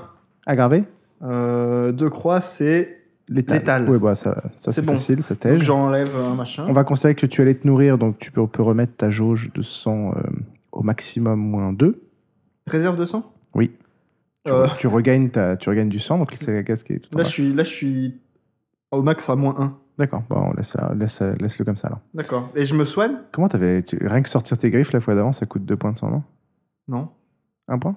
Speaker 1: Aggravé
Speaker 6: Euh, deux croix, c'est. Létal.
Speaker 1: Oui, bah, ça, ça,
Speaker 6: C'est
Speaker 1: c'est
Speaker 6: bon.
Speaker 1: facile, ça
Speaker 6: Donc
Speaker 1: t'aide.
Speaker 6: J'enlève un machin.
Speaker 1: On va considérer que tu allais te nourrir, donc tu peux, on peut remettre ta jauge de sang euh, au maximum moins 2.
Speaker 6: Réserve de sang
Speaker 1: Oui. Tu,
Speaker 6: Euh,
Speaker 1: tu regagnes ta, tu regagnes du sang, donc c'est la casse qui est tout en
Speaker 6: là,
Speaker 1: bas.
Speaker 6: je suis, là, je suis au max à moins 1.
Speaker 1: D'accord, bon, on laisse, ça- laisse- laisse-le comme ça. Là.
Speaker 6: D'accord. Et je me soigne
Speaker 1: Comment t'avais. tu- Rien que sortir tes griffes la fois d'avant, ça coûte 2 points de sang, non
Speaker 6: Non.
Speaker 1: Un point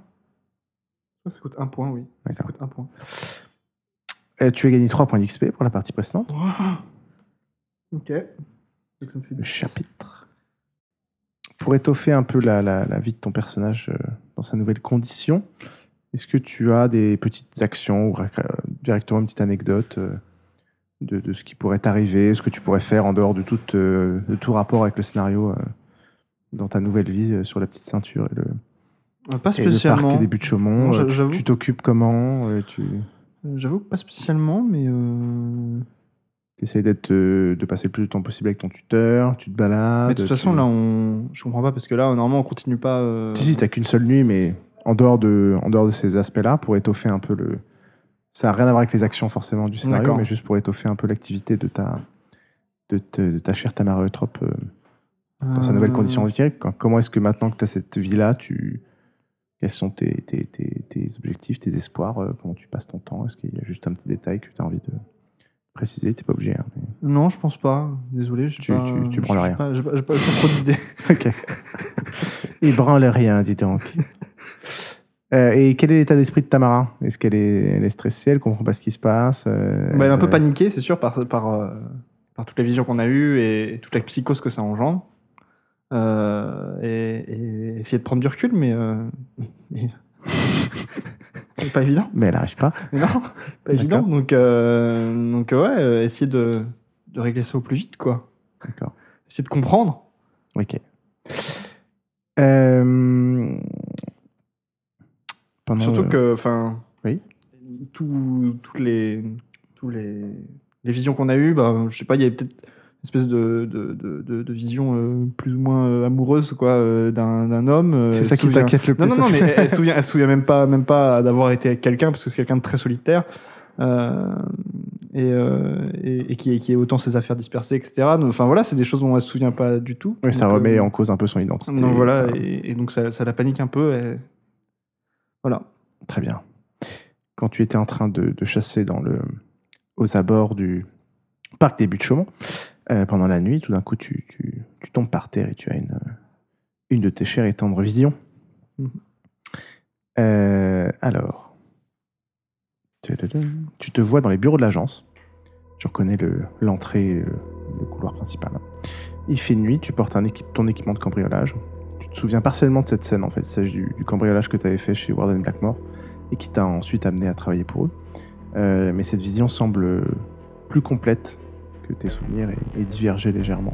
Speaker 6: Ça coûte un point, oui. Ça
Speaker 1: D'accord.
Speaker 6: coûte un point.
Speaker 1: Euh, tu as gagné 3 points d'XP pour la partie précédente.
Speaker 6: Ok. Donc ça me fait
Speaker 1: le chapitre. Pour étoffer un peu la, la- la vie de ton personnage euh, dans sa nouvelle condition, est-ce que tu as des petites actions ou rac- euh, directement une petite anecdote euh, de, de ce qui pourrait t'arriver, ce que tu pourrais faire en dehors de tout, euh, de tout rapport avec le scénario euh, dans ta nouvelle vie euh, sur la petite ceinture et le,
Speaker 6: Euh, Pas
Speaker 1: et le parc
Speaker 6: spécialement.
Speaker 1: et des buts de Chaumont
Speaker 6: Non, j'a-
Speaker 1: euh, tu-
Speaker 6: j'avoue.
Speaker 1: Tu t'occupes comment euh, Tu
Speaker 6: Euh, J'avoue que pas spécialement, mais. euh,
Speaker 1: essaies d'être, euh, de passer le plus de temps possible avec ton tuteur, tu te balades.
Speaker 6: mais de toute façon,
Speaker 1: tu-
Speaker 6: là, on... je comprends pas parce que là, normalement, on continue pas. euh,
Speaker 1: Si, si, t'as qu'une seule nuit, mais en dehors de, en dehors de ces aspects-là, pour étoffer un peu le. Ça n'a rien à voir avec les actions forcément du scénario,
Speaker 6: D'accord.
Speaker 1: mais juste pour étoffer un peu l'activité de ta, de, te- de ta chère Tamara Eutrope euh, dans sa nouvelle
Speaker 6: euh,
Speaker 1: condition de vie. Quand- Comment est-ce que maintenant que tu as cette vie-là, tu. Quels sont tes, tes, tes- tes objectifs, tes espoirs euh, Comment tu passes ton temps Est-ce qu'il y a juste un petit détail que tu as envie de préciser T'es pas obligé. hein, mais-
Speaker 6: Non, je pense pas. Désolé, je
Speaker 1: Tu-
Speaker 6: pas...
Speaker 1: tu- tu branles
Speaker 6: j'ai
Speaker 1: rien.
Speaker 6: pas- J'ai pas, j'ai pas- j'ai pas trop d'idées.
Speaker 1: Ok. Il branle rien, dis
Speaker 6: *laughs*
Speaker 1: donc. Euh, et quel est l'état d'esprit de Tamara Est-ce qu'elle est, elle est stressée Elle comprend pas ce qui se passe euh,
Speaker 6: Bah, elle est un peu
Speaker 1: euh,
Speaker 6: paniquée, c'est sûr, par, par, euh, par toutes les visions qu'on a eues et toute la psychose que ça engendre. Euh, et, et essayer de prendre du recul, mais. euh, *laughs* mais- c'est pas évident.
Speaker 1: Mais elle n'arrive pas.
Speaker 6: Mais non, pas évident. Donc, euh, donc euh, ouais, euh, essayer de, de régler ça au plus vite, quoi.
Speaker 1: D'accord.
Speaker 6: Essayer de comprendre.
Speaker 1: Ok. Euh, Pendant
Speaker 6: Surtout
Speaker 1: euh,
Speaker 6: que, enfin,
Speaker 1: oui.
Speaker 6: tout- toutes les, tous les, les visions qu'on a eues, bah, je sais pas, il y avait peut-être une espèce de, de, de, de- de vision euh, plus ou moins euh, amoureuse, quoi, euh, d'un d'un homme. euh,
Speaker 1: C'est
Speaker 6: elle
Speaker 1: ça qui
Speaker 6: se souvient-
Speaker 1: t'inquiète le plus.
Speaker 6: Non, non, non, mais elle, elle se souvient, elle se souvient même pas, même pas d'avoir été avec quelqu'un, parce que c'est quelqu'un de très solitaire. euh, et, euh, et, et qui, qui ait autant ses affaires dispersées, etc. Donc, Enfin voilà, c'est des choses dont elle se souvient pas du tout.
Speaker 1: Oui, ça
Speaker 6: Donc, euh,
Speaker 1: remet en cause un peu son identité.
Speaker 6: Non, voilà,
Speaker 1: ça-
Speaker 6: et, et donc ça, ça la panique un peu. et- Voilà.
Speaker 1: Très bien. Quand tu étais en train de, de chasser dans le, aux abords du parc des Buttes-Chaumont, euh, pendant la nuit, tout d'un coup, tu, tu- tu tombes par terre et tu as une, une de tes chères et tendres visions.
Speaker 6: Mhm.
Speaker 1: Euh, alors, Tududum. tu te vois dans les bureaux de l'agence. Tu reconnais le- l'entrée, euh, le couloir principal. Il fait nuit, tu portes un équipe, ton équipement de cambriolage. Tu te souviens partiellement de cette scène, en fait. Il s'agit du, du cambriolage que tu avais fait chez Warden Blackmore et qui t'a ensuite amené à travailler pour eux. Euh, mais cette vision semble plus complète que tes souvenirs et, et diverger légèrement.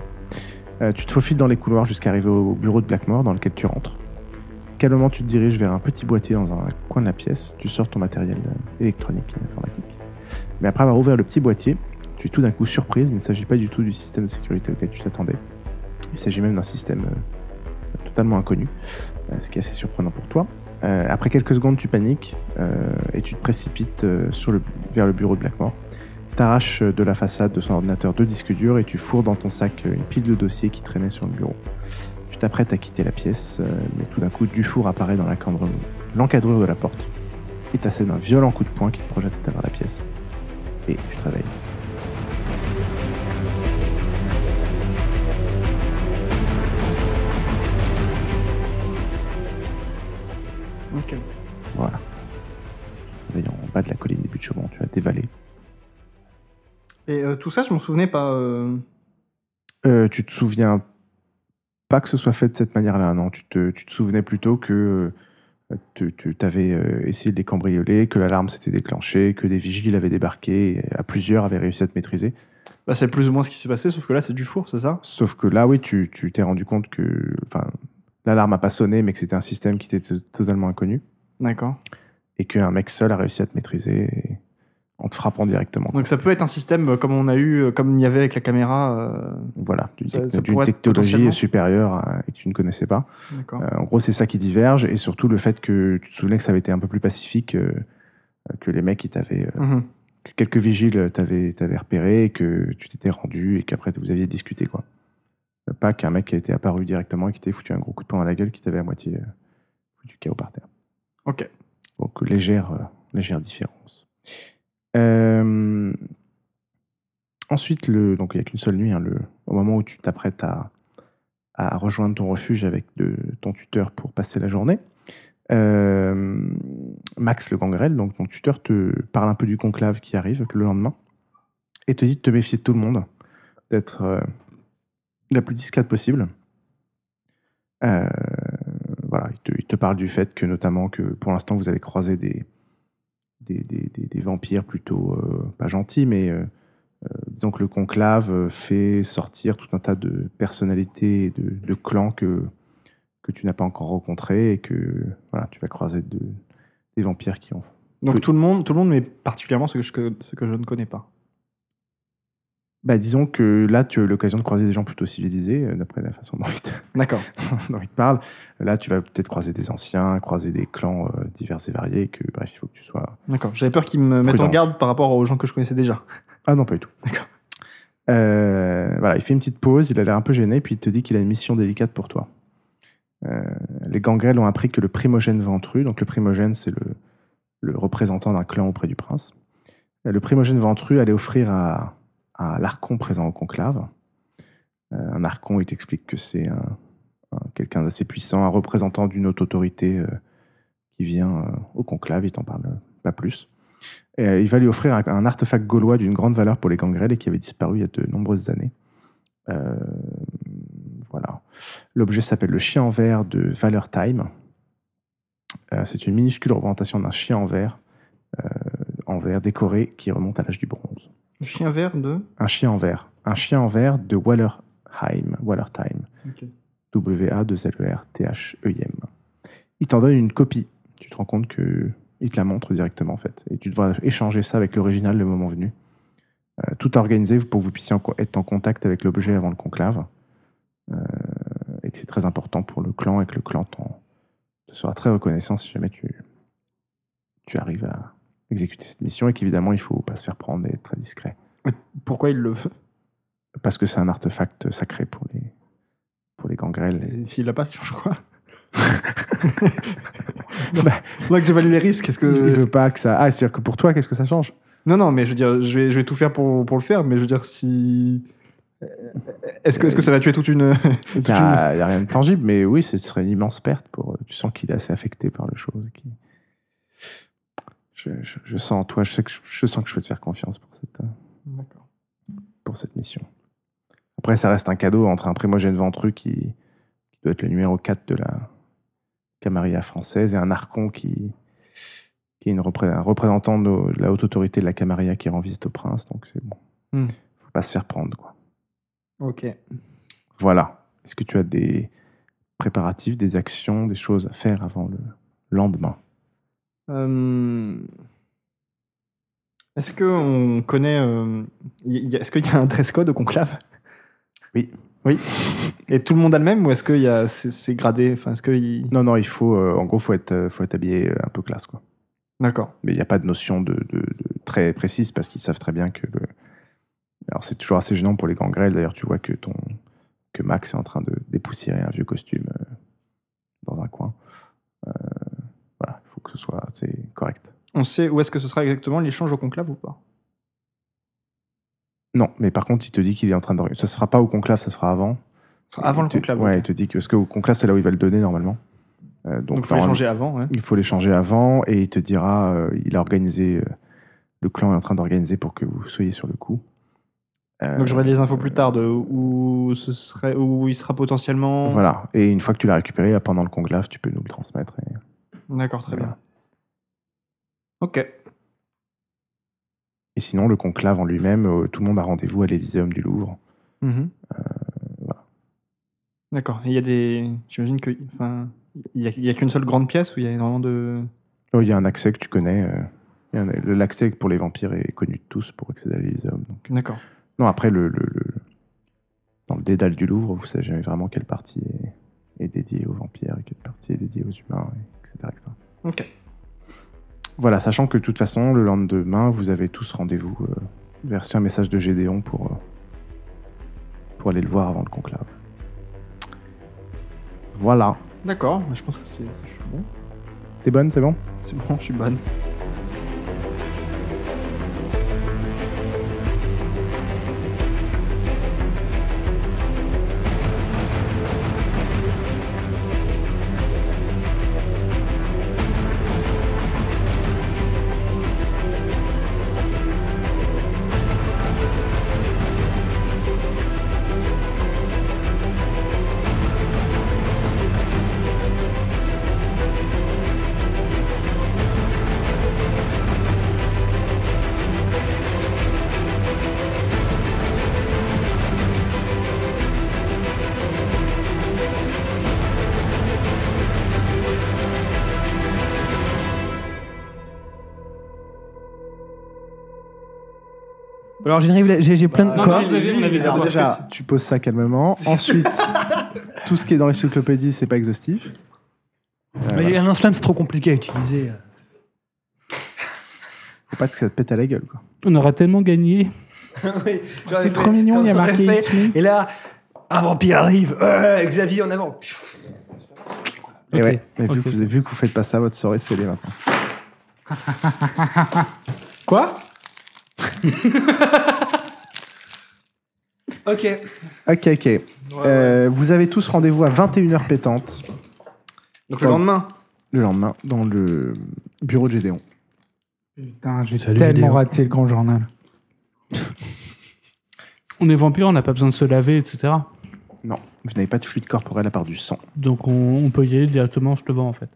Speaker 1: Euh, tu te faufiles dans les couloirs jusqu'à arriver au bureau de Blackmore dans lequel tu rentres. Calmement, tu te diriges vers un petit boîtier dans un coin de la pièce. Tu sors ton matériel euh, électronique et informatique. Mais après avoir ouvert le petit boîtier, tu es tout d'un coup surprise. Il ne s'agit pas du tout du système de sécurité auquel tu t'attendais. Il s'agit même d'un système euh, totalement inconnu, euh, ce qui est assez surprenant pour toi. Euh, après quelques secondes, tu paniques euh, et tu te précipites euh, sur le, vers le bureau de Blackmore. T'arraches euh, de la façade de son ordinateur deux disques durs et tu fourres dans ton sac euh, une pile de dossiers qui traînait sur le bureau. Tu t'apprêtes à quitter la pièce, euh, mais tout d'un coup, Dufour apparaît dans la cambre- l'encadrure de la porte et t'assène un violent coup de poing qui te projette à travers la pièce. et tu te réveilles.
Speaker 6: Ok.
Speaker 1: Voilà. Tu te réveilles en bas de la colline des buttes Chaumont, tu as dévalé.
Speaker 6: Et euh, tout ça, je m'en souvenais pas. euh,
Speaker 1: Euh, tu te souviens pas que ce soit fait de cette manière-là, non. Tu te, tu te souvenais plutôt que euh, tu, tu avais euh, essayé de les cambrioler, que l'alarme s'était déclenchée, que des vigiles avaient débarqué, et euh, à plusieurs avaient réussi à te maîtriser.
Speaker 6: Bah, c'est plus ou moins ce qui s'est passé, sauf que là, c'est du four, c'est ça
Speaker 1: Sauf que là, oui, tu tu t'es rendu compte que enfin, l'alarme a pas sonné, mais que c'était un système qui t'était totalement inconnu,
Speaker 6: D'accord.
Speaker 1: et qu'un mec seul a réussi à te maîtriser et- en te frappant directement.
Speaker 6: Donc ça peut être un système euh, comme on a eu, euh, comme il y avait avec la caméra. euh,
Speaker 1: Voilà, d'une
Speaker 6: Ça-
Speaker 1: techno-
Speaker 6: ça
Speaker 1: d'une
Speaker 6: pourrait être potentiellement-
Speaker 1: technologie supérieure à- et que tu ne connaissais pas.
Speaker 6: D'accord.
Speaker 1: Euh, en gros, c'est ça qui diverge, et surtout le fait que tu te souvenais que ça avait été un peu plus pacifique euh, euh, que les mecs qui t'avaient. euh,
Speaker 6: Mhm.
Speaker 1: que quelques vigiles euh, t'avaient t'avaient repéré, et que tu t'étais rendu, et qu'après vous aviez discuté, quoi. Euh, Pas qu'un mec qui était apparu directement et qui t'ait foutu un gros coup de poing à la gueule, qui t'avait à moitié euh, foutu KO par terre.
Speaker 6: Ok.
Speaker 1: Donc, légère, euh, légère différence. Euh, Ensuite, le, donc il n'y a qu'une seule nuit, hein, le, au moment où tu t'apprêtes à, à rejoindre ton refuge avec de, ton tuteur pour passer la journée, euh, Max le gangrel, donc ton tuteur, te parle un peu du conclave qui arrive que le lendemain et te dit de te méfier de tout le monde, d'être euh, la plus discrète possible. Euh, voilà, il te, il te parle du fait que notamment que pour l'instant vous avez croisé des, des, des- des- des vampires plutôt euh, pas gentils, mais euh, disons que le conclave euh, fait sortir tout un tas de personnalités, et de, de clans que, que tu n'as pas encore rencontrés et que voilà, tu vas croiser de, des vampires qui ont.
Speaker 6: Donc
Speaker 1: Oui.
Speaker 6: tout le monde, tout le monde, mais particulièrement ceux que je, ceux que je ne connais pas.
Speaker 1: Bah, disons que là, tu as eu l'occasion de croiser des gens plutôt civilisés, euh, d'après la façon dont ils, te, *laughs*
Speaker 6: D'accord.
Speaker 1: dont ils te parlent. Là, tu vas peut-être croiser des anciens, croiser des clans euh, divers et variés, et que bref, il faut que tu sois
Speaker 6: D'accord. J'avais peur qu'ils me mettent en
Speaker 1: Prudence.
Speaker 6: garde par rapport aux gens que je connaissais déjà.
Speaker 1: Ah non, pas du tout.
Speaker 6: D'accord.
Speaker 1: Euh, voilà, il fait une petite pause, il a l'air un peu gêné, puis il te dit qu'il a une mission délicate pour toi. Euh, les gangrels ont appris que le primogène ventru, donc le primogène, c'est le, le représentant d'un clan auprès du prince, Euh, le primogène ventru allait offrir à, à l'archon présent au conclave. Euh, un archon, il t'explique que c'est un- un- quelqu'un d'assez puissant, un représentant d'une haute autorité euh, qui vient euh, au conclave, il t'en parle pas plus. Et, euh, il va lui offrir un, un artefact gaulois d'une grande valeur pour les gangrels et qui avait disparu il y a de nombreuses années. Euh, voilà. L'objet s'appelle le chien en verre de Valor Time. Euh, c'est une minuscule représentation d'un chien en verre, euh, en verre décoré qui remonte à l'âge du bronze.
Speaker 6: Le chien vert de.
Speaker 1: Un chien en verre. Un chien en verre de Wallerheim. Wallertime.
Speaker 6: Ok.
Speaker 1: E W-A-2-L-E-R-T-H-E-I-M. Il t'en donne une copie. Tu te rends compte que il te la montre directement, en fait. Et tu devras échanger ça avec l'original le moment venu. Euh, tout organisé pour que vous puissiez en- être en contact avec l'objet avant le conclave. Euh, et que c'est très important pour le clan et que le clan t'en- te sera très reconnaissant si jamais tu, tu arrives à exécuter cette mission et qu'évidemment, il faut pas se faire prendre et être très discret
Speaker 6: Pourquoi il le veut
Speaker 1: parce que c'est un artefact sacré pour les, pour les gangrels.
Speaker 6: Et S'il l'a pas, je
Speaker 1: *laughs*
Speaker 6: change *laughs* quoi Donc bah, j'évalue les risques. Est-ce
Speaker 1: Il
Speaker 6: que
Speaker 1: veut pas que ça. Ah, c'est-à-dire que pour toi, qu'est-ce que ça change
Speaker 6: non, non, mais je veux dire, je vais, je vais tout faire pour, pour le faire, mais je veux dire si. Est-ce que, est-ce que ça va tuer toute une. *laughs*
Speaker 1: Il n'y a, y a rien de tangible, mais oui, ce serait une immense perte. Pour, euh, tu sens qu'il est assez affecté par le chose. qui- Je, je- je sens en toi, je, sais que je, je sens que je peux te faire confiance pour cette, euh,
Speaker 6: D'accord.
Speaker 1: pour cette mission. Après, ça reste un cadeau entre un primogène ventru qui, qui doit être le numéro 4 de la Camarilla française et un archon qui, qui est une repré- un représentant de, nos- de la haute autorité de la Camarilla qui rend visite au prince. Donc c'est bon.
Speaker 6: Hmm.
Speaker 1: faut pas se faire prendre. Quoi.
Speaker 6: Ok.
Speaker 1: Voilà. Est-ce que tu as des préparatifs, des actions, des choses à faire avant le lendemain
Speaker 6: Euh, Est-ce que on connaît euh, y- y a- Est-ce qu'il y a un dress code au conclave
Speaker 1: Oui.
Speaker 6: Oui. Et tout le monde a le même ou est-ce que y a c'est c'est gradé Enfin, est-ce que il-
Speaker 1: Non, non, il faut, euh, en gros, faut être, euh, faut être habillé euh, un peu classe, quoi.
Speaker 6: D'accord.
Speaker 1: Mais il n'y a pas de notion de, de- de très précise parce qu'ils savent très bien que. le- Alors c'est toujours assez gênant pour les gangrels. D'ailleurs, tu vois que ton que Max est en train de dépoussiérer un vieux costume euh, dans un coin. Euh, voilà, il faut que ce soit assez correct.
Speaker 6: On sait où est-ce que ce sera exactement l'échange au conclave ou pas
Speaker 1: Non, mais par contre, il te dit qu'il est en train de. Ça ne sera pas au conclave, ça sera avant.
Speaker 6: Ce sera
Speaker 1: Il
Speaker 6: avant le
Speaker 1: te-
Speaker 6: conclave,
Speaker 1: Ouais,
Speaker 6: ok.
Speaker 1: il te dit que. Parce qu'au conclave, c'est là où il va le donner normalement. Euh,
Speaker 6: Donc, il faut les
Speaker 1: normalement,
Speaker 6: changer avant. ouais.
Speaker 1: Il faut les changer avant et il te dira, euh, il a organisé, euh, le clan est en train d'organiser pour que vous soyez sur le coup. Euh,
Speaker 6: Donc j'aurai les infos plus tard de où, ce serait, où il sera potentiellement.
Speaker 1: Voilà. Et une fois que tu l'as récupéré, là, pendant le conclave, tu peux nous le transmettre. et-
Speaker 6: D'accord, très
Speaker 1: Voilà.
Speaker 6: bien. Ok.
Speaker 1: Et sinon, le conclave en lui-même, euh, tout le monde a rendez-vous à l'Élyséeum du Louvre.
Speaker 6: Mm-hmm.
Speaker 1: voilà.
Speaker 6: D'accord. Et Il y a des. J'imagine que. Enfin, il y a, il y a qu'une seule grande pièce où il y a énormément de.
Speaker 1: Oh, Il y a un accès que tu connais. euh, il y en a- le- L'accès pour les vampires est connu de tous pour accéder à l'Élyséeum. donc.
Speaker 6: D'accord.
Speaker 1: Non, après, le, le- le- dans le dédale du Louvre, vous savez jamais vraiment quelle partie est, est dédiée aux vampires et quelle partie est dédiée aux humains, et etc., etc.
Speaker 6: Ok.
Speaker 1: Voilà, sachant que de toute façon, le lendemain, vous avez tous rendez-vous euh, version un message de Gédéon pour, euh, pour aller le voir avant le conclave. Voilà.
Speaker 6: D'accord. Bah, Je pense que c'est. Je suis bon.
Speaker 1: T'es bonne, c'est bon
Speaker 6: C'est bon, je suis bonne.
Speaker 2: Alors, j'arrive là- j'ai j'ai plein de.
Speaker 3: Ah, Non,
Speaker 2: quoi
Speaker 3: mais Xavier, on avait
Speaker 1: Alors
Speaker 3: d'abord
Speaker 1: déjà, tu poses ça calmement. Ensuite, tout ce qui est dans l'encyclopédie, c'est pas exhaustif. Euh,
Speaker 2: Mais un lance-flamme, c'est trop compliqué à utiliser.
Speaker 1: faut pas que ça te pète à la gueule. Quoi.
Speaker 3: On aura tellement gagné.
Speaker 4: C'est trop mignon, il y a marqué It's me.
Speaker 2: Et là, un vampire arrive. Euh, Xavier en avant.
Speaker 1: Et
Speaker 3: Ok.
Speaker 1: ouais. Mais vu,
Speaker 3: Ok.
Speaker 1: que vous, vu que vous faites pas ça, votre soirée c'est les maintenant.
Speaker 4: Quoi
Speaker 2: Ok.
Speaker 1: Ok, ok. Euh, vous avez tous rendez-vous à 21h pétante
Speaker 6: Donc le lendemain.
Speaker 1: le lendemain dans le bureau de Gédéon.
Speaker 4: Putain, j'ai
Speaker 2: Salut,
Speaker 4: tellement
Speaker 2: vidéo.
Speaker 4: raté le grand journal.
Speaker 3: On est vampire, on n'a pas besoin de se laver, etc.
Speaker 1: Vous n'avez pas de fluide corporel à part du sang.
Speaker 3: Donc on, on peut y aller directement en se levant,
Speaker 1: *laughs*
Speaker 3: en fait.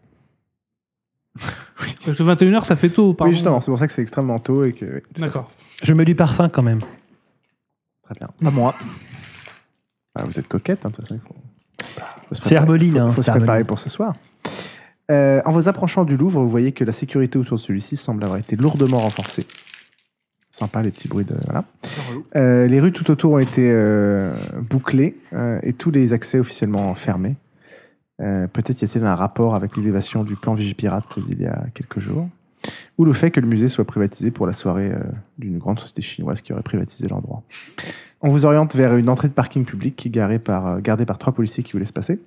Speaker 3: Parce que 21h, ça fait tôt, pardon.
Speaker 1: Oui, justement, c'est pour ça que c'est extrêmement tôt et que. oui, tout à
Speaker 3: D'accord.
Speaker 2: Je mets du parfum quand même.
Speaker 1: fait. Très bien.
Speaker 4: Pas moi.
Speaker 1: Ah, vous êtes coquette, hein, de toute façon. il faut- faut se
Speaker 2: C'est
Speaker 1: préparer-
Speaker 2: Herbeline,
Speaker 1: faut-
Speaker 2: hein,
Speaker 1: faut
Speaker 2: c'est
Speaker 1: se préparer
Speaker 2: Herbeline.
Speaker 1: pour ce soir. Euh, en vous approchant du Louvre, vous voyez que la sécurité autour de celui-ci semble avoir été lourdement renforcée. Sympa les petits bruits de. Voilà. Euh, les rues tout autour ont été euh, bouclées euh, et tous les accès officiellement fermés. Euh, Peut-être y a-t-il un rapport avec l'élévation du plan Vigipirate d'il y a quelques jours, ou le fait que le musée soit privatisé pour la soirée euh, d'une grande société chinoise qui aurait privatisé l'endroit. On vous oriente vers une entrée de parking public qui est garée par, euh, gardée par trois policiers qui vous laissent passer.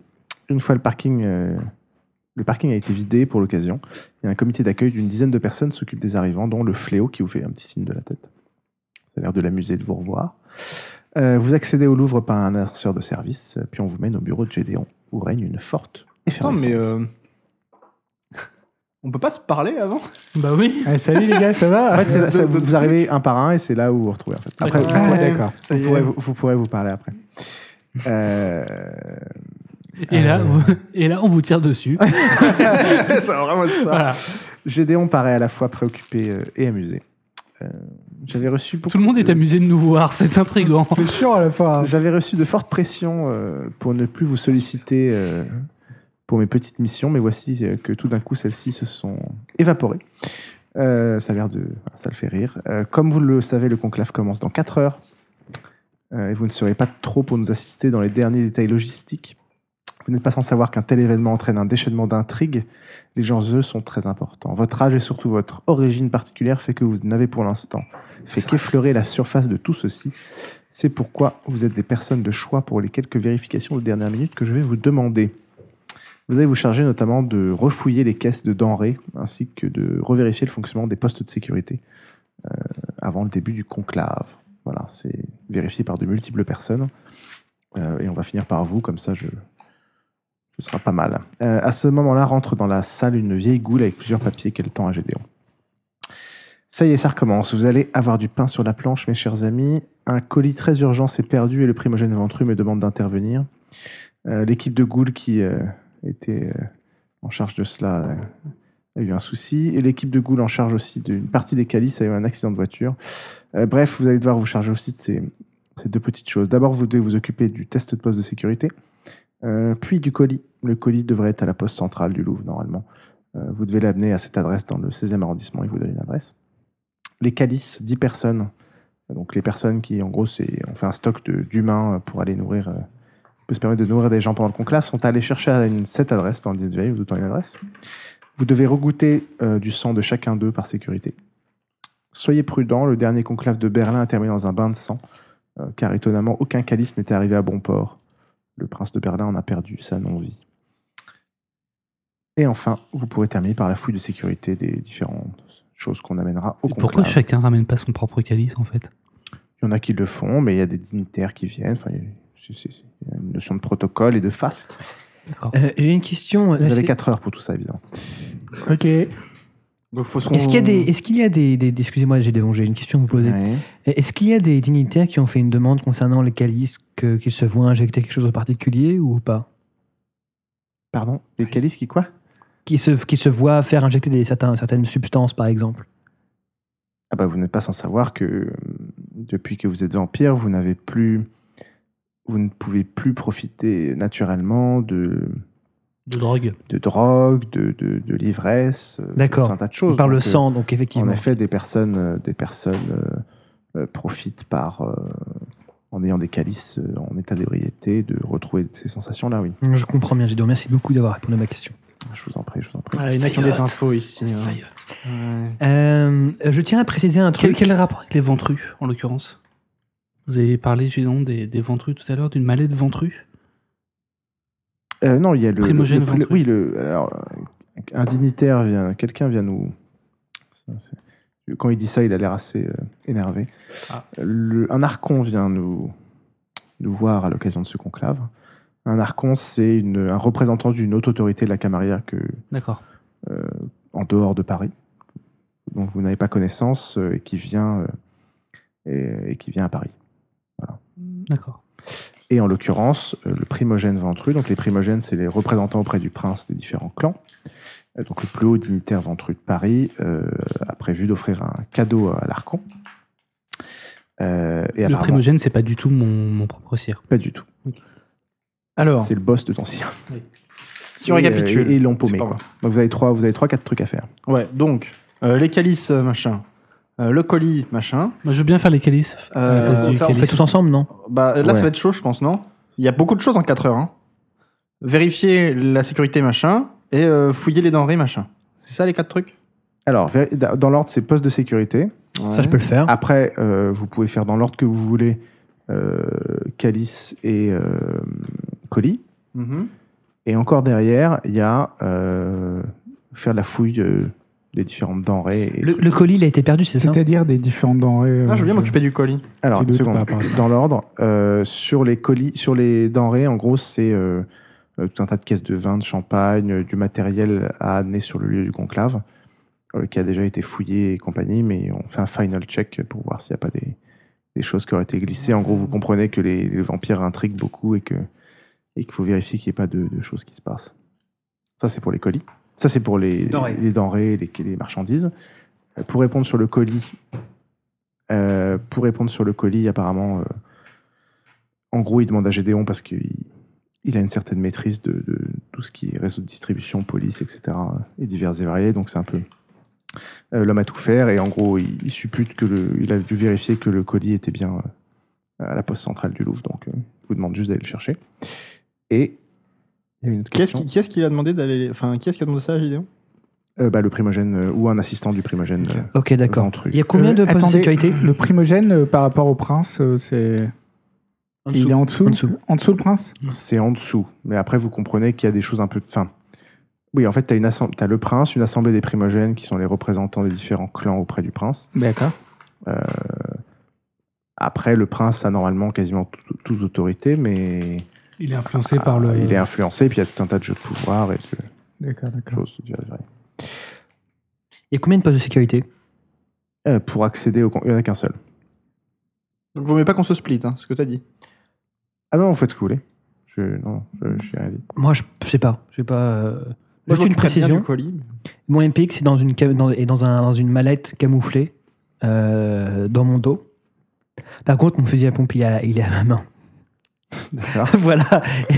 Speaker 1: Une fois le parking, euh, le parking a été vidé pour l'occasion, et un comité d'accueil d'une dizaine de personnes s'occupe des arrivants, dont le fléau qui vous fait un petit signe de la tête. Ça a l'air de l'amuser de vous revoir. Euh, vous accédez au Louvre par un ascenseur de service, euh, puis on vous mène au bureau de Gédéon, où règne une forte
Speaker 6: Attends,
Speaker 1: effervescence.
Speaker 6: mais. euh, *laughs* On peut pas se parler avant
Speaker 3: Bah oui.
Speaker 4: Eh, salut les gars, ça
Speaker 1: En
Speaker 4: va
Speaker 1: fait, c'est là- ça- vous, vous arrivez un par un et c'est là où vous vous retrouvez. En fait. Après, vous,
Speaker 3: D'accord.
Speaker 1: pourrez,
Speaker 4: Ah, d'accord.
Speaker 1: vous pourrez vous, vous pourrez vous parler après. Euh,
Speaker 3: Et là, vous- et là, on vous
Speaker 1: *laughs*
Speaker 3: tire dessus.
Speaker 6: Ça va vraiment être ça.
Speaker 3: Voilà.
Speaker 1: Gédéon paraît à la fois préoccupé euh, et amusé. Euh, J'avais reçu beaucoup
Speaker 3: Tout le monde est
Speaker 1: de-
Speaker 3: amusé de nous voir, c'est intriguant.
Speaker 4: C'est chiant à la fois.
Speaker 1: J'avais reçu de fortes pressions euh, pour ne plus vous solliciter euh, pour mes petites missions, mais voici euh, que tout d'un coup celles-ci se sont évaporées. Euh, ça a l'air de. voilà, Ça le fait rire. Euh, comme vous le savez, le conclave commence dans 4 heures. Euh, et vous ne serez pas trop pour nous assister dans les derniers détails logistiques. Vous n'êtes pas sans savoir qu'un tel événement entraîne un déchaînement d'intrigues. Les enjeux sont très importants. Votre âge et surtout votre origine particulière fait que vous n'avez pour l'instant fait qu'effleurer la surface de tout ceci. C'est pourquoi vous êtes des personnes de choix pour les quelques vérifications de dernière minute que je vais vous demander. Vous allez vous charger notamment de refouiller les caisses de denrées ainsi que de revérifier le fonctionnement des postes de sécurité euh, avant le début du conclave. Voilà, c'est vérifié par de multiples personnes. Euh, et on va finir par vous, comme ça, je... ce sera pas mal. Euh, à ce moment-là, rentre dans la salle une vieille goule avec plusieurs papiers qu'elle tend à Gédéon. Ça y est, ça recommence. Vous allez avoir du pain sur la planche, mes chers amis. Un colis très urgent s'est perdu et le primogène Ventru me demande d'intervenir. Euh, L'équipe de Goul qui euh, était euh, en charge de cela euh, a eu un souci. Et l'équipe de Goul en charge aussi d'une partie des calices a eu un accident de voiture. Euh, bref, vous allez devoir vous charger aussi de ces, ces deux petites choses. D'abord, vous devez vous occuper du test de poste de sécurité, euh, puis du colis. Le colis devrait être à la poste centrale du Louvre, normalement. Euh, vous devez l'amener à cette adresse dans le 16e arrondissement. Il vous donne une adresse. Les calices, 10 personnes. Donc les personnes qui, en gros, c'est- ont fait un stock de- d'humains euh, pour aller nourrir, euh, peut se permettre de nourrir des gens pendant le conclave, sont allés chercher à une, cette adresse dans le 19e, vous donnez une adresse. Vous devez regoûter euh, du sang de chacun d'eux par sécurité. Soyez prudent, le dernier conclave de Berlin a terminé dans un bain de sang, euh, car étonnamment, aucun calice n'était arrivé à bon port. Le prince de Berlin en a perdu sa non-vie. Et enfin, vous pourrez terminer par la fouille de sécurité des différentes choses qu'on amènera au conclave.
Speaker 3: Pourquoi chacun ramène pas son propre calice en fait
Speaker 1: Il y en a qui le font, mais il y a des dignitaires qui viennent. Enfin, il y a- c'est- c'est- c'est- il y a une notion de protocole et de faste.
Speaker 3: D'accord.
Speaker 2: Euh, J'ai une question.
Speaker 1: Vous
Speaker 2: Là,
Speaker 1: avez
Speaker 2: c'est-
Speaker 1: 4 heures pour tout ça, évidemment.
Speaker 4: Ok.
Speaker 6: Donc, faut se
Speaker 2: Est-ce qu'il y a
Speaker 6: qu'on-
Speaker 2: des, est-ce qu'il y a des, des- des- excusez-moi, j'ai dérangé, j'ai une question à vous poser.
Speaker 1: Ouais.
Speaker 2: Est-ce qu'il y a des dignitaires qui ont fait une demande concernant les calices, que- qu'ils se voient injecter quelque chose en particulier ou pas
Speaker 1: Pardon Les calices qui quoi
Speaker 2: qui se, qui se voient faire injecter des, certains, certaines substances, par exemple
Speaker 1: Ah bah, vous n'êtes pas sans savoir que euh, depuis que vous êtes vampire, vous n'avez plus. Vous ne pouvez plus profiter naturellement de,
Speaker 3: De drogue.
Speaker 1: de drogue, de, de, de l'ivresse, euh, de
Speaker 2: D'accord.
Speaker 1: tout un tas de choses.
Speaker 2: Par le
Speaker 1: Donc, euh,
Speaker 2: sang, donc effectivement.
Speaker 1: En effet, des personnes, euh, des personnes euh, euh, profitent par, euh, en ayant des calices euh, en état d'ébriété, de retrouver ces sensations-là, oui.
Speaker 2: Je comprends bien, Gédéon. Merci beaucoup d'avoir répondu à ma question.
Speaker 1: Je vous en prie, je vous en prie.
Speaker 6: Ah, il y en a qui ont des infos ici. hein. Ouais.
Speaker 2: Euh, je tiens à préciser un
Speaker 3: Quel,
Speaker 2: truc.
Speaker 3: quel rapport avec les ventrus en l'occurrence Vous avez parlé, Gédon, des, des ventrus tout à l'heure, d'une maladie de ventrus
Speaker 1: Euh, non, il y a le.
Speaker 3: Primogène
Speaker 1: le- le-
Speaker 3: Ventru.
Speaker 1: oui, le, alors, euh, un dignitaire vient, quelqu'un vient nous. ça, c'est- Quand il dit ça, il a l'air assez euh, énervé.
Speaker 3: Ah.
Speaker 1: Le- un archon vient nous, nous voir à l'occasion de ce conclave. Un archon, c'est une- un représentant d'une haute autorité de la Camarière que,
Speaker 3: D'accord.
Speaker 1: euh, en dehors de Paris, dont vous n'avez pas connaissance euh, et qui vient euh, et, et qui vient à Paris.
Speaker 3: D'accord.
Speaker 1: Et en l'occurrence, euh, le primogène ventru. Donc les primogènes, c'est les représentants auprès du prince des différents clans. Euh, Donc le plus haut dignitaire ventru de Paris euh, a prévu d'offrir un cadeau à l'archon. Euh, et
Speaker 3: Le
Speaker 1: apparemment,
Speaker 3: primogène, c'est pas du tout mon, mon propre cire.
Speaker 1: pas du tout.
Speaker 4: Alors,
Speaker 1: C'est le boss de ton sire.
Speaker 6: Si on récapitule.
Speaker 1: Et, euh, et ils l'ont paumé.
Speaker 6: C'est pas
Speaker 1: quoi. Donc vous avez trois, vous avez trois, quatre trucs à faire.
Speaker 6: Ouais, donc, euh, les calices, euh, machin. Euh, le colis, machin.
Speaker 3: Moi, je veux bien faire les calices. à la
Speaker 6: Euh,
Speaker 3: place du
Speaker 6: enfin,
Speaker 2: On
Speaker 6: en
Speaker 2: le fait
Speaker 3: calice.
Speaker 2: tous ensemble, non
Speaker 6: Bah, là,
Speaker 1: Ouais.
Speaker 6: ça va être chaud, je pense, non Il y a beaucoup de choses en 4 heures. hein. Vérifier la sécurité, machin, et euh, fouiller les denrées, machin. C'est ça les quatre trucs
Speaker 1: Alors, ver- dans l'ordre, c'est poste de sécurité.
Speaker 2: Ça, je peux le faire.
Speaker 1: Après, euh, vous pouvez faire dans l'ordre que vous voulez euh, calice et euh, colis.
Speaker 6: Mhm.
Speaker 1: Et encore derrière, il y a euh, faire la fouille euh, des différentes denrées. et
Speaker 2: Le,
Speaker 1: trucs.
Speaker 2: le colis, il a été perdu, c'est ça
Speaker 4: c'est-à-dire des différentes denrées. euh,
Speaker 6: Ah, je veux bien m'occuper du colis.
Speaker 1: Alors,
Speaker 4: petit
Speaker 1: une
Speaker 4: doute
Speaker 1: seconde.
Speaker 4: par rapport à ça.
Speaker 1: dans l'ordre, euh, sur les colis, sur les denrées, en gros, c'est euh, euh, tout un tas de caisses de vin, de champagne, euh, du matériel à amener sur le lieu du conclave, euh, qui a déjà été fouillé et compagnie, mais on fait un final check pour voir s'il n'y a pas des, des choses qui auraient été glissées. En gros, vous comprenez que les, les vampires intriguent beaucoup et que et qu'il faut vérifier qu'il n'y ait pas de, de choses qui se passent. Ça, c'est pour les colis. Ça, c'est pour les
Speaker 2: Denrées.
Speaker 1: les, denrées, les, les marchandises. Euh, Pour répondre sur le colis, euh, pour répondre sur le colis, apparemment, euh, en gros, il demande à Gédéon parce qu'il il a une certaine maîtrise de, de tout ce qui est réseau de distribution, police, etc. euh, et divers et variés. Donc, c'est un peu euh, l'homme à tout faire. Et en gros, il, il suppute que le, il a dû vérifier que le colis était bien euh, à la poste centrale du Louvre. Donc, euh, je vous demande juste d'aller le chercher. Et. il y a une autre
Speaker 6: Qui est-ce
Speaker 1: question.
Speaker 6: qui, qui est-ce qui a demandé d'aller. Enfin, qui est-ce qui a demandé ça à Gideon
Speaker 1: Euh, bah, le primogène euh, ou un assistant du primogène. euh,
Speaker 2: Ok, d'accord.
Speaker 1: Ventru.
Speaker 2: Il y a combien de
Speaker 4: euh,
Speaker 2: postes de
Speaker 4: attendez,
Speaker 2: sécurité
Speaker 4: Le primogène euh, par rapport au prince, euh, c'est.
Speaker 2: En
Speaker 4: Il
Speaker 2: dessous.
Speaker 4: est en dessous,
Speaker 2: En dessous.
Speaker 4: le prince
Speaker 1: C'est en dessous. Mais après, vous comprenez qu'il y a des choses un peu. Enfin, oui, en fait, tu as, le prince, une assemblée des primogènes qui sont les représentants des différents clans auprès du prince.
Speaker 4: D'accord.
Speaker 1: Après, le prince a normalement quasiment tout- toute autorité, mais ah,
Speaker 4: Il est influencé par le.
Speaker 1: il est influencé, puis il y a tout un tas de jeux de pouvoir et de
Speaker 4: Ah, D'accord, d'accord.
Speaker 1: choses. je dirais.
Speaker 2: Il y a combien de postes de sécurité
Speaker 1: Euh, pour accéder au... con- Il n'y en a qu'un seul.
Speaker 6: Donc, vaut mieux pas qu'on se split, hein, c'est ce que t'as dit.
Speaker 1: Ah non, vous faites ce que vous voulez. Je... Non, je, je n'ai
Speaker 6: *laughs*
Speaker 1: rien dit.
Speaker 2: Moi, je je sais pas. Je sais pas. euh,
Speaker 6: Moi, je
Speaker 2: Juste une
Speaker 6: m'occuperais bien
Speaker 2: précision.
Speaker 6: du colis, mais-
Speaker 2: Mon MPX c'est dans une, cam- dans, est dans, un, dans une mallette camouflée euh, dans mon dos. Par contre, mon fusil à pompe, il est à, il est à ma main. *laughs*
Speaker 1: D'accord.
Speaker 2: voilà.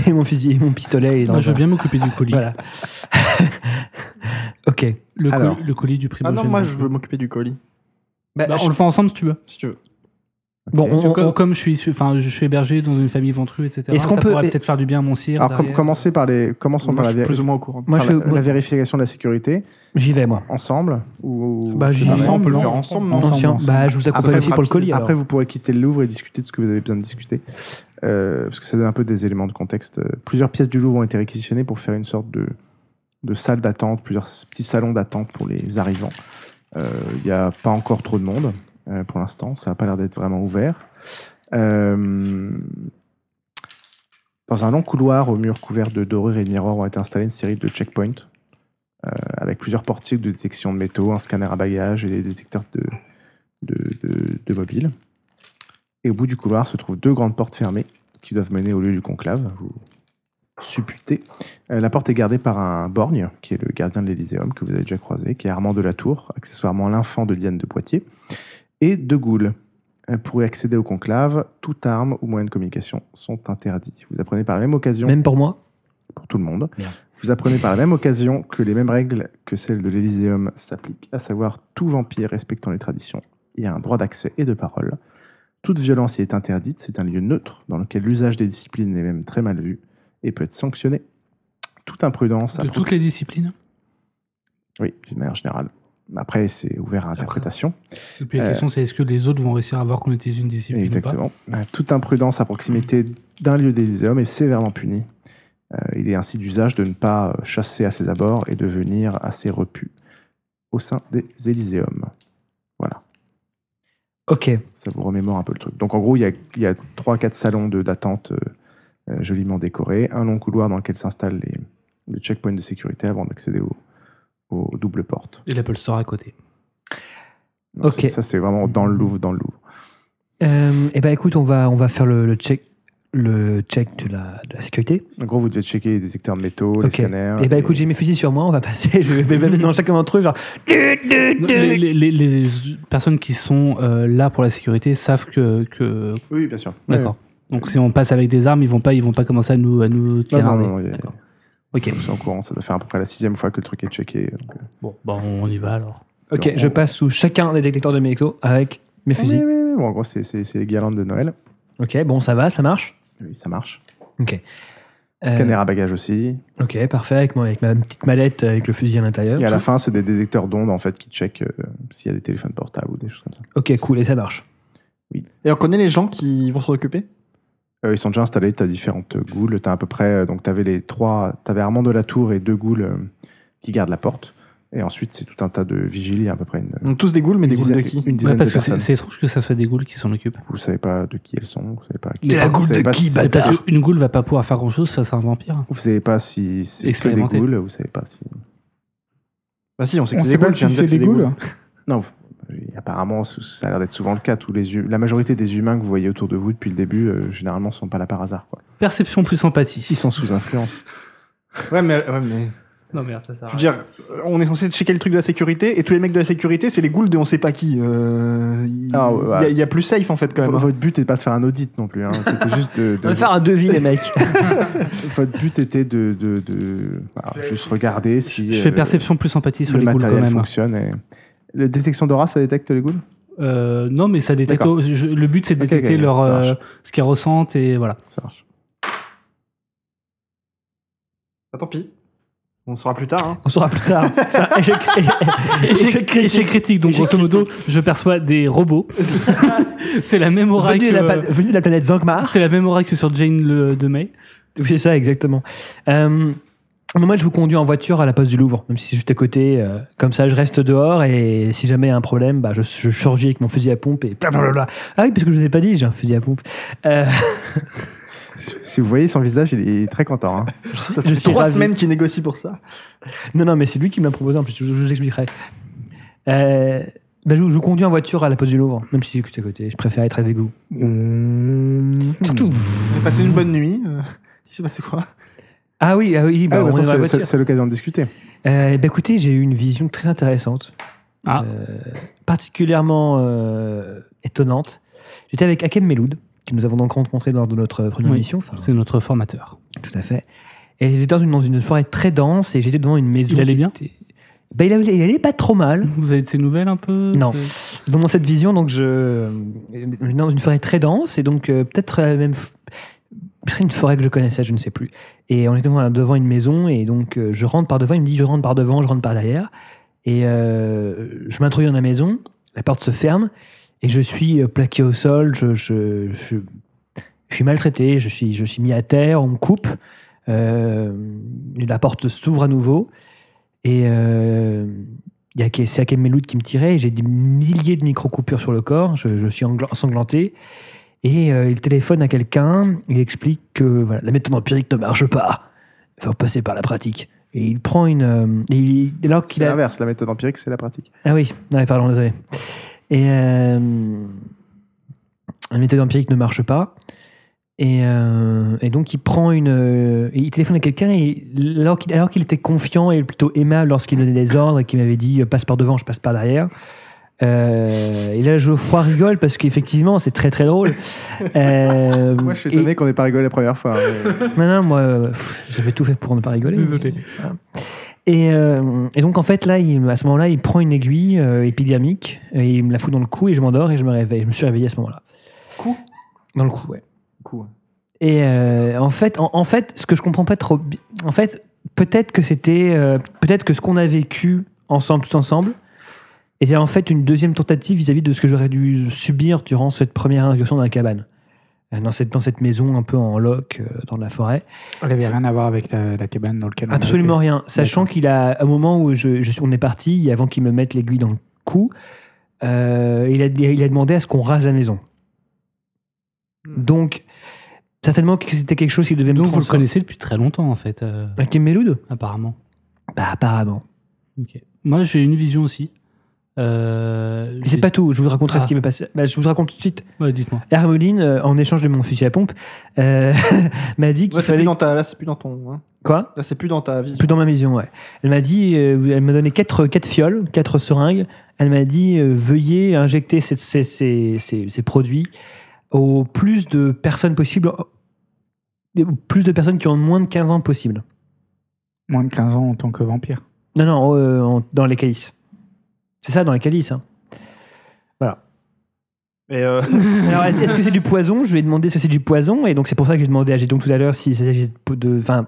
Speaker 2: Et mon fusil, mon pistolet, il est dans
Speaker 3: Moi, je veux
Speaker 2: un-
Speaker 3: bien m'occuper du colis.
Speaker 2: Voilà. *laughs* ok.
Speaker 3: Le,
Speaker 1: Alors.
Speaker 3: colis le colis du primo.
Speaker 6: Ah non, moi, je veux m'occuper du colis,
Speaker 3: Bah, on le fait ensemble si tu veux.
Speaker 6: si tu veux.
Speaker 2: Bon,
Speaker 1: Ok.
Speaker 2: on-
Speaker 3: Parce que comme,
Speaker 2: on-
Speaker 3: comme je suis, issu- enfin, je suis hébergé dans une famille ventrue, etc.
Speaker 2: Est-ce qu'on
Speaker 3: ça
Speaker 2: peut-
Speaker 3: pourrait peut-être faire du bien à mon cire.
Speaker 1: Alors, com-
Speaker 3: derrière.
Speaker 1: commencez par les... commençons
Speaker 6: Moi,
Speaker 1: par
Speaker 6: je
Speaker 1: la,
Speaker 6: suis
Speaker 1: vér-
Speaker 6: plus ou moins au courant.
Speaker 2: moi,
Speaker 1: par
Speaker 2: je,
Speaker 1: la-
Speaker 2: moi,
Speaker 1: la vérification de la sécurité,
Speaker 2: j'y vais, moi.
Speaker 1: ensemble ou...
Speaker 2: Bah,
Speaker 1: ou-
Speaker 2: j'y-
Speaker 1: c'est pareil
Speaker 4: Ensemble,
Speaker 6: on peut le
Speaker 4: non
Speaker 6: faire ensemble, non
Speaker 4: Ensemble.
Speaker 2: Conscient. Bah, je vous accompagne
Speaker 6: Après,
Speaker 2: aussi pour le colis. alors.
Speaker 1: Après, vous pourrez quitter le Louvre et discuter de ce que vous avez besoin de discuter. Euh, parce que ça donne un peu des éléments de contexte. Euh, Plusieurs pièces du Louvre ont été réquisitionnées pour faire une sorte de, de salle d'attente, plusieurs s- petits salons d'attente pour les arrivants. Euh, Il n'y a pas encore trop de monde euh, pour l'instant. Ça n'a pas l'air d'être vraiment ouvert. Euh, dans un long couloir aux murs couverts de dorures et de miroirs ont été installés une série de checkpoints euh, avec plusieurs portiques de détection de métaux, un scanner à bagages et des détecteurs de, de, de- de mobiles. Et au bout du couloir se trouvent deux grandes portes fermées qui doivent mener au lieu du conclave. Vous supputez. Euh, la porte est gardée par un borgne, qui est le gardien de l'Elyséum, que vous avez déjà croisé, qui est Armand de la Tour, accessoirement l'infant de Diane de Poitiers, et de Gaulle. Euh, Pour y accéder au conclave, toute arme ou moyen de communication sont interdits. Vous apprenez par la même occasion
Speaker 2: Même pour moi.
Speaker 1: pour tout le monde.
Speaker 2: Merde.
Speaker 1: Vous apprenez par la même occasion que les mêmes règles que celles de l'Elyséum s'appliquent, à savoir tout vampire respectant les traditions y a un droit d'accès et de parole. Toute violence y est interdite, c'est un lieu neutre dans lequel l'usage des disciplines est même très mal vu et peut être sanctionné. Toute imprudence, à
Speaker 3: De toutes les disciplines.
Speaker 1: oui, d'une manière générale. Mais Après, c'est ouvert à interprétation.
Speaker 3: Et puis la
Speaker 1: Euh,
Speaker 3: question, c'est est-ce que les autres vont réussir à voir qu'on était une discipline ou
Speaker 1: Exactement. Euh, Toute imprudence à proximité d'un lieu d'Elyséum est sévèrement punie. Euh, il est ainsi d'usage de ne pas euh, chasser à ses abords et de venir à ses repus au sein des Élyséums. Voilà,
Speaker 2: Ok.
Speaker 1: ça vous remémore un peu le truc. Donc en gros, il y a, il y a 3-4 salons de- d'attente euh, euh, joliment décorés, un long couloir dans lequel s'installent les, les checkpoints de sécurité avant d'accéder aux aux doubles portes.
Speaker 3: pas Et l'Apple Store à côté.
Speaker 1: Donc,
Speaker 2: Ok.
Speaker 1: Ça, ça, c'est vraiment dans le Louvre, dans le Louvre.
Speaker 2: Euh, eh ben, écoute, on va, on va faire le, le check, le check de la, de la sécurité.
Speaker 1: En gros, vous devez checker les détecteurs de métaux, les
Speaker 2: Ok.
Speaker 1: scanners.
Speaker 3: Ah,
Speaker 2: Eh ben, écoute, j'ai mes fusils sur moi. On va passer. Je vais mettre dans chacun d'entre eux, genre.
Speaker 3: Les, les- les- les personnes qui sont euh, là pour la sécurité savent que. que-
Speaker 1: Oui, bien sûr.
Speaker 3: D'accord. Donc si on passe avec des armes, ils vont pas, ils vont pas commencer à nous, à nous
Speaker 1: Non,
Speaker 3: tirer.
Speaker 1: non, non, il y a-
Speaker 3: D'accord. Ok.
Speaker 1: C'est en courant, ça doit faire à peu près la sixième fois que le truc est checké. donc, euh,
Speaker 3: Bon, bah, on y va alors.
Speaker 2: Ok, je passe sous chacun des détecteurs de métaux avec mes
Speaker 1: Oui,
Speaker 2: fusils.
Speaker 1: oui, oui, bon, en gros, c'est- c'est c'est les guirlandes de Noël.
Speaker 2: Ok, bon, ça va, ça marche.
Speaker 1: Oui, ça marche.
Speaker 2: Ok. Euh,
Speaker 1: Scanner à bagages aussi.
Speaker 2: ok, parfait. Avec, moi, avec ma petite mallette euh, avec le fusil à l'intérieur.
Speaker 1: Et à la fin, c'est des détecteurs d'ondes en fait qui checkent euh, s'il y a des téléphones portables ou des choses comme ça.
Speaker 2: Ok, cool, et ça marche.
Speaker 6: Et on connaît les gens qui vont s'en occuper
Speaker 1: Euh, ils sont déjà installés, tu as différentes goules. Tu as à peu près. euh, donc, tu avais les trois. Tu avais Armand de la Tour et deux goules euh, qui gardent la porte. Et ensuite, c'est tout un tas de vigiles. Il y a à peu près une,
Speaker 6: Donc, tous des goules, mais
Speaker 1: une
Speaker 6: des goules de
Speaker 1: dizaine,
Speaker 6: qui
Speaker 1: une dizaine
Speaker 3: Ouais, parce
Speaker 1: de
Speaker 3: que c'est
Speaker 1: personnes.
Speaker 3: c'est étrange que ça soit des ghouls qui s'en occupent.
Speaker 1: Vous savez pas de qui elles sont. Vous savez pas qui.
Speaker 2: De la
Speaker 1: vous
Speaker 2: goule
Speaker 1: savez
Speaker 2: de
Speaker 1: pas
Speaker 2: qui,
Speaker 1: si-
Speaker 2: bâtard
Speaker 3: Parce qu'une goule va pas pouvoir faire grand chose face à un vampire.
Speaker 1: Vous savez pas si c'est que des
Speaker 3: Expérimenté.
Speaker 1: goules. Vous savez pas si.
Speaker 6: Bah si, on sait que
Speaker 4: On
Speaker 6: c'est des
Speaker 4: sait
Speaker 6: goules, hein.
Speaker 4: pas
Speaker 6: je viens
Speaker 4: si
Speaker 6: de dire
Speaker 4: c'est
Speaker 6: que
Speaker 4: des goules.
Speaker 1: Non, vous- oui, apparemment, c- ça a l'air d'être souvent le cas. Tous les, hu- la majorité des humains que vous voyez autour de vous depuis le début, euh, généralement, sont pas là par hasard. Quoi.
Speaker 3: Perception plus
Speaker 1: Ils
Speaker 3: empathie.
Speaker 1: sont sous influence.
Speaker 6: Ouais, mais, ouais, mais...
Speaker 3: Non merde, ça sert
Speaker 6: Je veux dire, euh, on est censé checker le truc de la sécurité, et tous les mecs de la sécurité, c'est les ghouls de on sait pas qui. Euh, Il
Speaker 1: Ah, ouais,
Speaker 6: il
Speaker 1: ouais.
Speaker 6: y, a- il y a plus safe, en fait, quand
Speaker 1: V-
Speaker 6: même. hein.
Speaker 1: votre but n'est pas de faire un audit non plus. hein. C'était juste de. de-
Speaker 2: *laughs* On va faire un devis, les mecs.
Speaker 1: *laughs* votre but était de, de, de- voilà, juste regarder si
Speaker 3: Je
Speaker 1: euh,
Speaker 3: fais perception plus empathie sur
Speaker 1: le
Speaker 3: les ghouls quand
Speaker 1: matériel
Speaker 3: même. hein.
Speaker 1: fonctionne. Et... La détection d'aura, ça détecte les goules
Speaker 3: Euh, non, mais ça détecte.
Speaker 1: D'accord.
Speaker 3: je- le but, c'est de
Speaker 1: Ok,
Speaker 3: détecter
Speaker 1: ok,
Speaker 3: leur,
Speaker 1: ça
Speaker 3: euh,
Speaker 1: marche.
Speaker 3: ce qu'elles ressentent et voilà.
Speaker 1: *laughs* Ça marche.
Speaker 6: Bah, tant pis. On le saura plus tard. hein.
Speaker 2: On saura plus *laughs* tard. Ça, échec- échec
Speaker 3: Échec échec
Speaker 2: critique.
Speaker 3: critique. Donc,
Speaker 2: Échec
Speaker 3: grosso modo, je perçois des
Speaker 1: *laughs*
Speaker 3: robots. c'est la même aura
Speaker 2: Venu
Speaker 3: que.
Speaker 2: de la pla- venu de la planète Zankmar.
Speaker 3: C'est la même aura que sur Jane le, de May.
Speaker 2: Oui, c'est ça, exactement. Euh, Mais Moi, je vous conduis en voiture à la poste du Louvre, même si c'est juste à côté. euh, comme ça, je reste dehors et si jamais il y a un problème, bah, je, je surgis avec mon fusil à pompe et blablabla. Ah oui, parce que je vous ai pas dit, j'ai un fusil à pompe. Euh,
Speaker 1: Si si vous voyez son visage, il est très content. hein.
Speaker 6: Ça
Speaker 2: je
Speaker 6: fait
Speaker 2: suis
Speaker 6: trois
Speaker 2: ravi.
Speaker 6: semaines qu'il négocie pour ça.
Speaker 2: Non, non, mais c'est lui qui me l'a proposé, en plus, je, je vous expliquerai. Euh, bah, je, vous- je vous conduis en voiture à la poste du Louvre, même si c'est à côté. Je préfère être avec vous.
Speaker 4: Ah,
Speaker 2: Toutou.
Speaker 6: On a passé une bonne nuit. euh, il s'est passé quoi
Speaker 2: Ah oui, ah oui, bah,
Speaker 1: Ah,
Speaker 2: on
Speaker 1: bah,
Speaker 2: est
Speaker 1: attends,
Speaker 2: dans la
Speaker 1: c'est-
Speaker 2: voiture.
Speaker 1: c'est- c'est l'occasion de discuter.
Speaker 2: Euh, bah, écoutez, j'ai eu une vision très intéressante,
Speaker 3: Ah.
Speaker 2: Euh, particulièrement euh, étonnante. J'étais avec Hakem Meloud, que nous avons donc rencontré lors de notre première
Speaker 3: Oui.
Speaker 1: Ah.
Speaker 2: mission. Enfin,
Speaker 3: C'est notre formateur.
Speaker 2: tout à fait. Et j'étais dans une, dans une forêt très dense et j'étais devant une maison.
Speaker 3: Il allait
Speaker 2: qui
Speaker 3: bien
Speaker 2: était- Bah, il, allait, il allait pas trop mal.
Speaker 3: Vous avez de ces nouvelles un peu
Speaker 2: Non.
Speaker 3: Euh,
Speaker 2: Dans cette vision, donc je dans une forêt très dense et donc euh, peut-être euh, même f- peut-être une forêt que je connaissais, je ne sais plus. Et on était devant, devant une maison et donc euh, je rentre par devant, il me dit je rentre par devant, je rentre par derrière et euh, je m'introduis dans la maison, la porte se ferme et je suis euh, plaqué au sol, je, je, je, je suis maltraité, je suis, je suis mis à terre, on me coupe, euh, la porte s'ouvre à nouveau et euh, il y a Ke- c'est Hakim Meloud qui me tirait. et J'ai des milliers de micro-coupures sur le corps. Je, je suis engla- ensanglanté. Et euh, il téléphone à quelqu'un. Il explique que voilà, la méthode empirique ne marche pas. Il faut passer par la pratique. Et il prend une. euh, et il- alors
Speaker 1: C'est
Speaker 2: qu'il a.
Speaker 1: l'inverse, la méthode empirique, c'est la pratique.
Speaker 2: Ah oui, non, mais pardon, désolé. Et euh, la méthode empirique ne marche pas. Et, euh, et donc, il prend une. euh, il téléphone à quelqu'un, et alors qu'il, alors qu'il était confiant et plutôt aimable lorsqu'il donnait des ordres et qu'il m'avait dit euh, passe par devant, je passe par derrière. Euh, et là, Geoffroy rigole parce qu'effectivement, c'est très très
Speaker 1: *laughs*
Speaker 2: drôle. Euh,
Speaker 1: Moi, je suis
Speaker 2: et-
Speaker 1: étonné qu'on n'ait pas rigolé la première fois. hein, mais-
Speaker 2: non, non, moi, euh, pff, j'avais tout fait pour ne pas rigoler.
Speaker 3: Désolé.
Speaker 2: Voilà. Et, euh, et donc, en fait, là, il- à ce moment-là, il prend une aiguille euh, épidermique et il me la fout dans le cou et je m'endors et je me réveille. Je me suis réveillé à ce moment-là.
Speaker 6: Cou
Speaker 2: Dans le cou, ouais.
Speaker 6: Coup.
Speaker 2: Et euh, en, fait, en, en fait, ce que je comprends pas trop. bi- En fait, peut-être que c'était. euh, peut-être que ce qu'on a vécu ensemble, tout ensemble, était en fait une deuxième tentative vis-à-vis de ce que j'aurais dû subir durant cette première incursion dans la cabane. Euh, Dans cette, dans cette maison un peu en loc, euh, dans la forêt.
Speaker 4: *laughs* Elle avait rien à voir avec la, la cabane dans laquelle on
Speaker 2: Absolument
Speaker 4: était.
Speaker 2: rien. Sachant qu'il a, au moment où je, je suis, on est parti, avant qu'il me mette l'aiguille dans le cou, euh, il, a, il a demandé à ce qu'on rase la maison. Donc, certainement que c'était quelque chose qu'il devait me
Speaker 3: Hmm. Donc vous le
Speaker 2: transmettre.
Speaker 3: connaissez depuis très longtemps en fait, euh,
Speaker 2: Hakim Meloud
Speaker 3: apparemment.
Speaker 2: Bah, apparemment.
Speaker 3: Ok. Moi j'ai une vision aussi. Euh,
Speaker 2: Mais
Speaker 3: j'ai-
Speaker 2: C'est pas tout, je vous raconterai
Speaker 3: Ah.
Speaker 2: ce qui m'est passé. Bah, je vous raconte tout de suite.
Speaker 3: Ouais, dites-moi.
Speaker 2: Hermeline, euh, en échange de mon fusil à pompe, euh, *laughs* m'a dit qu'il
Speaker 6: Là, c'est
Speaker 2: fallait.
Speaker 6: plus dans ta. Là, c'est plus dans ton. hein.
Speaker 2: Quoi
Speaker 6: Là, c'est plus dans ta vision.
Speaker 2: Plus dans ma maison, ouais. Elle m'a dit, euh, elle m'a donné quatre, quatre fioles, quatre seringues. Elle m'a dit, euh, veuillez injecter ces, ces- ces- ces- ces produits au plus de personnes possibles, au plus de personnes qui ont moins de 15 ans possible.
Speaker 4: Moins de 15 ans en tant que vampire.
Speaker 2: Non, non, euh, en- dans les calices. C'est ça, dans les calices. hein.
Speaker 6: Et, euh,
Speaker 2: Alors, est-ce est-ce que c'est du poison Je lui ai demandé si c'est du poison, et donc c'est pour ça que j'ai demandé à Gédon tout à l'heure si s'agit de- de. Enfin,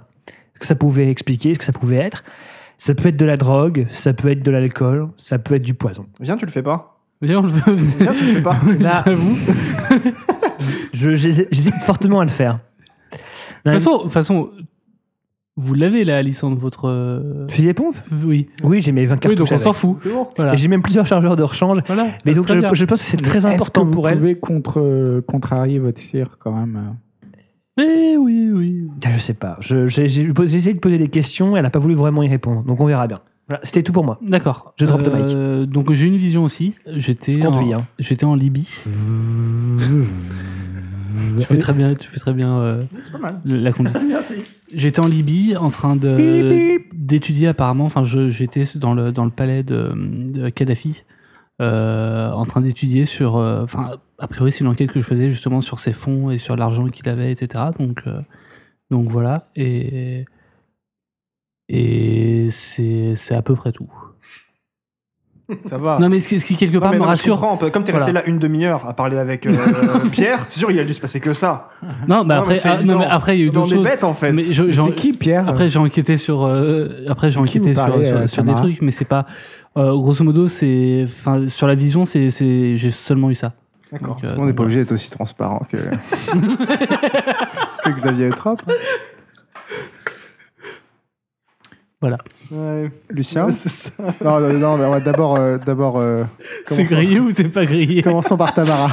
Speaker 2: ce que ça pouvait expliquer, ce que ça pouvait être. Ça peut être de la drogue, ça peut être de l'alcool, ça peut être du poison.
Speaker 6: viens, tu le fais pas.
Speaker 3: Viens, on le veut.
Speaker 6: Viens, tu le
Speaker 3: *laughs*
Speaker 6: fais pas.
Speaker 2: Là,
Speaker 3: J'avoue. De
Speaker 2: Je- j'hés- J'hésite fortement à le faire.
Speaker 3: toute façon, de toute façon, vous l'avez là, Alissandre, votre. euh,
Speaker 2: Fusil à pompe
Speaker 3: Oui.
Speaker 2: Oui, j'ai mes 20
Speaker 3: Oui,
Speaker 2: cartouches.
Speaker 3: donc on
Speaker 2: avec.
Speaker 3: s'en fout.
Speaker 6: C'est bon.
Speaker 3: Voilà.
Speaker 2: Et J'ai même plusieurs chargeurs de rechange.
Speaker 3: Voilà.
Speaker 2: Mais
Speaker 3: C'est
Speaker 2: donc
Speaker 3: très
Speaker 2: je,
Speaker 3: bien.
Speaker 2: je pense que c'est très
Speaker 4: Est-ce
Speaker 2: important
Speaker 4: que vous
Speaker 2: pour elle.
Speaker 4: pouvez contre, euh, contrarier votre cire quand même.
Speaker 3: Mais oui, oui.
Speaker 2: Putain, Ah, Je sais pas. Je- J'ai j'ai posé- j'ai essayé de poser des questions elle n'a pas voulu vraiment y répondre. Donc on verra bien. Voilà, c'était tout pour moi.
Speaker 3: D'accord.
Speaker 2: Je drop the
Speaker 3: Euh, Donc j'ai une vision aussi. J'étais
Speaker 2: Je conduis.
Speaker 3: en-
Speaker 2: hein.
Speaker 3: j'étais en Libye.
Speaker 4: Euh,
Speaker 3: tu fais très bien, tu fais très bien euh,
Speaker 6: C'est pas mal.
Speaker 3: la conduite.
Speaker 6: *laughs* Merci.
Speaker 3: J'étais en Libye en train de d'étudier apparemment. Enfin, je- j'étais dans le dans le palais de, de Kadhafi, euh, en train d'étudier sur. euh, Enfin, a priori, c'est une enquête que je faisais justement sur ses fonds et sur l'argent qu'il avait, etc. Donc euh, donc voilà et et c'est c'est à peu près tout.
Speaker 6: Ça va.
Speaker 3: Non, mais ce qui, ce qui, quelque
Speaker 6: Ah. Non,
Speaker 3: part
Speaker 6: mais
Speaker 3: me
Speaker 6: non, mais je
Speaker 3: rassure.
Speaker 6: comprends, on peut- Comme t'es resté là une demi-heure à parler
Speaker 3: *laughs*
Speaker 6: avec euh, Pierre, c'est sûr, il a dû se passer que ça.
Speaker 3: Non, mais
Speaker 6: Non,
Speaker 3: après,
Speaker 6: mais c'est
Speaker 3: ah, non,
Speaker 6: évident.
Speaker 3: mais après, il y a eu
Speaker 6: On
Speaker 3: d'autres
Speaker 6: est
Speaker 3: choses.
Speaker 6: bête en fait.
Speaker 3: Mais je- j'en-
Speaker 4: C'est qui Pierre
Speaker 3: Après, j'ai enquêté sur. euh, après, j'ai
Speaker 4: Ah Qui
Speaker 3: enquêté
Speaker 4: vous
Speaker 3: sur,
Speaker 4: parlez,
Speaker 3: sur-
Speaker 4: euh,
Speaker 3: sur des
Speaker 4: Tamara
Speaker 3: trucs, mais c'est pas. euh, grosso modo, c'est. Enfin, sur la vision, c'est. c'est- J'ai seulement eu ça.
Speaker 1: D'accord.
Speaker 3: Donc, euh,
Speaker 1: on n'est pas
Speaker 3: donc,
Speaker 1: obligé d'être aussi transparent que, que Xavier Eutrope.
Speaker 3: Voilà.
Speaker 6: *laughs*
Speaker 1: Lucien Non, non, non, mais on va d'abord. euh, d'abord euh,
Speaker 3: C'est
Speaker 1: commençons-
Speaker 3: grillé ou c'est pas grillé
Speaker 1: Commençons par Tamara.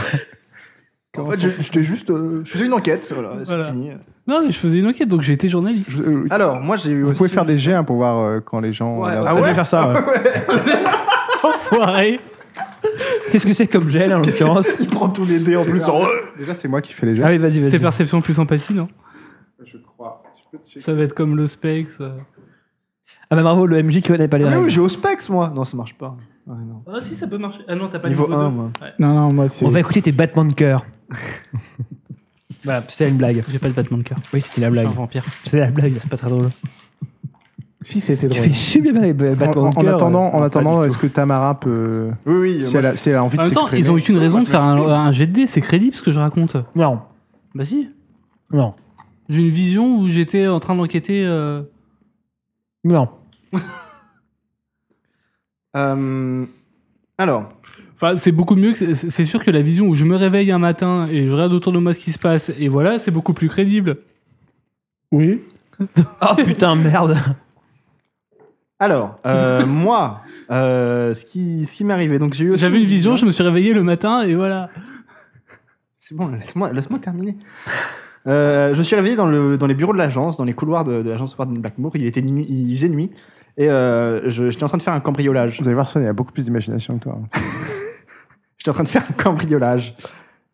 Speaker 6: En fait, je, je t'ai juste. euh, je faisais une enquête. Voilà, c'est
Speaker 3: Voilà.
Speaker 6: fini.
Speaker 3: Non, mais je faisais une enquête, donc j'ai été journaliste.
Speaker 1: Je- euh,
Speaker 6: Alors, moi, j'ai eu
Speaker 1: vous
Speaker 6: aussi-
Speaker 1: pouvez faire des jets hein, pour voir euh, quand les gens.
Speaker 2: Ouais,
Speaker 1: là-
Speaker 3: bah
Speaker 2: ah ouais faire ça. ouais.
Speaker 3: *laughs* Foiré
Speaker 2: Qu'est-ce que c'est comme gel en l'occurrence
Speaker 6: Il prend tous les dés en
Speaker 1: C'est
Speaker 6: plus.
Speaker 1: grave.
Speaker 6: en-
Speaker 1: Déjà, c'est moi qui fais les jets.
Speaker 2: Ah oui, vas-y, vas-y.
Speaker 3: C'est perception plus empathie, non
Speaker 1: Je crois. Tu peux te checker.
Speaker 3: Ça va être comme le specs. euh.
Speaker 2: Ah bah bravo, le MJ qui connaît pas les
Speaker 6: Ah, mais oui,
Speaker 2: règles.
Speaker 6: j'ai au specs, moi. Non, ça marche pas. Ouais, non.
Speaker 3: Ah si, ça peut marcher. Ah non, t'as pas
Speaker 6: Niveau
Speaker 3: niveau 2.
Speaker 6: un, moi.
Speaker 3: Ouais.
Speaker 4: *laughs* Non, non, moi, c'est.
Speaker 2: On va écouter tes battements de
Speaker 3: *laughs*
Speaker 2: cœur. voilà, c'était une blague.
Speaker 3: J'ai pas de battement de cœur.
Speaker 2: Oui, c'était la blague.
Speaker 3: Un vampire.
Speaker 2: C'était la blague.
Speaker 3: C'est pas très drôle.
Speaker 4: Si, c'était
Speaker 2: Tu
Speaker 4: drôle.
Speaker 2: fais super bien les ba-
Speaker 1: En,
Speaker 2: battements
Speaker 1: en-
Speaker 2: de
Speaker 1: en
Speaker 2: cœur.
Speaker 1: attendant, en
Speaker 3: pas
Speaker 1: attendant
Speaker 3: du
Speaker 1: est-ce que Tamara peut.
Speaker 6: Oui, oui.
Speaker 1: Si
Speaker 6: moi,
Speaker 1: elle, a, si elle a envie
Speaker 3: En
Speaker 1: de
Speaker 3: même temps,
Speaker 1: s'exprimer.
Speaker 3: ils ont aucune raison
Speaker 6: Moi,
Speaker 3: de
Speaker 6: je
Speaker 3: faire un, un jet de dés, c'est crédible ce que je raconte.
Speaker 2: Non,
Speaker 3: Bah si.
Speaker 2: non,
Speaker 3: J'ai une vision où j'étais en train d'enquêter. euh,
Speaker 2: non.
Speaker 6: Euh, alors,
Speaker 3: Enfin, c'est beaucoup mieux. que- c'est- C'est sûr que la vision où je me réveille un matin et je regarde autour de moi ce qui se passe, et voilà, c'est beaucoup plus crédible.
Speaker 2: Oui. *laughs* oh putain, merde.
Speaker 6: alors, euh, *laughs* moi, euh, ce qui, ce qui m'est arrivé. Donc j'ai eu. aussi
Speaker 3: J'avais une vision, je me suis réveillé le matin, et voilà.
Speaker 6: C'est bon, laisse-moi, laisse-moi terminer. *laughs* Euh, je suis réveillé dans, le, dans les bureaux de l'agence, dans les couloirs de, de l'agence Warden Blackmoor. Il, était nuit, il faisait nuit et euh, je- j'étais en train de faire un cambriolage.
Speaker 1: Vous allez voir, Son, il a beaucoup plus d'imagination que toi.
Speaker 6: J'étais en train de faire un cambriolage.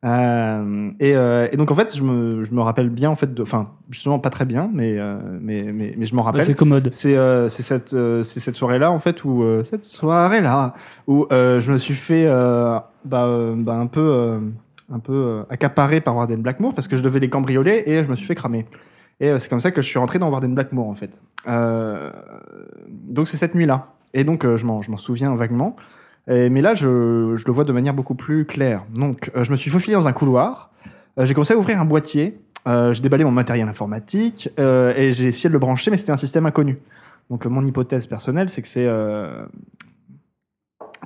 Speaker 6: Euh, et, euh, et donc en fait, je me, je me rappelle bien en fait, de- enfin justement pas très bien, mais euh, mais, mais, mais je m'en
Speaker 3: Bah,
Speaker 6: rappelle.
Speaker 3: c'est commode.
Speaker 6: C'est euh, c'est cette, euh, c'est cette soirée-là, en fait, où, euh, cette soirée-là, où euh, je me suis fait euh, bah, euh, bah, un peu, euh, un peu euh, accaparé par Warden Blackmoor parce que je devais les cambrioler et je me suis fait cramer. Et euh, c'est comme ça que je suis rentré dans Warden Blackmoor, en fait. Euh, donc c'est cette nuit-là. Et donc euh, je m'en je m'en souviens vaguement. Et- mais là, je, je le vois de manière beaucoup plus claire. Donc euh, je me suis faufilé dans un couloir. Euh, j'ai commencé à ouvrir un boîtier. Euh, j'ai déballé mon matériel informatique euh, et j'ai essayé de le brancher, mais c'était un système inconnu. Donc euh, mon hypothèse personnelle, c'est que c'est euh,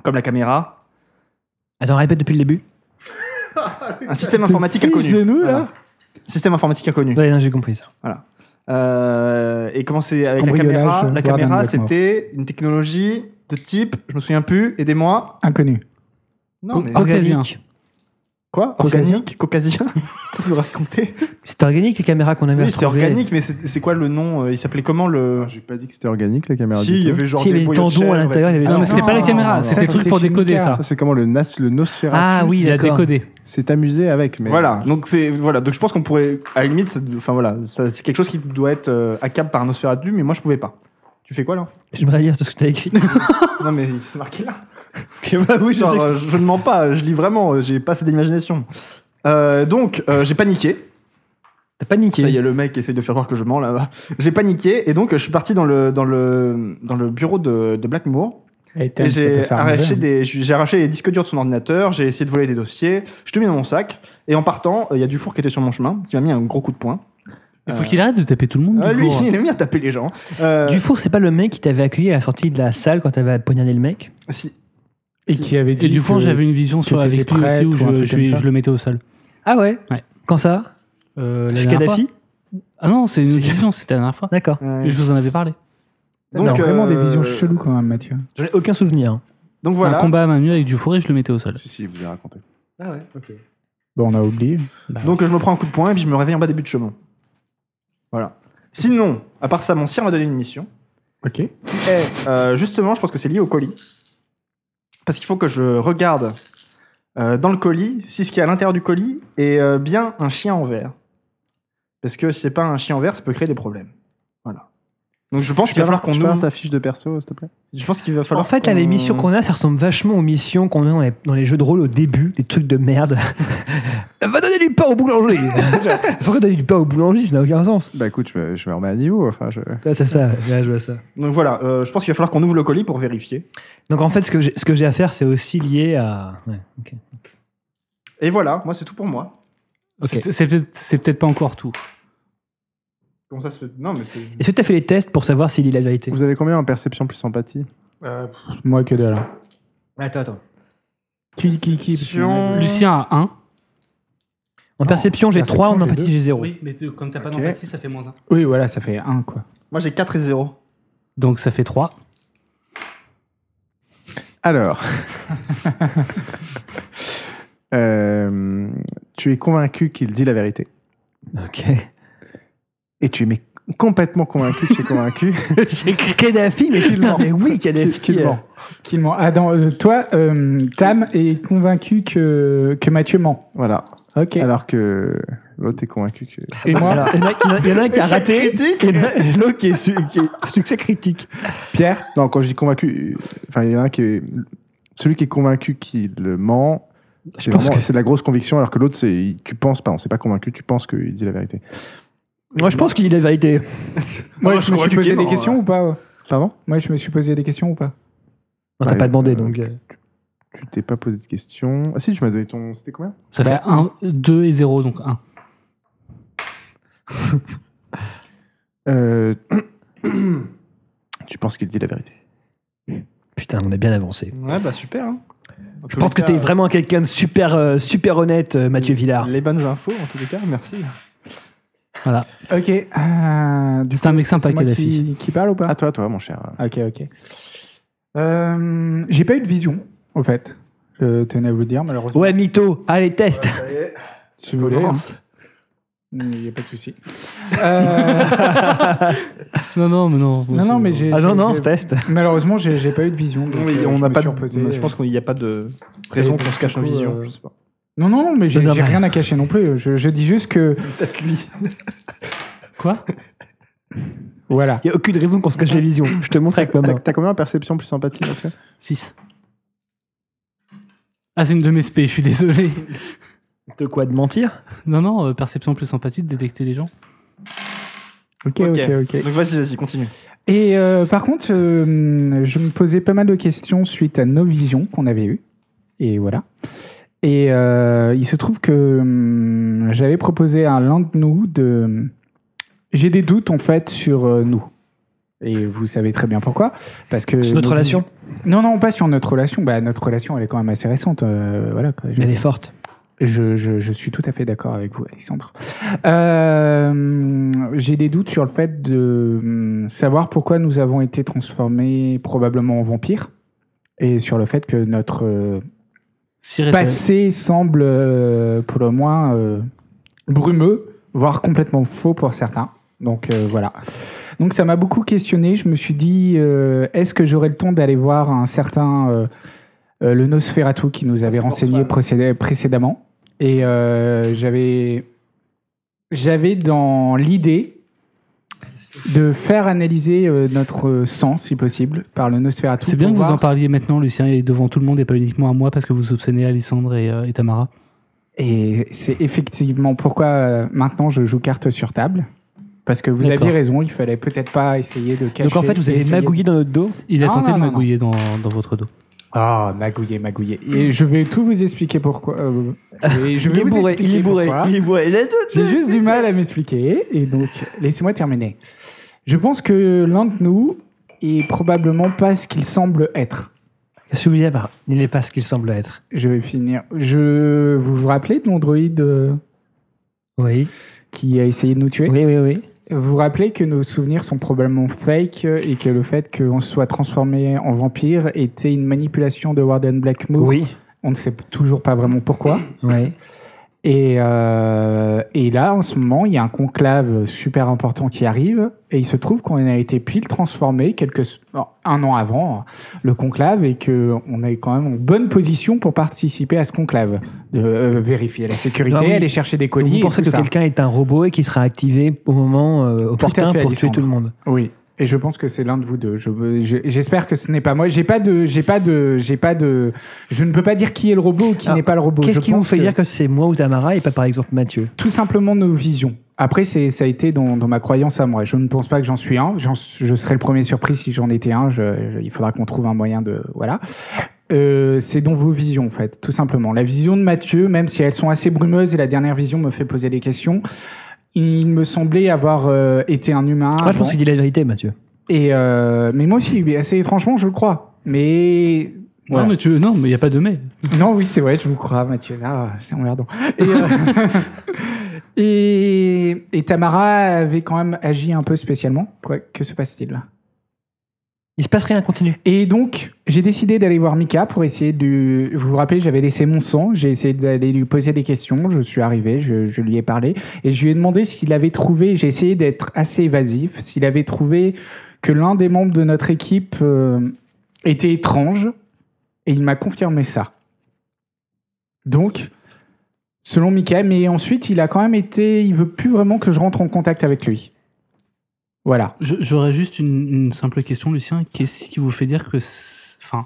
Speaker 6: comme la caméra,
Speaker 2: Attends, répète depuis le début.
Speaker 6: un système
Speaker 4: Tu te
Speaker 6: informatique
Speaker 4: fiches
Speaker 6: inconnu.
Speaker 4: de nous, là
Speaker 6: Voilà. Système informatique inconnu.
Speaker 2: Ouais, non, j'ai compris ça.
Speaker 6: Euh, et comment c'est avec la
Speaker 4: Cambriolage,
Speaker 6: caméra
Speaker 4: Warden
Speaker 6: La caméra,
Speaker 4: Blackmore.
Speaker 6: c'était une technologie de type, je me souviens plus, aidez-moi.
Speaker 4: Inconnu.
Speaker 6: Non, mais-
Speaker 3: Ah, Caucasien.
Speaker 2: Organique.
Speaker 6: quoi Organique Caucasien *laughs* Qu'est-ce que vous racontez
Speaker 2: C'était organique les caméras qu'on avait
Speaker 6: Oui, c'était
Speaker 2: retrouvées.
Speaker 6: organique, mais c'est c'est quoi le nom euh, Il s'appelait comment le.
Speaker 1: J'ai pas dit que c'était organique la caméra.
Speaker 6: Si, il y avait genre
Speaker 2: Si, il y
Speaker 6: des
Speaker 2: avait le
Speaker 6: boyaux de
Speaker 2: tendon à
Speaker 6: chèvre et
Speaker 2: l'intérieur, il y avait
Speaker 3: Ah non, mais c'était
Speaker 4: non,
Speaker 3: pas la
Speaker 4: non,
Speaker 3: caméra,
Speaker 4: non,
Speaker 3: c'était des
Speaker 4: ça,
Speaker 3: trucs
Speaker 4: c'est
Speaker 3: pour décoder
Speaker 4: Chimica.
Speaker 3: ça.
Speaker 1: Ça, c'est comment le Nas, le Nosferatu
Speaker 2: Ah oui,
Speaker 3: Il a
Speaker 2: d'accord.
Speaker 3: décodé.
Speaker 1: s'est amusé avec. Mais
Speaker 6: Voilà, donc c'est voilà, donc je pense qu'on pourrait à la limite, ça- enfin voilà, ça- c'est quelque chose qui doit être euh, accable par un Nosferatu, mais moi je pouvais pas. Tu fais quoi là
Speaker 2: J'aimerais lire tout ce que t'as écrit.
Speaker 6: Non mais c'est marqué *laughs* là. bah oui, genre, euh, je, ne mens pas, je lis vraiment, euh, j'ai pas assez d'imagination. Euh, donc euh, j'ai paniqué.
Speaker 2: T'as paniqué.
Speaker 6: Ça y est, le mec essaye de faire croire que je mens là-bas. J'ai paniqué et donc euh, je suis parti dans le dans le dans le bureau de, de Blackmoor.
Speaker 4: Et
Speaker 6: Et J'ai arraché, des, j'ai arraché les disques durs de son ordinateur, j'ai essayé de voler des dossiers, je tout mis dans mon sac, et en partant, euh, il y a Dufour qui était sur mon chemin, qui m'a mis un gros coup de poing.
Speaker 3: Il
Speaker 4: Euh.
Speaker 3: faut qu'il arrête de taper tout le monde.
Speaker 6: Ah,
Speaker 3: du
Speaker 6: lui, *laughs*
Speaker 3: coup. hein.
Speaker 6: il aime bien taper les gens. Euh,
Speaker 2: Dufour, c'est pas le mec qui t'avait accueilli à la sortie de la salle quand t'avais poignardé le mec
Speaker 6: si.
Speaker 4: Et qui avait dit.
Speaker 3: Et du fond,
Speaker 4: que-
Speaker 3: j'avais une vision sur
Speaker 4: que
Speaker 3: avec
Speaker 4: t'étais
Speaker 3: lui aussi
Speaker 4: prête
Speaker 3: où
Speaker 4: ou un
Speaker 3: je,
Speaker 4: truc
Speaker 3: je,
Speaker 4: comme
Speaker 3: je
Speaker 4: ça.
Speaker 3: le mettais au sol.
Speaker 2: Ah ouais
Speaker 3: Ouais.
Speaker 2: Quand ça
Speaker 3: Euh, la
Speaker 2: Chez
Speaker 3: dernière
Speaker 2: Kadhafi
Speaker 3: fois- Ah non, c'est une autre vision, c'était la dernière fois.
Speaker 2: D'accord.
Speaker 3: Et je vous en avais parlé.
Speaker 6: Donc,
Speaker 4: Non, vraiment des
Speaker 6: euh,
Speaker 4: visions cheloues quand même, Mathieu.
Speaker 2: J'en ai aucun souvenir.
Speaker 6: Donc
Speaker 3: C'était
Speaker 6: voilà.
Speaker 3: Un combat à main nue avec du fourré, je le mettais au sol.
Speaker 1: Si, si, vous avez raconté.
Speaker 2: Ah ouais.
Speaker 4: Bon, on a oublié.
Speaker 6: Donc je me prends un coup de poing et puis je me réveille en bas début de chemin. Voilà. Sinon, à part ça, mon sire m'a donné une mission.
Speaker 4: Ok.
Speaker 6: Et euh, justement, je pense que c'est lié au colis. Parce qu'il faut que je regarde euh, dans le colis si ce qui est à l'intérieur du colis est euh, bien un chien en verre. Parce que si c'est pas un chien en verre, ça peut créer des problèmes. Voilà. Donc je pense
Speaker 1: Je
Speaker 6: qu'il
Speaker 1: peux
Speaker 6: va falloir
Speaker 1: avoir
Speaker 6: qu'on
Speaker 1: qu'on ouvre
Speaker 6: ouvre.
Speaker 1: ta fiche de perso, s'il te plaît.
Speaker 6: Je pense qu'il va falloir.
Speaker 2: En fait, là, les
Speaker 6: qu'on-
Speaker 2: missions qu'on a, ça ressemble vachement aux missions qu'on a dans les, dans les jeux de rôle au début, des trucs de merde. *laughs* Va donner du pain au *laughs* boulanger Pourquoi donner du pain au boulanger Ça n'a aucun sens.
Speaker 1: Bah écoute, je me, je me remets à niveau. Enfin, je...
Speaker 2: Ça, c'est ça. Là, je vois ça.
Speaker 6: Donc voilà, euh, je pense qu'il va falloir qu'on ouvre le colis pour vérifier.
Speaker 2: Donc en fait, ce que j'ai- ce que j'ai à faire, c'est aussi lié à. Ouais, ok.
Speaker 6: Et voilà, moi c'est tout pour moi.
Speaker 2: Ok.
Speaker 3: C'est- C'est peut-être c'est peut-être pas encore tout.
Speaker 6: Comment ça se fait Non, mais c'est.
Speaker 2: Est-ce que tu as fait les tests pour savoir s'il dit la vérité
Speaker 1: Vous avez combien en perception plus empathie
Speaker 6: Euh,
Speaker 4: Moi que dalle. là.
Speaker 2: Attends, attends.
Speaker 4: Qui, qui, qui
Speaker 6: Euh.
Speaker 3: Lucien a 1.
Speaker 2: En perception, j'ai 3, en
Speaker 1: perception, j'ai
Speaker 2: empathie, j'ai 0.
Speaker 3: mais comme t'as pas
Speaker 1: Ok. d'empathie,
Speaker 3: ça fait moins 1.
Speaker 4: Oui, voilà, ça fait un, quoi.
Speaker 6: Moi j'ai 4 et 0.
Speaker 3: Donc ça fait 3.
Speaker 1: *laughs* Alors. Euh, tu es convaincu qu'il dit la vérité.
Speaker 2: Ok. *laughs*
Speaker 1: Et tu es mais, complètement convaincu, tu es *laughs* convaincu
Speaker 3: J'ai cru.
Speaker 2: Kadhafi, mais
Speaker 1: Qu'il
Speaker 2: putain,
Speaker 1: ment.
Speaker 2: mais oui,
Speaker 1: qu'il
Speaker 2: Kadhafi.
Speaker 1: qu'il
Speaker 2: euh,
Speaker 1: ment.
Speaker 4: Qu'il ment. Ah, dans- euh, toi, euh, Tam est convaincu que, que Mathieu ment.
Speaker 1: Voilà.
Speaker 4: Ok.
Speaker 1: Alors que l'autre est convaincu que.
Speaker 4: Et moi,
Speaker 2: alors, il y en a- il y en a- il y en a un qui a raté, et l'un- et l'autre qui, est su- qui est succès critique.
Speaker 4: Pierre,
Speaker 1: Non, quand je dis convaincu, euh, enfin, il y en a un qui est. Celui qui est convaincu qu'il le ment, c'est
Speaker 2: pense
Speaker 1: vraiment-
Speaker 2: que-
Speaker 1: c'est de la grosse conviction, alors que l'autre, c'est il- tu penses, pardon, c'est pas convaincu, tu penses qu'il dit la vérité.
Speaker 2: Moi, je pense qu'il dit la vérité.
Speaker 4: moi,
Speaker 6: moi,
Speaker 4: je
Speaker 6: je
Speaker 4: me suis
Speaker 6: convaincu
Speaker 4: posé
Speaker 6: qu'il
Speaker 4: des
Speaker 6: ment,
Speaker 4: questions ou pas ouais
Speaker 1: Pardon
Speaker 4: Moi, je me suis posé des questions ou pas
Speaker 2: On t'a
Speaker 1: Ouais,
Speaker 2: pas demandé,
Speaker 1: euh,
Speaker 2: donc. euh,
Speaker 1: Tu t'es pas posé de questions. Ah si, tu m'as donné ton. C'était combien
Speaker 3: Ça
Speaker 4: Bah,
Speaker 3: fait 1, 2 et 0, donc 1.
Speaker 1: Euh, *clears throat* Tu penses qu'il dit la vérité.
Speaker 2: Putain, on est bien avancé.
Speaker 6: Ouais, bah super. hein. En
Speaker 2: Je
Speaker 6: tous
Speaker 2: pense
Speaker 6: les
Speaker 2: que
Speaker 6: cas,
Speaker 2: t'es vraiment quelqu'un de super, euh, super honnête, euh, Mathieu Villard.
Speaker 6: Les bonnes infos, en tous les cas, merci.
Speaker 4: Ok. euh, du
Speaker 3: C'est un
Speaker 4: coup,
Speaker 3: mec sympa,
Speaker 4: c'est moi
Speaker 3: Kadhafi.
Speaker 4: qui, qui parle ou
Speaker 1: À
Speaker 4: pas
Speaker 1: toi, toi, mon cher.
Speaker 4: Ok, ok. Euh, J'ai pas eu de vision, au fait. Je tenais à vous le dire, malheureusement.
Speaker 2: Ouais, mytho, allez, test.
Speaker 4: si vous voulez. hein.
Speaker 6: Commence.
Speaker 4: Il n'y a pas de souci. Euh,
Speaker 3: Non, non, mais non.
Speaker 4: non, non, mais j'ai.
Speaker 2: Ah non,
Speaker 4: j'ai-
Speaker 2: non,
Speaker 4: j'ai-
Speaker 2: test.
Speaker 4: Malheureusement, j'ai j'ai pas eu de vision. donc,
Speaker 6: Oui,
Speaker 4: euh,
Speaker 6: on
Speaker 4: je
Speaker 6: n'a
Speaker 4: me
Speaker 6: pas
Speaker 4: suis
Speaker 6: de.
Speaker 4: reposé,
Speaker 6: Je
Speaker 4: euh.
Speaker 6: pense qu'il n'y a pas de raison
Speaker 4: Et
Speaker 6: qu'on
Speaker 4: donc,
Speaker 6: se cache
Speaker 4: du
Speaker 6: en
Speaker 4: coup,
Speaker 6: vision.
Speaker 4: euh,
Speaker 6: Je sais pas.
Speaker 4: Non, non, non, mais j'ai
Speaker 2: Non, non,
Speaker 4: j'ai
Speaker 2: mais-
Speaker 4: rien à cacher non plus. Je, je dis juste que.
Speaker 6: Peut-être lui.
Speaker 3: Quoi
Speaker 4: Voilà.
Speaker 2: Il n'y a aucune raison qu'on se cache les visions. Je te montre avec ma
Speaker 1: T'as
Speaker 2: main.
Speaker 1: t'as combien en perception plus sympathie, Mathieu
Speaker 3: 6. Ah, c'est une de mes spé, je suis désolé. *laughs*
Speaker 2: De quoi de mentir
Speaker 3: Non, non, euh, perception plus sympathie de détecter les gens.
Speaker 4: Ok, ok, ok.
Speaker 6: Donc vas-y, vas-y, continue.
Speaker 4: Et euh, par contre, euh, je me posais pas mal de questions suite à nos visions qu'on avait eues. Et voilà. Et euh, il se trouve que hum, j'avais proposé à l'un de nous de. J'ai des doutes en fait sur euh, nous. Et vous savez très bien pourquoi. Parce que
Speaker 2: Sur notre
Speaker 4: nos
Speaker 2: relation.
Speaker 4: visions- Non, non, pas sur notre relation. Bah, notre relation, elle est quand même assez récente. euh, voilà. quoi. Je-
Speaker 2: Mais elle est forte.
Speaker 4: je, je- je suis tout à fait d'accord avec vous, Alexandre. Euh, J'ai des doutes sur le fait de hum, savoir pourquoi nous avons été transformés probablement en vampires et sur le fait que notre euh,
Speaker 3: Cire est-
Speaker 4: passé semble, euh, pour le moins, euh, brumeux, voire complètement faux pour certains. Donc euh, voilà. Donc ça m'a beaucoup questionné. Je me suis dit, euh, est-ce que j'aurais le temps d'aller voir un certain euh, euh, le Nosferatu qui nous avait
Speaker 6: C'est
Speaker 4: renseigné
Speaker 6: pour
Speaker 4: précédé- précédemment Et euh, j'avais j'avais dans l'idée de faire analyser euh, notre sang, si possible, par le Nosferatu.
Speaker 3: C'est bien
Speaker 4: pour
Speaker 3: que vous en
Speaker 4: voir-
Speaker 3: parliez maintenant, Lucien, et devant tout le monde et pas uniquement à moi parce que vous obstinez Alissandre et, euh, et Tamara.
Speaker 4: Et c'est effectivement pourquoi euh, maintenant je joue carte sur table. Parce que vous
Speaker 3: D'accord.
Speaker 4: aviez raison, il fallait peut-être pas essayer de cacher.
Speaker 2: Donc en fait, vous avez
Speaker 4: essayer-
Speaker 2: magouillé dans notre dos.
Speaker 3: Il a
Speaker 4: Non,
Speaker 3: tenté
Speaker 4: non,
Speaker 3: de
Speaker 4: non,
Speaker 3: magouiller dans, dans votre dos.
Speaker 4: Ah, magouiller, magouiller. Et je vais tout vous expliquer pourquoi. euh, et je vais vous expliquer pourquoi.
Speaker 2: est bourré.
Speaker 4: *laughs* J'ai juste du mal à m'expliquer. Et donc, laissez-moi terminer. Je pense que l'un de nous est probablement pas ce qu'il semble être.
Speaker 2: Qu'est-ce que vous voulez dire Il n'est pas ce qu'il semble être.
Speaker 4: Je vais finir. Je... Vous vous rappelez de l'androïde euh,
Speaker 2: Oui.
Speaker 4: qui a essayé de nous tuer
Speaker 2: Oui, oui, oui.
Speaker 4: Vous vous rappelez que nos souvenirs sont probablement fake euh, et que le fait qu'on se soit transformé en vampire était une manipulation de Warden Blackmoor. On ne sait toujours pas vraiment pourquoi.
Speaker 2: Oui.
Speaker 4: Et, euh, et là, en ce moment, il y a un conclave super important qui arrive et il se trouve qu'on a été pile transformé quelques s- non, un an avant hein, le conclave et que on est quand même en bonne position pour participer à ce conclave, de euh, vérifier la sécurité,
Speaker 2: Ah oui.
Speaker 4: aller chercher des colis.
Speaker 2: Donc vous
Speaker 4: et
Speaker 2: pensez que
Speaker 4: tout ça.
Speaker 2: quelqu'un est un robot et qui sera activé au moment euh, opportun
Speaker 4: fait,
Speaker 2: pour tuer
Speaker 4: Alexandre.
Speaker 2: tout le monde.
Speaker 4: Oui. Et je pense que c'est l'un de vous deux. Je- je- J'espère que ce n'est pas moi. J'ai pas de, j'ai pas de, j'ai pas de. Je ne peux pas dire qui est le robot ou qui
Speaker 2: Alors,
Speaker 4: n'est pas le robot.
Speaker 2: Qu'est-ce
Speaker 4: Je
Speaker 2: qui vous
Speaker 4: pense
Speaker 2: fait
Speaker 4: que-
Speaker 2: dire que c'est moi ou Tamara et pas par exemple Mathieu
Speaker 4: Tout simplement nos visions. Après, c'est, ça a été dans, dans ma croyance à moi. Je ne pense pas que j'en suis un. J'en- je serais le premier surpris si j'en étais un. Je- je- il faudra qu'on trouve un moyen de, voilà. Euh, c'est dans vos visions, en fait, tout simplement. La vision de Mathieu, même si elles sont assez brumeuses et la dernière vision me fait poser des questions, il me semblait avoir euh, été un humain.
Speaker 2: Moi, je pense
Speaker 4: avant.
Speaker 2: qu'il dit la vérité, Mathieu.
Speaker 4: Et euh, mais moi aussi, mais assez étrangement, je le crois. Mais voilà.
Speaker 3: Non, mais tu non, mais il n'y a pas de mais.
Speaker 4: non, oui, c'est vrai, je vous crois, Mathieu. Ah, c'est emmerdant. Et, euh, et, et Tamara avait quand même agi un peu spécialement. Quoi, que se passe-t-il là
Speaker 2: Il se passe rien, continue.
Speaker 4: Et donc, j'ai décidé d'aller voir Mika pour essayer de. Vous vous rappelez, j'avais laissé mon sang, j'ai essayé d'aller lui poser des questions. Je suis arrivé, je, je lui ai parlé et je lui ai demandé s'il avait trouvé. J'ai essayé d'être assez évasif, s'il avait trouvé que l'un des membres de notre équipe euh, était étrange et il m'a confirmé ça. Donc, selon Mika, mais ensuite, il a quand même été. Il veut plus vraiment que je rentre en contact avec lui. Voilà.
Speaker 3: Je- J'aurais juste une, une simple question, Lucien. Qu'est-ce qui vous fait dire que. c'est- Enfin,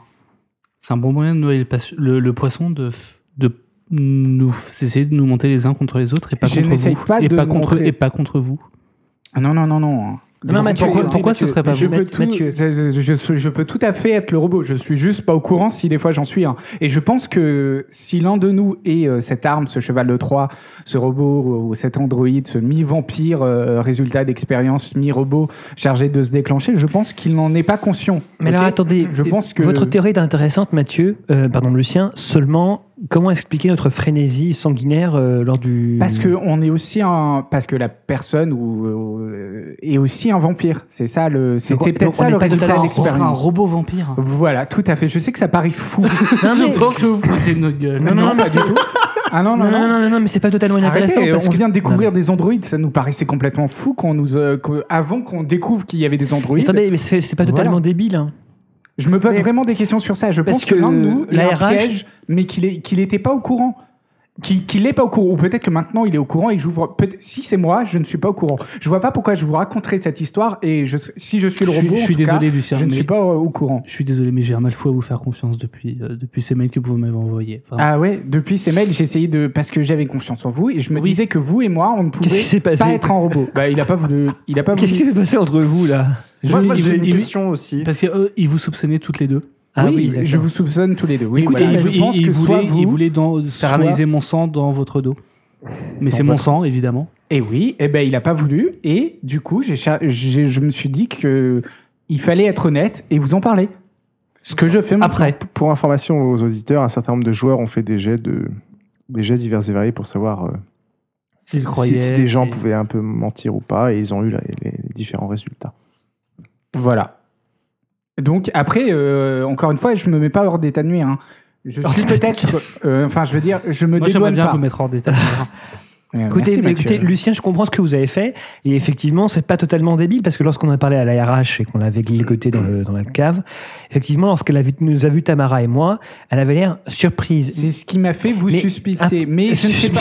Speaker 3: c'est un bon moyen de noyer le, pas- le- le poisson de, f- de nous essayer de nous monter les uns contre les autres et pas
Speaker 4: Je
Speaker 3: contre
Speaker 4: n'essaye
Speaker 3: vous
Speaker 4: pas
Speaker 3: et
Speaker 4: de
Speaker 3: pas
Speaker 4: me
Speaker 3: contre
Speaker 4: montrer.
Speaker 3: et pas contre vous.
Speaker 4: Non, non, non, non.
Speaker 2: Non, non, Mathieu,
Speaker 4: pourquoi,
Speaker 2: Mathieu,
Speaker 4: pourquoi
Speaker 3: Mathieu,
Speaker 4: ce serait pas
Speaker 2: Mathieu,
Speaker 4: vous
Speaker 2: Mathieu, Mathieu.
Speaker 4: Je, je- je- je peux tout à fait être le robot. Je suis juste pas au courant si des fois j'en suis un. Et je pense que si l'un de nous est euh, cette arme, ce cheval de Troie, ce robot ou cet androïde, ce mi-vampire, euh, résultat d'expérience, mi-robot chargé de se déclencher, je pense qu'il n'en est pas conscient.
Speaker 2: Mais
Speaker 4: Ok
Speaker 2: alors attendez,
Speaker 4: Je pense que-
Speaker 2: votre théorie est intéressante, Mathieu, euh, pardon Lucien, seulement comment expliquer notre frénésie sanguinaire euh, lors du...
Speaker 4: Parce que on est aussi un, parce que la personne ou, euh, est aussi un vampire. C'est ça le, c'est
Speaker 2: Donc on-
Speaker 4: c'est peut-être
Speaker 2: donc on
Speaker 4: ça
Speaker 2: n'est
Speaker 4: le
Speaker 2: pas
Speaker 4: résultat
Speaker 2: totalement-
Speaker 3: On sera un
Speaker 4: d'expérience.
Speaker 3: robot vampire.
Speaker 4: Voilà, tout à fait. Je sais que ça paraît
Speaker 2: *laughs*
Speaker 4: fou.
Speaker 2: Non, mais-
Speaker 3: Je pense que vous foutez de notre gueule.
Speaker 2: Non, non, non, mais c'est-
Speaker 4: ah non,
Speaker 2: non, non, non, non, non, mais c'est pas totalement
Speaker 4: Arrêtez,
Speaker 2: inintéressant. parce
Speaker 4: on
Speaker 2: que-
Speaker 4: vient de découvrir
Speaker 2: Non,
Speaker 4: des androïdes, ça nous paraissait complètement fou qu'on nous, euh, que- avant qu'on découvre qu'il y avait des
Speaker 2: mais
Speaker 4: androïdes.
Speaker 2: Attendez, mais c'est c'est pas
Speaker 4: Voilà.
Speaker 2: totalement débile. hein.
Speaker 4: je me pose
Speaker 1: Mais-
Speaker 4: vraiment des questions sur ça. Je
Speaker 2: Parce
Speaker 4: pense que,
Speaker 2: que
Speaker 4: l'un de nous
Speaker 2: la
Speaker 4: est un
Speaker 2: RH
Speaker 4: piège, mais qu'il est- qu'il n'était pas au courant. Qu'il qu'il n'est pas au courant, ou peut-être que maintenant il est au courant et j'ouvre. peut- Si c'est moi, je ne suis pas au courant. Je vois pas pourquoi je vous raconterai cette histoire et je, si je suis
Speaker 3: Je
Speaker 4: le
Speaker 3: suis,
Speaker 4: robot,
Speaker 3: je
Speaker 4: en
Speaker 3: suis
Speaker 4: tout
Speaker 3: désolé,
Speaker 4: cas,
Speaker 3: Lucien.
Speaker 4: je ne
Speaker 3: mais-
Speaker 4: suis pas euh, au courant.
Speaker 3: Je suis désolé, mais j'ai un mal fou à vous faire confiance depuis, euh, depuis ces mails que vous m'avez envoyés. Enfin,
Speaker 4: Ah ouais, depuis ces mails, j'ai essayé de. Parce que j'avais confiance en vous et je me
Speaker 3: Oui.
Speaker 4: disais que vous et moi, on ne
Speaker 2: Qu'est-ce qui
Speaker 4: pouvait
Speaker 2: s'est passé
Speaker 4: pas être en robot. Bah, il a pas voulu. Il a pas
Speaker 2: Qu'est-ce
Speaker 4: voulu.
Speaker 2: qui s'est passé entre vous là
Speaker 6: Moi, moi,
Speaker 3: il-
Speaker 6: j'ai une
Speaker 3: il-
Speaker 6: question aussi.
Speaker 3: Parce qu'ils vous soupçonnaient toutes les deux.
Speaker 2: Ah
Speaker 4: oui,
Speaker 2: d'accord.
Speaker 4: je vous soupçonne tous les deux. Oui,
Speaker 3: Écoutez,
Speaker 4: voilà.
Speaker 3: ils,
Speaker 4: je pense
Speaker 3: ils-
Speaker 4: que
Speaker 3: ils
Speaker 4: soit
Speaker 3: voulaient,
Speaker 4: vous,
Speaker 3: ils voulaient dans-
Speaker 4: soit-
Speaker 3: faire analyser mon sang dans votre dos. Mais c'est mon
Speaker 4: votre-
Speaker 3: sang, évidemment.
Speaker 4: et oui, eh ben il a pas voulu, et du coup, j'ai, cha- j'ai- je me suis dit que il fallait être honnête et vous en parler. Ce que je fais maintenant.
Speaker 3: Après,
Speaker 1: Pour information aux auditeurs, un certain nombre de joueurs ont fait des jets, de, des jets divers et variés pour savoir euh,
Speaker 3: s'ils
Speaker 1: si,
Speaker 3: croyaient.
Speaker 1: si des gens
Speaker 3: et-
Speaker 1: pouvaient un peu mentir ou pas, et ils ont eu là, les, les différents résultats.
Speaker 4: Voilà. Donc après, euh, encore une fois, je me mets pas hors d'état de nuire. hein. Je
Speaker 2: Hors
Speaker 4: suis
Speaker 2: d'état de
Speaker 4: peut-être, euh, enfin, je veux dire, je me
Speaker 3: Moi, j'aimerais
Speaker 4: dédouane
Speaker 3: bien
Speaker 4: pas.
Speaker 3: vous mettre hors d'état.
Speaker 4: Euh,
Speaker 2: Écoutez,
Speaker 4: merci,
Speaker 2: mais
Speaker 4: Mathieu.
Speaker 2: écoutez, Lucien, je comprends ce que vous avez fait. Et effectivement, c'est pas totalement débile parce que lorsqu'on a parlé à la RH et qu'on l'avait côté dans, le- dans la cave, effectivement, lorsqu'elle a vu- nous a vu Tamara et moi, elle avait l'air surprise.
Speaker 4: c'est ce qui m'a fait vous
Speaker 2: Mais-
Speaker 4: suspicier,
Speaker 2: *laughs*
Speaker 4: mais je ne sais pas.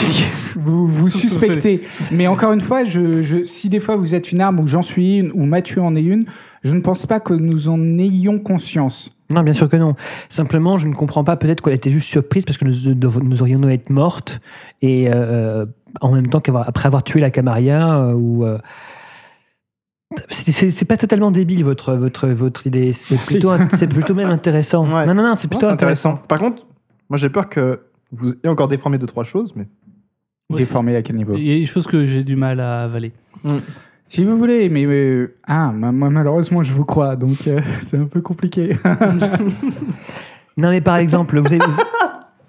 Speaker 4: vous, vous suspectez. Mais encore une fois, je, je- si des fois vous êtes une arme ou j'en suis une ou Mathieu en est une, je ne pense pas que nous en ayons conscience.
Speaker 2: Non, bien sûr que non. Simplement, je ne comprends pas. Peut-être qu'elle était juste surprise parce que nous, dev- nous aurions dû être mortes et euh, en même temps qu'avoir après avoir tué la Camaria euh, ou. euh, c'est- c'est c'est pas totalement débile votre votre votre idée. *laughs* C'est plutôt un- c'est plutôt même intéressant.
Speaker 6: Ouais.
Speaker 2: Non non non, c'est plutôt
Speaker 6: Non, c'est
Speaker 2: intéressant.
Speaker 6: Par contre, moi j'ai peur que vous ayez encore déformé deux trois choses, mais
Speaker 4: Déformé à quel niveau
Speaker 3: Il y a des choses que j'ai du mal à avaler.
Speaker 4: Si vous voulez, mais euh, ah, ma- moi malheureusement je vous crois, donc euh, *laughs* c'est un peu compliqué. *laughs*
Speaker 2: Non, mais par exemple, vous, avez- vous-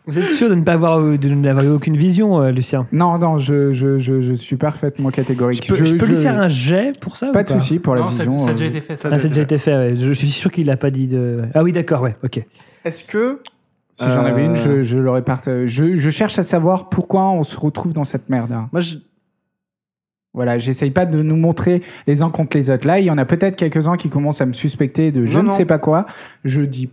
Speaker 2: vous êtes sûr de ne pas avoir, euh, de n'avoir eu aucune vision, euh, Lucien
Speaker 4: non, non, je, je, je, je suis parfaitement catégorique.
Speaker 2: je peux, je peux lui faire un jet pour ça ou
Speaker 4: Pas de souci pour la
Speaker 3: Non,
Speaker 4: vision. euh,
Speaker 3: fait.
Speaker 2: Ah, c'est déjà été fait. ouais. Je suis sûr qu'il n'a pas dit de. Ah oui, d'accord, ouais, ok.
Speaker 6: est-ce que
Speaker 4: Si j'en avais une,
Speaker 6: Euh.
Speaker 4: je, je l'aurais partagée. Je, je cherche à savoir pourquoi on se retrouve dans cette merde. hein.
Speaker 6: moi je-
Speaker 4: Voilà, j'essaye pas de nous montrer les uns contre les autres. Là, il y en a peut-être quelques-uns qui commencent à me suspecter de je
Speaker 6: Non,
Speaker 4: ne
Speaker 6: non.
Speaker 4: sais pas quoi. Je dis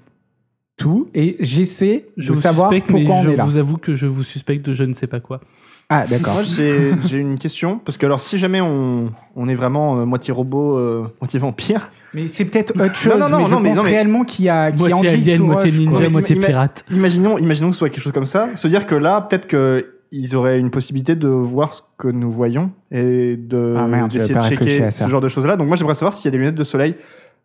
Speaker 4: tout et j'essaie
Speaker 3: Je
Speaker 4: de
Speaker 3: vous
Speaker 4: savoir
Speaker 3: suspecte, mais
Speaker 4: pourquoi on
Speaker 3: je
Speaker 4: est là.
Speaker 3: vous avoue que je vous suspecte de je ne sais pas quoi.
Speaker 4: Ah, d'accord.
Speaker 6: moi, j'ai j'ai une question parce que alors si jamais on, on est vraiment euh, moitié robot euh, moitié vampire,
Speaker 4: Mais c'est peut-être autre chose.
Speaker 6: Non, non, non,
Speaker 4: mais je
Speaker 6: non, mais-
Speaker 4: pense
Speaker 6: non, mais-
Speaker 4: réellement qu'il y a, qu'il y a
Speaker 3: Moitié
Speaker 4: anguille
Speaker 3: alien,
Speaker 4: sous
Speaker 3: moitié
Speaker 4: roche, quoi.
Speaker 6: quoi.
Speaker 3: ninja, moitié
Speaker 6: Mais- mais-
Speaker 3: pirate.
Speaker 6: imaginons imaginons que ce soit quelque chose comme ça, se dire que là peut-être que ils auraient une possibilité de voir ce que nous voyons et de
Speaker 4: Ah merde, j'avais
Speaker 6: d'essayer
Speaker 4: pas
Speaker 6: de
Speaker 4: réfléchi à
Speaker 6: checker
Speaker 4: ça.
Speaker 6: ce genre de choses là. Donc moi j'aimerais savoir s'il y a des lunettes de soleil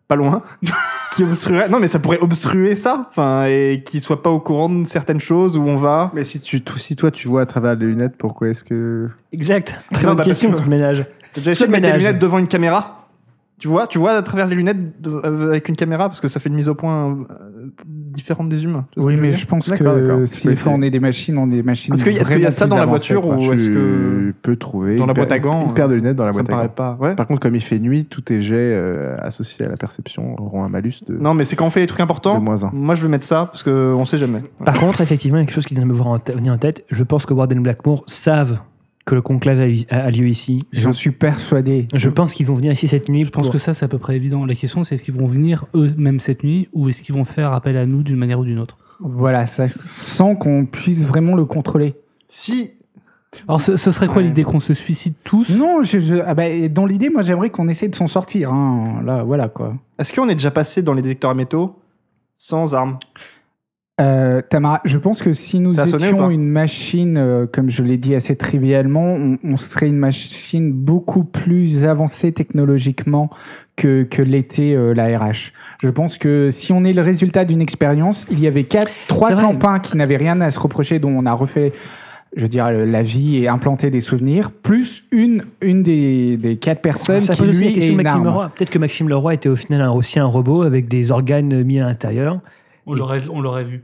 Speaker 6: pas loin *laughs* qui obstrueraient. Non mais ça pourrait obstruer ça, enfin et qu'ils soient pas au courant de certaines choses où on va.
Speaker 1: Mais si, tu, si toi tu vois à travers les lunettes, pourquoi est-ce que.
Speaker 2: Exact. Très
Speaker 6: Non,
Speaker 2: bonne
Speaker 6: bah, parce
Speaker 2: question,
Speaker 6: que-
Speaker 2: ce ménage.
Speaker 6: J'ai
Speaker 2: Ce
Speaker 6: essayé de mettre
Speaker 2: ménage.
Speaker 6: des lunettes devant une caméra. Tu vois, tu vois à travers les lunettes de- euh, avec une caméra parce que ça fait une mise au point euh, différente des humains. Tu vois ce
Speaker 4: Oui,
Speaker 6: que je veux
Speaker 4: mais
Speaker 6: dire
Speaker 4: je pense
Speaker 6: D'accord,
Speaker 4: que
Speaker 6: d'accord.
Speaker 4: si
Speaker 6: Je vais
Speaker 4: quand on est des machines, on est des machines.
Speaker 6: Est-ce que- est-ce qu'il y a
Speaker 4: vraiment
Speaker 6: ça dans
Speaker 4: plus
Speaker 6: la
Speaker 4: avancées,
Speaker 6: voiture
Speaker 4: quoi.
Speaker 6: ou- est-ce
Speaker 1: Bah,
Speaker 6: que-
Speaker 1: Tu peux trouver
Speaker 6: Dans
Speaker 1: une
Speaker 6: la
Speaker 1: paire-
Speaker 6: boîte à gants, euh,
Speaker 1: une paire de lunettes dans la
Speaker 6: Ça me
Speaker 1: boîte à
Speaker 6: paraît
Speaker 1: gants.
Speaker 6: pas. Ouais.
Speaker 1: Par contre, comme il fait nuit, tous tes jets euh, associés à la perception auront un malus de,
Speaker 6: Non, mais c'est quand on fait les trucs
Speaker 1: de
Speaker 6: importants.
Speaker 1: moins 1.
Speaker 6: Moi, je vais mettre ça parce que on sait jamais. Voilà.
Speaker 2: Par contre, effectivement, il y a quelque chose qui vient de me voir en tête- venir en tête. Je pense que Warden Blackmore savent que le conclave a, a lieu ici. Je,
Speaker 4: J'en suis persuadé.
Speaker 2: je pense qu'ils vont venir ici cette nuit.
Speaker 3: Je pense que ça, c'est à peu près évident. La question, c'est est-ce qu'ils vont venir eux-mêmes cette nuit ou est-ce qu'ils vont faire appel à nous d'une manière ou d'une autre
Speaker 4: Voilà, ça, sans qu'on puisse vraiment le contrôler.
Speaker 6: Si
Speaker 3: Alors, ce, ce serait
Speaker 4: Ouais.
Speaker 3: quoi l'idée qu'on se suicide tous
Speaker 4: Non, je, je- ah bah, et dans l'idée, moi, j'aimerais qu'on essaie de s'en sortir. hein. Là, voilà quoi.
Speaker 6: Est-ce qu'on est déjà passé dans les détecteurs à métaux sans armes
Speaker 4: Euh, Tamara, je pense que si nous
Speaker 6: Ça a sonné ou
Speaker 4: étions
Speaker 6: pas
Speaker 4: une machine, euh, comme je l'ai dit assez trivialement, on, on serait une machine beaucoup plus avancée technologiquement que, que l'était euh, la RH. Je pense que si on est le résultat d'une expérience, il y avait quatre, trois
Speaker 2: C'est vrai.
Speaker 4: campagnes qui n'avaient rien à se reprocher, dont on a refait je veux dire, euh, la vie et implanté des souvenirs, plus une, une des, des quatre personnes
Speaker 2: Ça
Speaker 4: qui,
Speaker 2: pose aussi la
Speaker 4: lui, est
Speaker 2: question de
Speaker 4: une
Speaker 2: Maxime
Speaker 4: arme.
Speaker 2: Leroy. Peut-être que Maxime Leroy était au final un- aussi un robot avec des organes mis à l'intérieur.
Speaker 3: On l'aurait on l'aurait vu.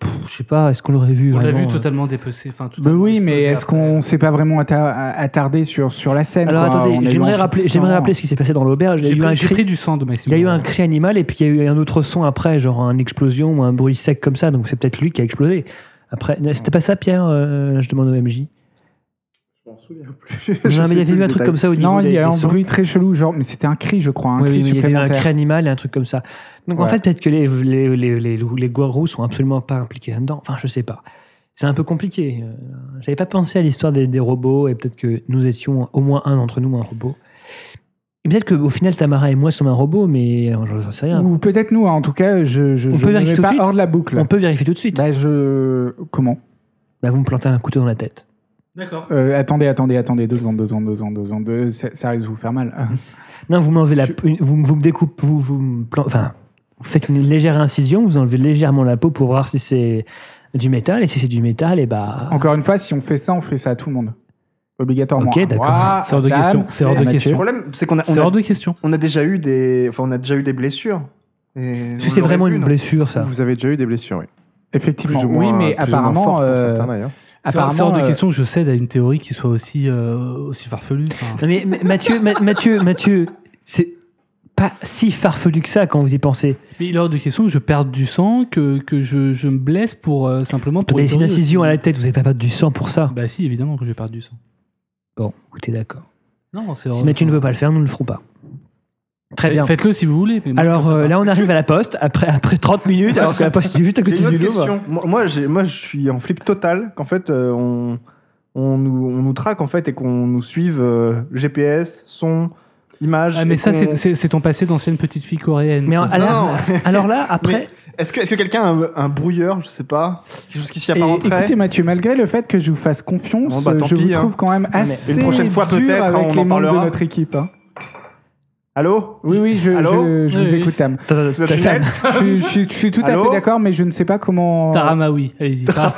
Speaker 2: Pff, Je sais pas, est-ce qu'on l'aurait vu
Speaker 3: On l'a
Speaker 2: vraiment,
Speaker 3: vu
Speaker 2: euh,
Speaker 3: totalement dépecé. Enfin, tout
Speaker 4: Bah oui, mais est-ce qu'on s'est pas vraiment atta- attardé sur, sur la scène
Speaker 2: euh, Alors
Speaker 4: quoi On a eu
Speaker 2: attendez, j'aimerais
Speaker 4: envie de
Speaker 2: rappeler,
Speaker 4: sang.
Speaker 2: j'aimerais rappeler ce qui s'est passé dans l'auberge. Il y a
Speaker 3: J'ai
Speaker 2: eu un
Speaker 3: pris, j'ai
Speaker 2: cri
Speaker 3: pris du sang de Maxime.
Speaker 2: Il y a eu un cri animal et puis il y a eu un autre son après, genre une explosion ou un bruit sec comme ça. Donc c'est peut-être lui qui a explosé. Après, non, c'était pas ça, Pierre euh, Je demande au MJ.
Speaker 1: Je m'en souviens plus. *laughs*
Speaker 2: Non, mais il y avait eu un truc comme ça au niveau
Speaker 4: Non,
Speaker 2: des-
Speaker 4: il y a
Speaker 2: des
Speaker 4: un
Speaker 2: sons.
Speaker 4: bruit très chelou, genre, mais c'était un cri, je crois, un
Speaker 2: Oui,
Speaker 4: cri
Speaker 2: oui, mais il y avait eu un
Speaker 4: supplémentaire.
Speaker 2: cri animal et un truc comme ça. Donc en
Speaker 4: Ouais.
Speaker 2: fait, peut-être que les, les, les, les, les gourous sont absolument pas impliqués là-dedans. Enfin, je sais pas. C'est un peu compliqué. Euh, J'avais pas pensé à l'histoire des, des robots et peut-être que nous étions au moins un d'entre nous un robot. Et Peut-être qu'au final, Tamara et moi sommes un robot, mais euh, j'en sais rien.
Speaker 4: Ou peut-être nous, hein, en tout cas, je, je,
Speaker 2: On
Speaker 4: je
Speaker 2: peut
Speaker 4: ne
Speaker 2: vérifier
Speaker 4: vais
Speaker 2: tout de
Speaker 4: pas
Speaker 2: suite
Speaker 4: hors de la boucle.
Speaker 2: On peut vérifier tout de suite.
Speaker 4: Bah, je. Comment
Speaker 2: Bah, vous me plantez un couteau dans la tête.
Speaker 3: D'accord.
Speaker 4: Euh, Attendez, attendez, attendez, deux secondes, deux secondes, deux secondes, deux secondes, deux- ça, ça risque de vous faire mal.
Speaker 2: Ah. Non, vous m'enlevez la. une- Vous, vous me découpez. Vous, vous me plan- Enfin, vous faites une légère incision, vous enlevez légèrement la peau pour voir si c'est du métal. Et si c'est du métal, et bah.
Speaker 4: Encore une fois, si on fait ça, on fait ça à tout le monde. Obligatoirement.
Speaker 2: Ok,
Speaker 4: À
Speaker 2: d'accord.
Speaker 4: moi,
Speaker 3: C'est hors de
Speaker 4: à Dan,
Speaker 3: question. C'est hors
Speaker 4: à
Speaker 3: de
Speaker 4: Eh, Mathieu.
Speaker 6: Le
Speaker 3: question.
Speaker 6: problème, c'est qu'on a, on
Speaker 3: C'est
Speaker 6: a-
Speaker 3: hors de question.
Speaker 6: on a déjà eu des, enfin, on a déjà eu des blessures. Et
Speaker 2: Parce
Speaker 6: on
Speaker 2: que c'est
Speaker 6: l'aurait
Speaker 2: vraiment
Speaker 6: vu,
Speaker 2: une
Speaker 6: non
Speaker 2: blessure, ça.
Speaker 1: Vous avez déjà eu des blessures, oui.
Speaker 4: Effectivement.
Speaker 1: Plus ou moins,
Speaker 4: oui,
Speaker 1: plus ou
Speaker 4: mais
Speaker 1: moins fortes
Speaker 4: apparemment.
Speaker 1: pour
Speaker 4: euh,
Speaker 1: certains, d'ailleurs.
Speaker 3: C'est hors-
Speaker 4: apparemment,
Speaker 3: c'est hors de
Speaker 4: euh,
Speaker 3: question que je cède à une théorie qui soit aussi euh, aussi farfelue. Enfin,
Speaker 2: Non, mais Ma- Mathieu, Ma- Mathieu, Mathieu, c'est pas si farfelu que ça quand vous y pensez.
Speaker 3: Mais il est hors de question que je perde du sang, que, que je, je me blesse pour euh, simplement pour.
Speaker 2: Vous avez une
Speaker 3: théorie
Speaker 2: incision
Speaker 3: aussi.
Speaker 2: à la tête, vous n'avez pas perdu du sang pour ça.
Speaker 3: Bah si, évidemment que je perdu du sang.
Speaker 2: Bon, écoutez, d'accord.
Speaker 3: Non, c'est
Speaker 2: Si
Speaker 3: hors-
Speaker 2: Mathieu ne veut pas le faire, nous ne le ferons pas. Très bien.
Speaker 3: Faites-le si vous voulez. mais moi,
Speaker 2: Alors
Speaker 3: je le
Speaker 2: euh,
Speaker 3: ferai
Speaker 2: là, on arrive à la poste après, après 30 minutes, alors que la poste est juste à
Speaker 6: J'ai
Speaker 2: côté
Speaker 6: une
Speaker 2: du
Speaker 6: autre
Speaker 2: Louvre.
Speaker 6: question. Moi, moi, j'ai- moi, je suis en flip total qu'en fait, euh, on, on nous, on nous traque en fait et qu'on nous suive euh, GPS, son,
Speaker 3: pas.
Speaker 6: image.
Speaker 3: Ah mais
Speaker 6: et
Speaker 3: ça
Speaker 6: qu'on-
Speaker 3: c'est- c'est c'est ton passé d'ancienne petite fille coréenne.
Speaker 2: Mais
Speaker 3: ça,
Speaker 2: en-
Speaker 3: ça.
Speaker 2: à la-
Speaker 6: Non.
Speaker 2: alors là, après,
Speaker 6: Est-ce que, est-ce que quelqu'un a un, un brouilleur, je sais pas, quelque chose qui s'y
Speaker 4: Et
Speaker 6: apparenterait
Speaker 4: écoutez Mathieu, malgré le fait que je vous fasse confiance,
Speaker 6: Bon, bah, tant
Speaker 4: je vous
Speaker 6: pis, hein.
Speaker 4: trouve quand même
Speaker 2: mais
Speaker 4: assez
Speaker 6: une prochaine fois,
Speaker 4: dur
Speaker 6: peut-être, hein,
Speaker 4: avec
Speaker 6: on
Speaker 4: les
Speaker 6: en
Speaker 4: membres de
Speaker 6: parlera.
Speaker 4: notre équipe. hein.
Speaker 6: Allô
Speaker 4: Oui, oui, je,
Speaker 6: Allô
Speaker 4: je, je
Speaker 3: Oui,
Speaker 4: vous
Speaker 3: oui.
Speaker 4: écoute,
Speaker 6: *laughs*
Speaker 4: Tam.
Speaker 2: Attends, attends,
Speaker 6: Vous êtes
Speaker 2: attends.
Speaker 6: Ginette
Speaker 4: je, je- je suis tout à
Speaker 6: Allô
Speaker 4: fait d'accord, mais je ne sais pas comment.
Speaker 3: Tarama, oui,
Speaker 2: *laughs*
Speaker 3: allez-y. Tarama.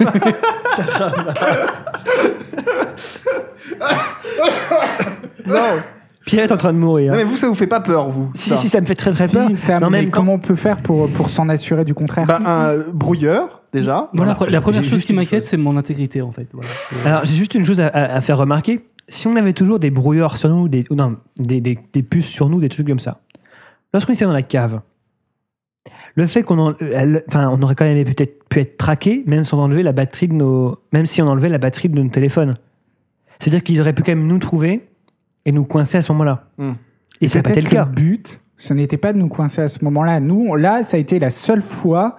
Speaker 6: non.
Speaker 2: Pierre est en train de mourir.
Speaker 6: non, mais vous, ça vous fait pas peur, vous
Speaker 2: Si,
Speaker 6: ça
Speaker 2: si, ça me fait très très
Speaker 4: Si,
Speaker 2: peur.
Speaker 4: Tam,
Speaker 2: Mais en
Speaker 4: mais
Speaker 2: même temps-
Speaker 4: comment on peut faire pour, pour s'en assurer du contraire
Speaker 6: Bah, un brouilleur, déjà.
Speaker 3: Moi,
Speaker 2: Voilà,
Speaker 3: la, pre- la première
Speaker 2: j'ai
Speaker 3: chose
Speaker 2: juste
Speaker 3: qui
Speaker 2: une
Speaker 3: m'inquiète,
Speaker 2: chose.
Speaker 3: c'est mon intégrité en fait. Voilà.
Speaker 2: Alors, j'ai juste une chose à, à- à faire remarquer. Si on avait toujours des brouilleurs sur nous, des, ou non, des, des- des puces sur nous, des trucs comme ça, lorsqu'on était dans la cave, le fait qu'on en- elle- enfin, on aurait quand même peut-être pu être traqué, même sans enlever la batterie de nos, même si on enlevait la batterie de nos téléphones. C'est-à-dire qu'ils auraient pu quand même nous trouver et nous coincer à ce moment-là.
Speaker 6: Hmm.
Speaker 2: Et ça n'a pas été
Speaker 4: Peut-être
Speaker 2: le cas.
Speaker 4: que but, ce n'était pas de nous coincer à ce moment-là. Nous, on- là, ça a été la seule fois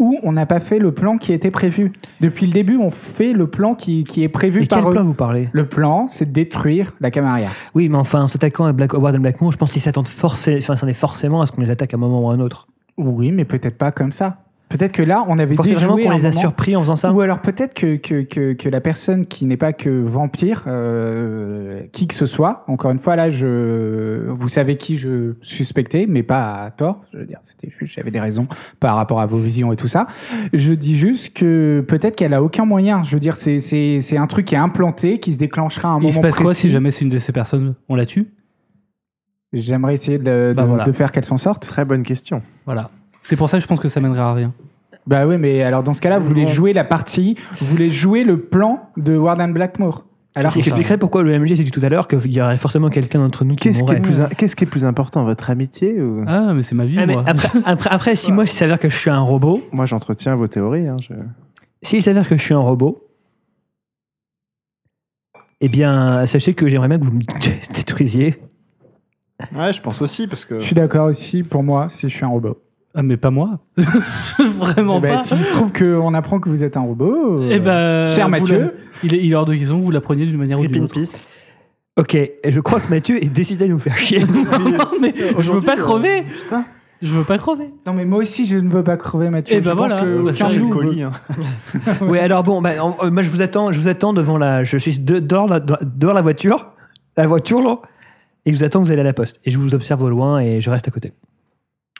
Speaker 4: où on n'a pas fait le plan qui était prévu. Depuis le début, on fait le plan qui, qui est prévu
Speaker 2: Et quel
Speaker 4: par eux.
Speaker 2: plan vous parlez
Speaker 4: Le plan, c'est de détruire la Camaria.
Speaker 2: Oui, mais enfin, en s'attaquant à Black Howard et Blackmoor, je pense qu'ils s'attendent forcé- enfin, s'en est forcément à ce qu'on les attaque à un moment ou à un autre.
Speaker 4: Oui, mais peut-être pas comme ça. Peut-être que là, on avait
Speaker 2: Vous pensez
Speaker 4: déjoué
Speaker 2: vraiment qu'on
Speaker 4: un
Speaker 2: les a
Speaker 4: moment.
Speaker 2: surpris en faisant ça
Speaker 4: Ou alors peut-être que, que, que, que la personne qui n'est pas que vampire, euh, qui que ce soit, encore une fois là, je, vous savez qui je suspectais, mais pas à tort, je veux dire, c'était juste, j'avais des raisons par rapport à vos visions et tout ça. Je dis juste que peut-être qu'elle a aucun moyen, je veux dire, c'est, c'est, c'est un truc qui est implanté, qui se déclenchera à un moment
Speaker 3: Il se passe quoi
Speaker 4: précis.
Speaker 3: si jamais c'est une de ces personnes On la tue
Speaker 4: J'aimerais essayer de, de,
Speaker 3: Bah voilà.
Speaker 4: de faire qu'elle s'en sorte.
Speaker 1: Très bonne question.
Speaker 3: Voilà. C'est pour ça que je pense que ça mènerait à rien.
Speaker 4: Bah oui, mais alors dans ce cas-là, vous voulez jouer la partie, vous voulez jouer le plan de Warden Blackmore. Alors que-
Speaker 2: J'expliquerai pourquoi le MJ s'est dit tout à l'heure qu'il y aurait forcément quelqu'un d'entre nous qui
Speaker 1: Qu'est-ce qui,
Speaker 2: mourrait.
Speaker 1: est plus im- qu'est-ce qui est plus important, votre amitié ou...
Speaker 3: Ah, mais c'est ma vie,
Speaker 2: Ah, mais
Speaker 3: moi.
Speaker 2: après, après, après, si moi, il s'avère que je suis un robot,
Speaker 1: Moi, j'entretiens vos théories. hein, je-
Speaker 2: s'il s'avère que je suis un robot, eh bien, sachez que j'aimerais bien que vous me *laughs* détruisiez.
Speaker 6: Ouais, je pense aussi, parce que.
Speaker 4: je suis d'accord aussi pour moi si je suis un robot.
Speaker 3: Ah, mais pas moi. *laughs* Vraiment
Speaker 4: Eh ben,
Speaker 3: pas.
Speaker 4: S'il se trouve qu'on apprend que vous êtes un robot, euh,
Speaker 3: Eh ben,
Speaker 4: cher
Speaker 3: vous la-
Speaker 4: Mathieu,
Speaker 3: il, est, il est hors de question, vous la preniez d'une manière ou
Speaker 6: Rip
Speaker 3: d'une
Speaker 6: in
Speaker 3: autre.
Speaker 6: peace.
Speaker 2: Ok, et je crois que Mathieu est décidé à nous faire *laughs* chier.
Speaker 3: *laughs* non, mais je veux
Speaker 6: Aujourd'hui,
Speaker 3: pas
Speaker 6: euh,
Speaker 3: crever.
Speaker 6: Putain,
Speaker 3: Je veux pas crever.
Speaker 4: non mais moi aussi je ne veux pas crever Mathieu.
Speaker 3: Eh ben
Speaker 4: Je pense
Speaker 3: voilà.
Speaker 4: que
Speaker 3: Ouais,
Speaker 4: aucun
Speaker 3: ça,
Speaker 6: j'ai
Speaker 3: j'ai
Speaker 4: de
Speaker 6: le
Speaker 4: nous veut-
Speaker 6: colis. hein.
Speaker 2: ouais, alors bon, bah, en- euh, moi, je vous attends, je vous attends devant la. Je suis de- dehors, la, dehors la voiture, la voiture, là, et je vous attends que vous allez à la poste. Et je vous observe au loin et je reste à côté.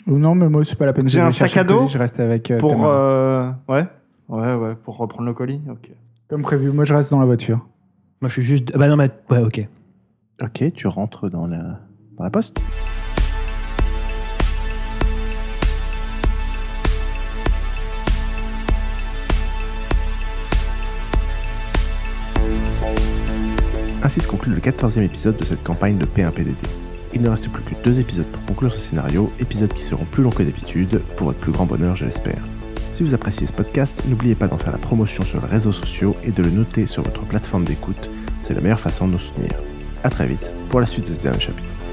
Speaker 4: Ou Non mais moi c'est pas la peine. de
Speaker 6: J'ai un
Speaker 4: aller chercher
Speaker 6: sac à
Speaker 4: le colis,
Speaker 6: dos
Speaker 4: Je reste avec euh,
Speaker 6: Pour.
Speaker 4: Tamara.
Speaker 6: euh, Ouais. Ouais, ouais, pour reprendre le colis. Ok.
Speaker 4: comme prévu. Moi je reste dans la voiture.
Speaker 2: Moi, je suis juste. ah Bah non, mais. Ouais, ok.
Speaker 1: Ok, tu rentres dans la, dans la poste. Ainsi se conclut le 14e épisode de cette campagne de P1PDD. Il ne reste plus que deux épisodes pour conclure ce scénario, épisodes qui seront plus longs que d'habitude, pour votre plus grand bonheur, je l'espère. Si vous appréciez ce podcast, n'oubliez pas d'en faire la promotion sur les réseaux sociaux et de le noter sur votre plateforme d'écoute, c'est la meilleure façon de nous soutenir. À très vite pour la suite de ce dernier chapitre.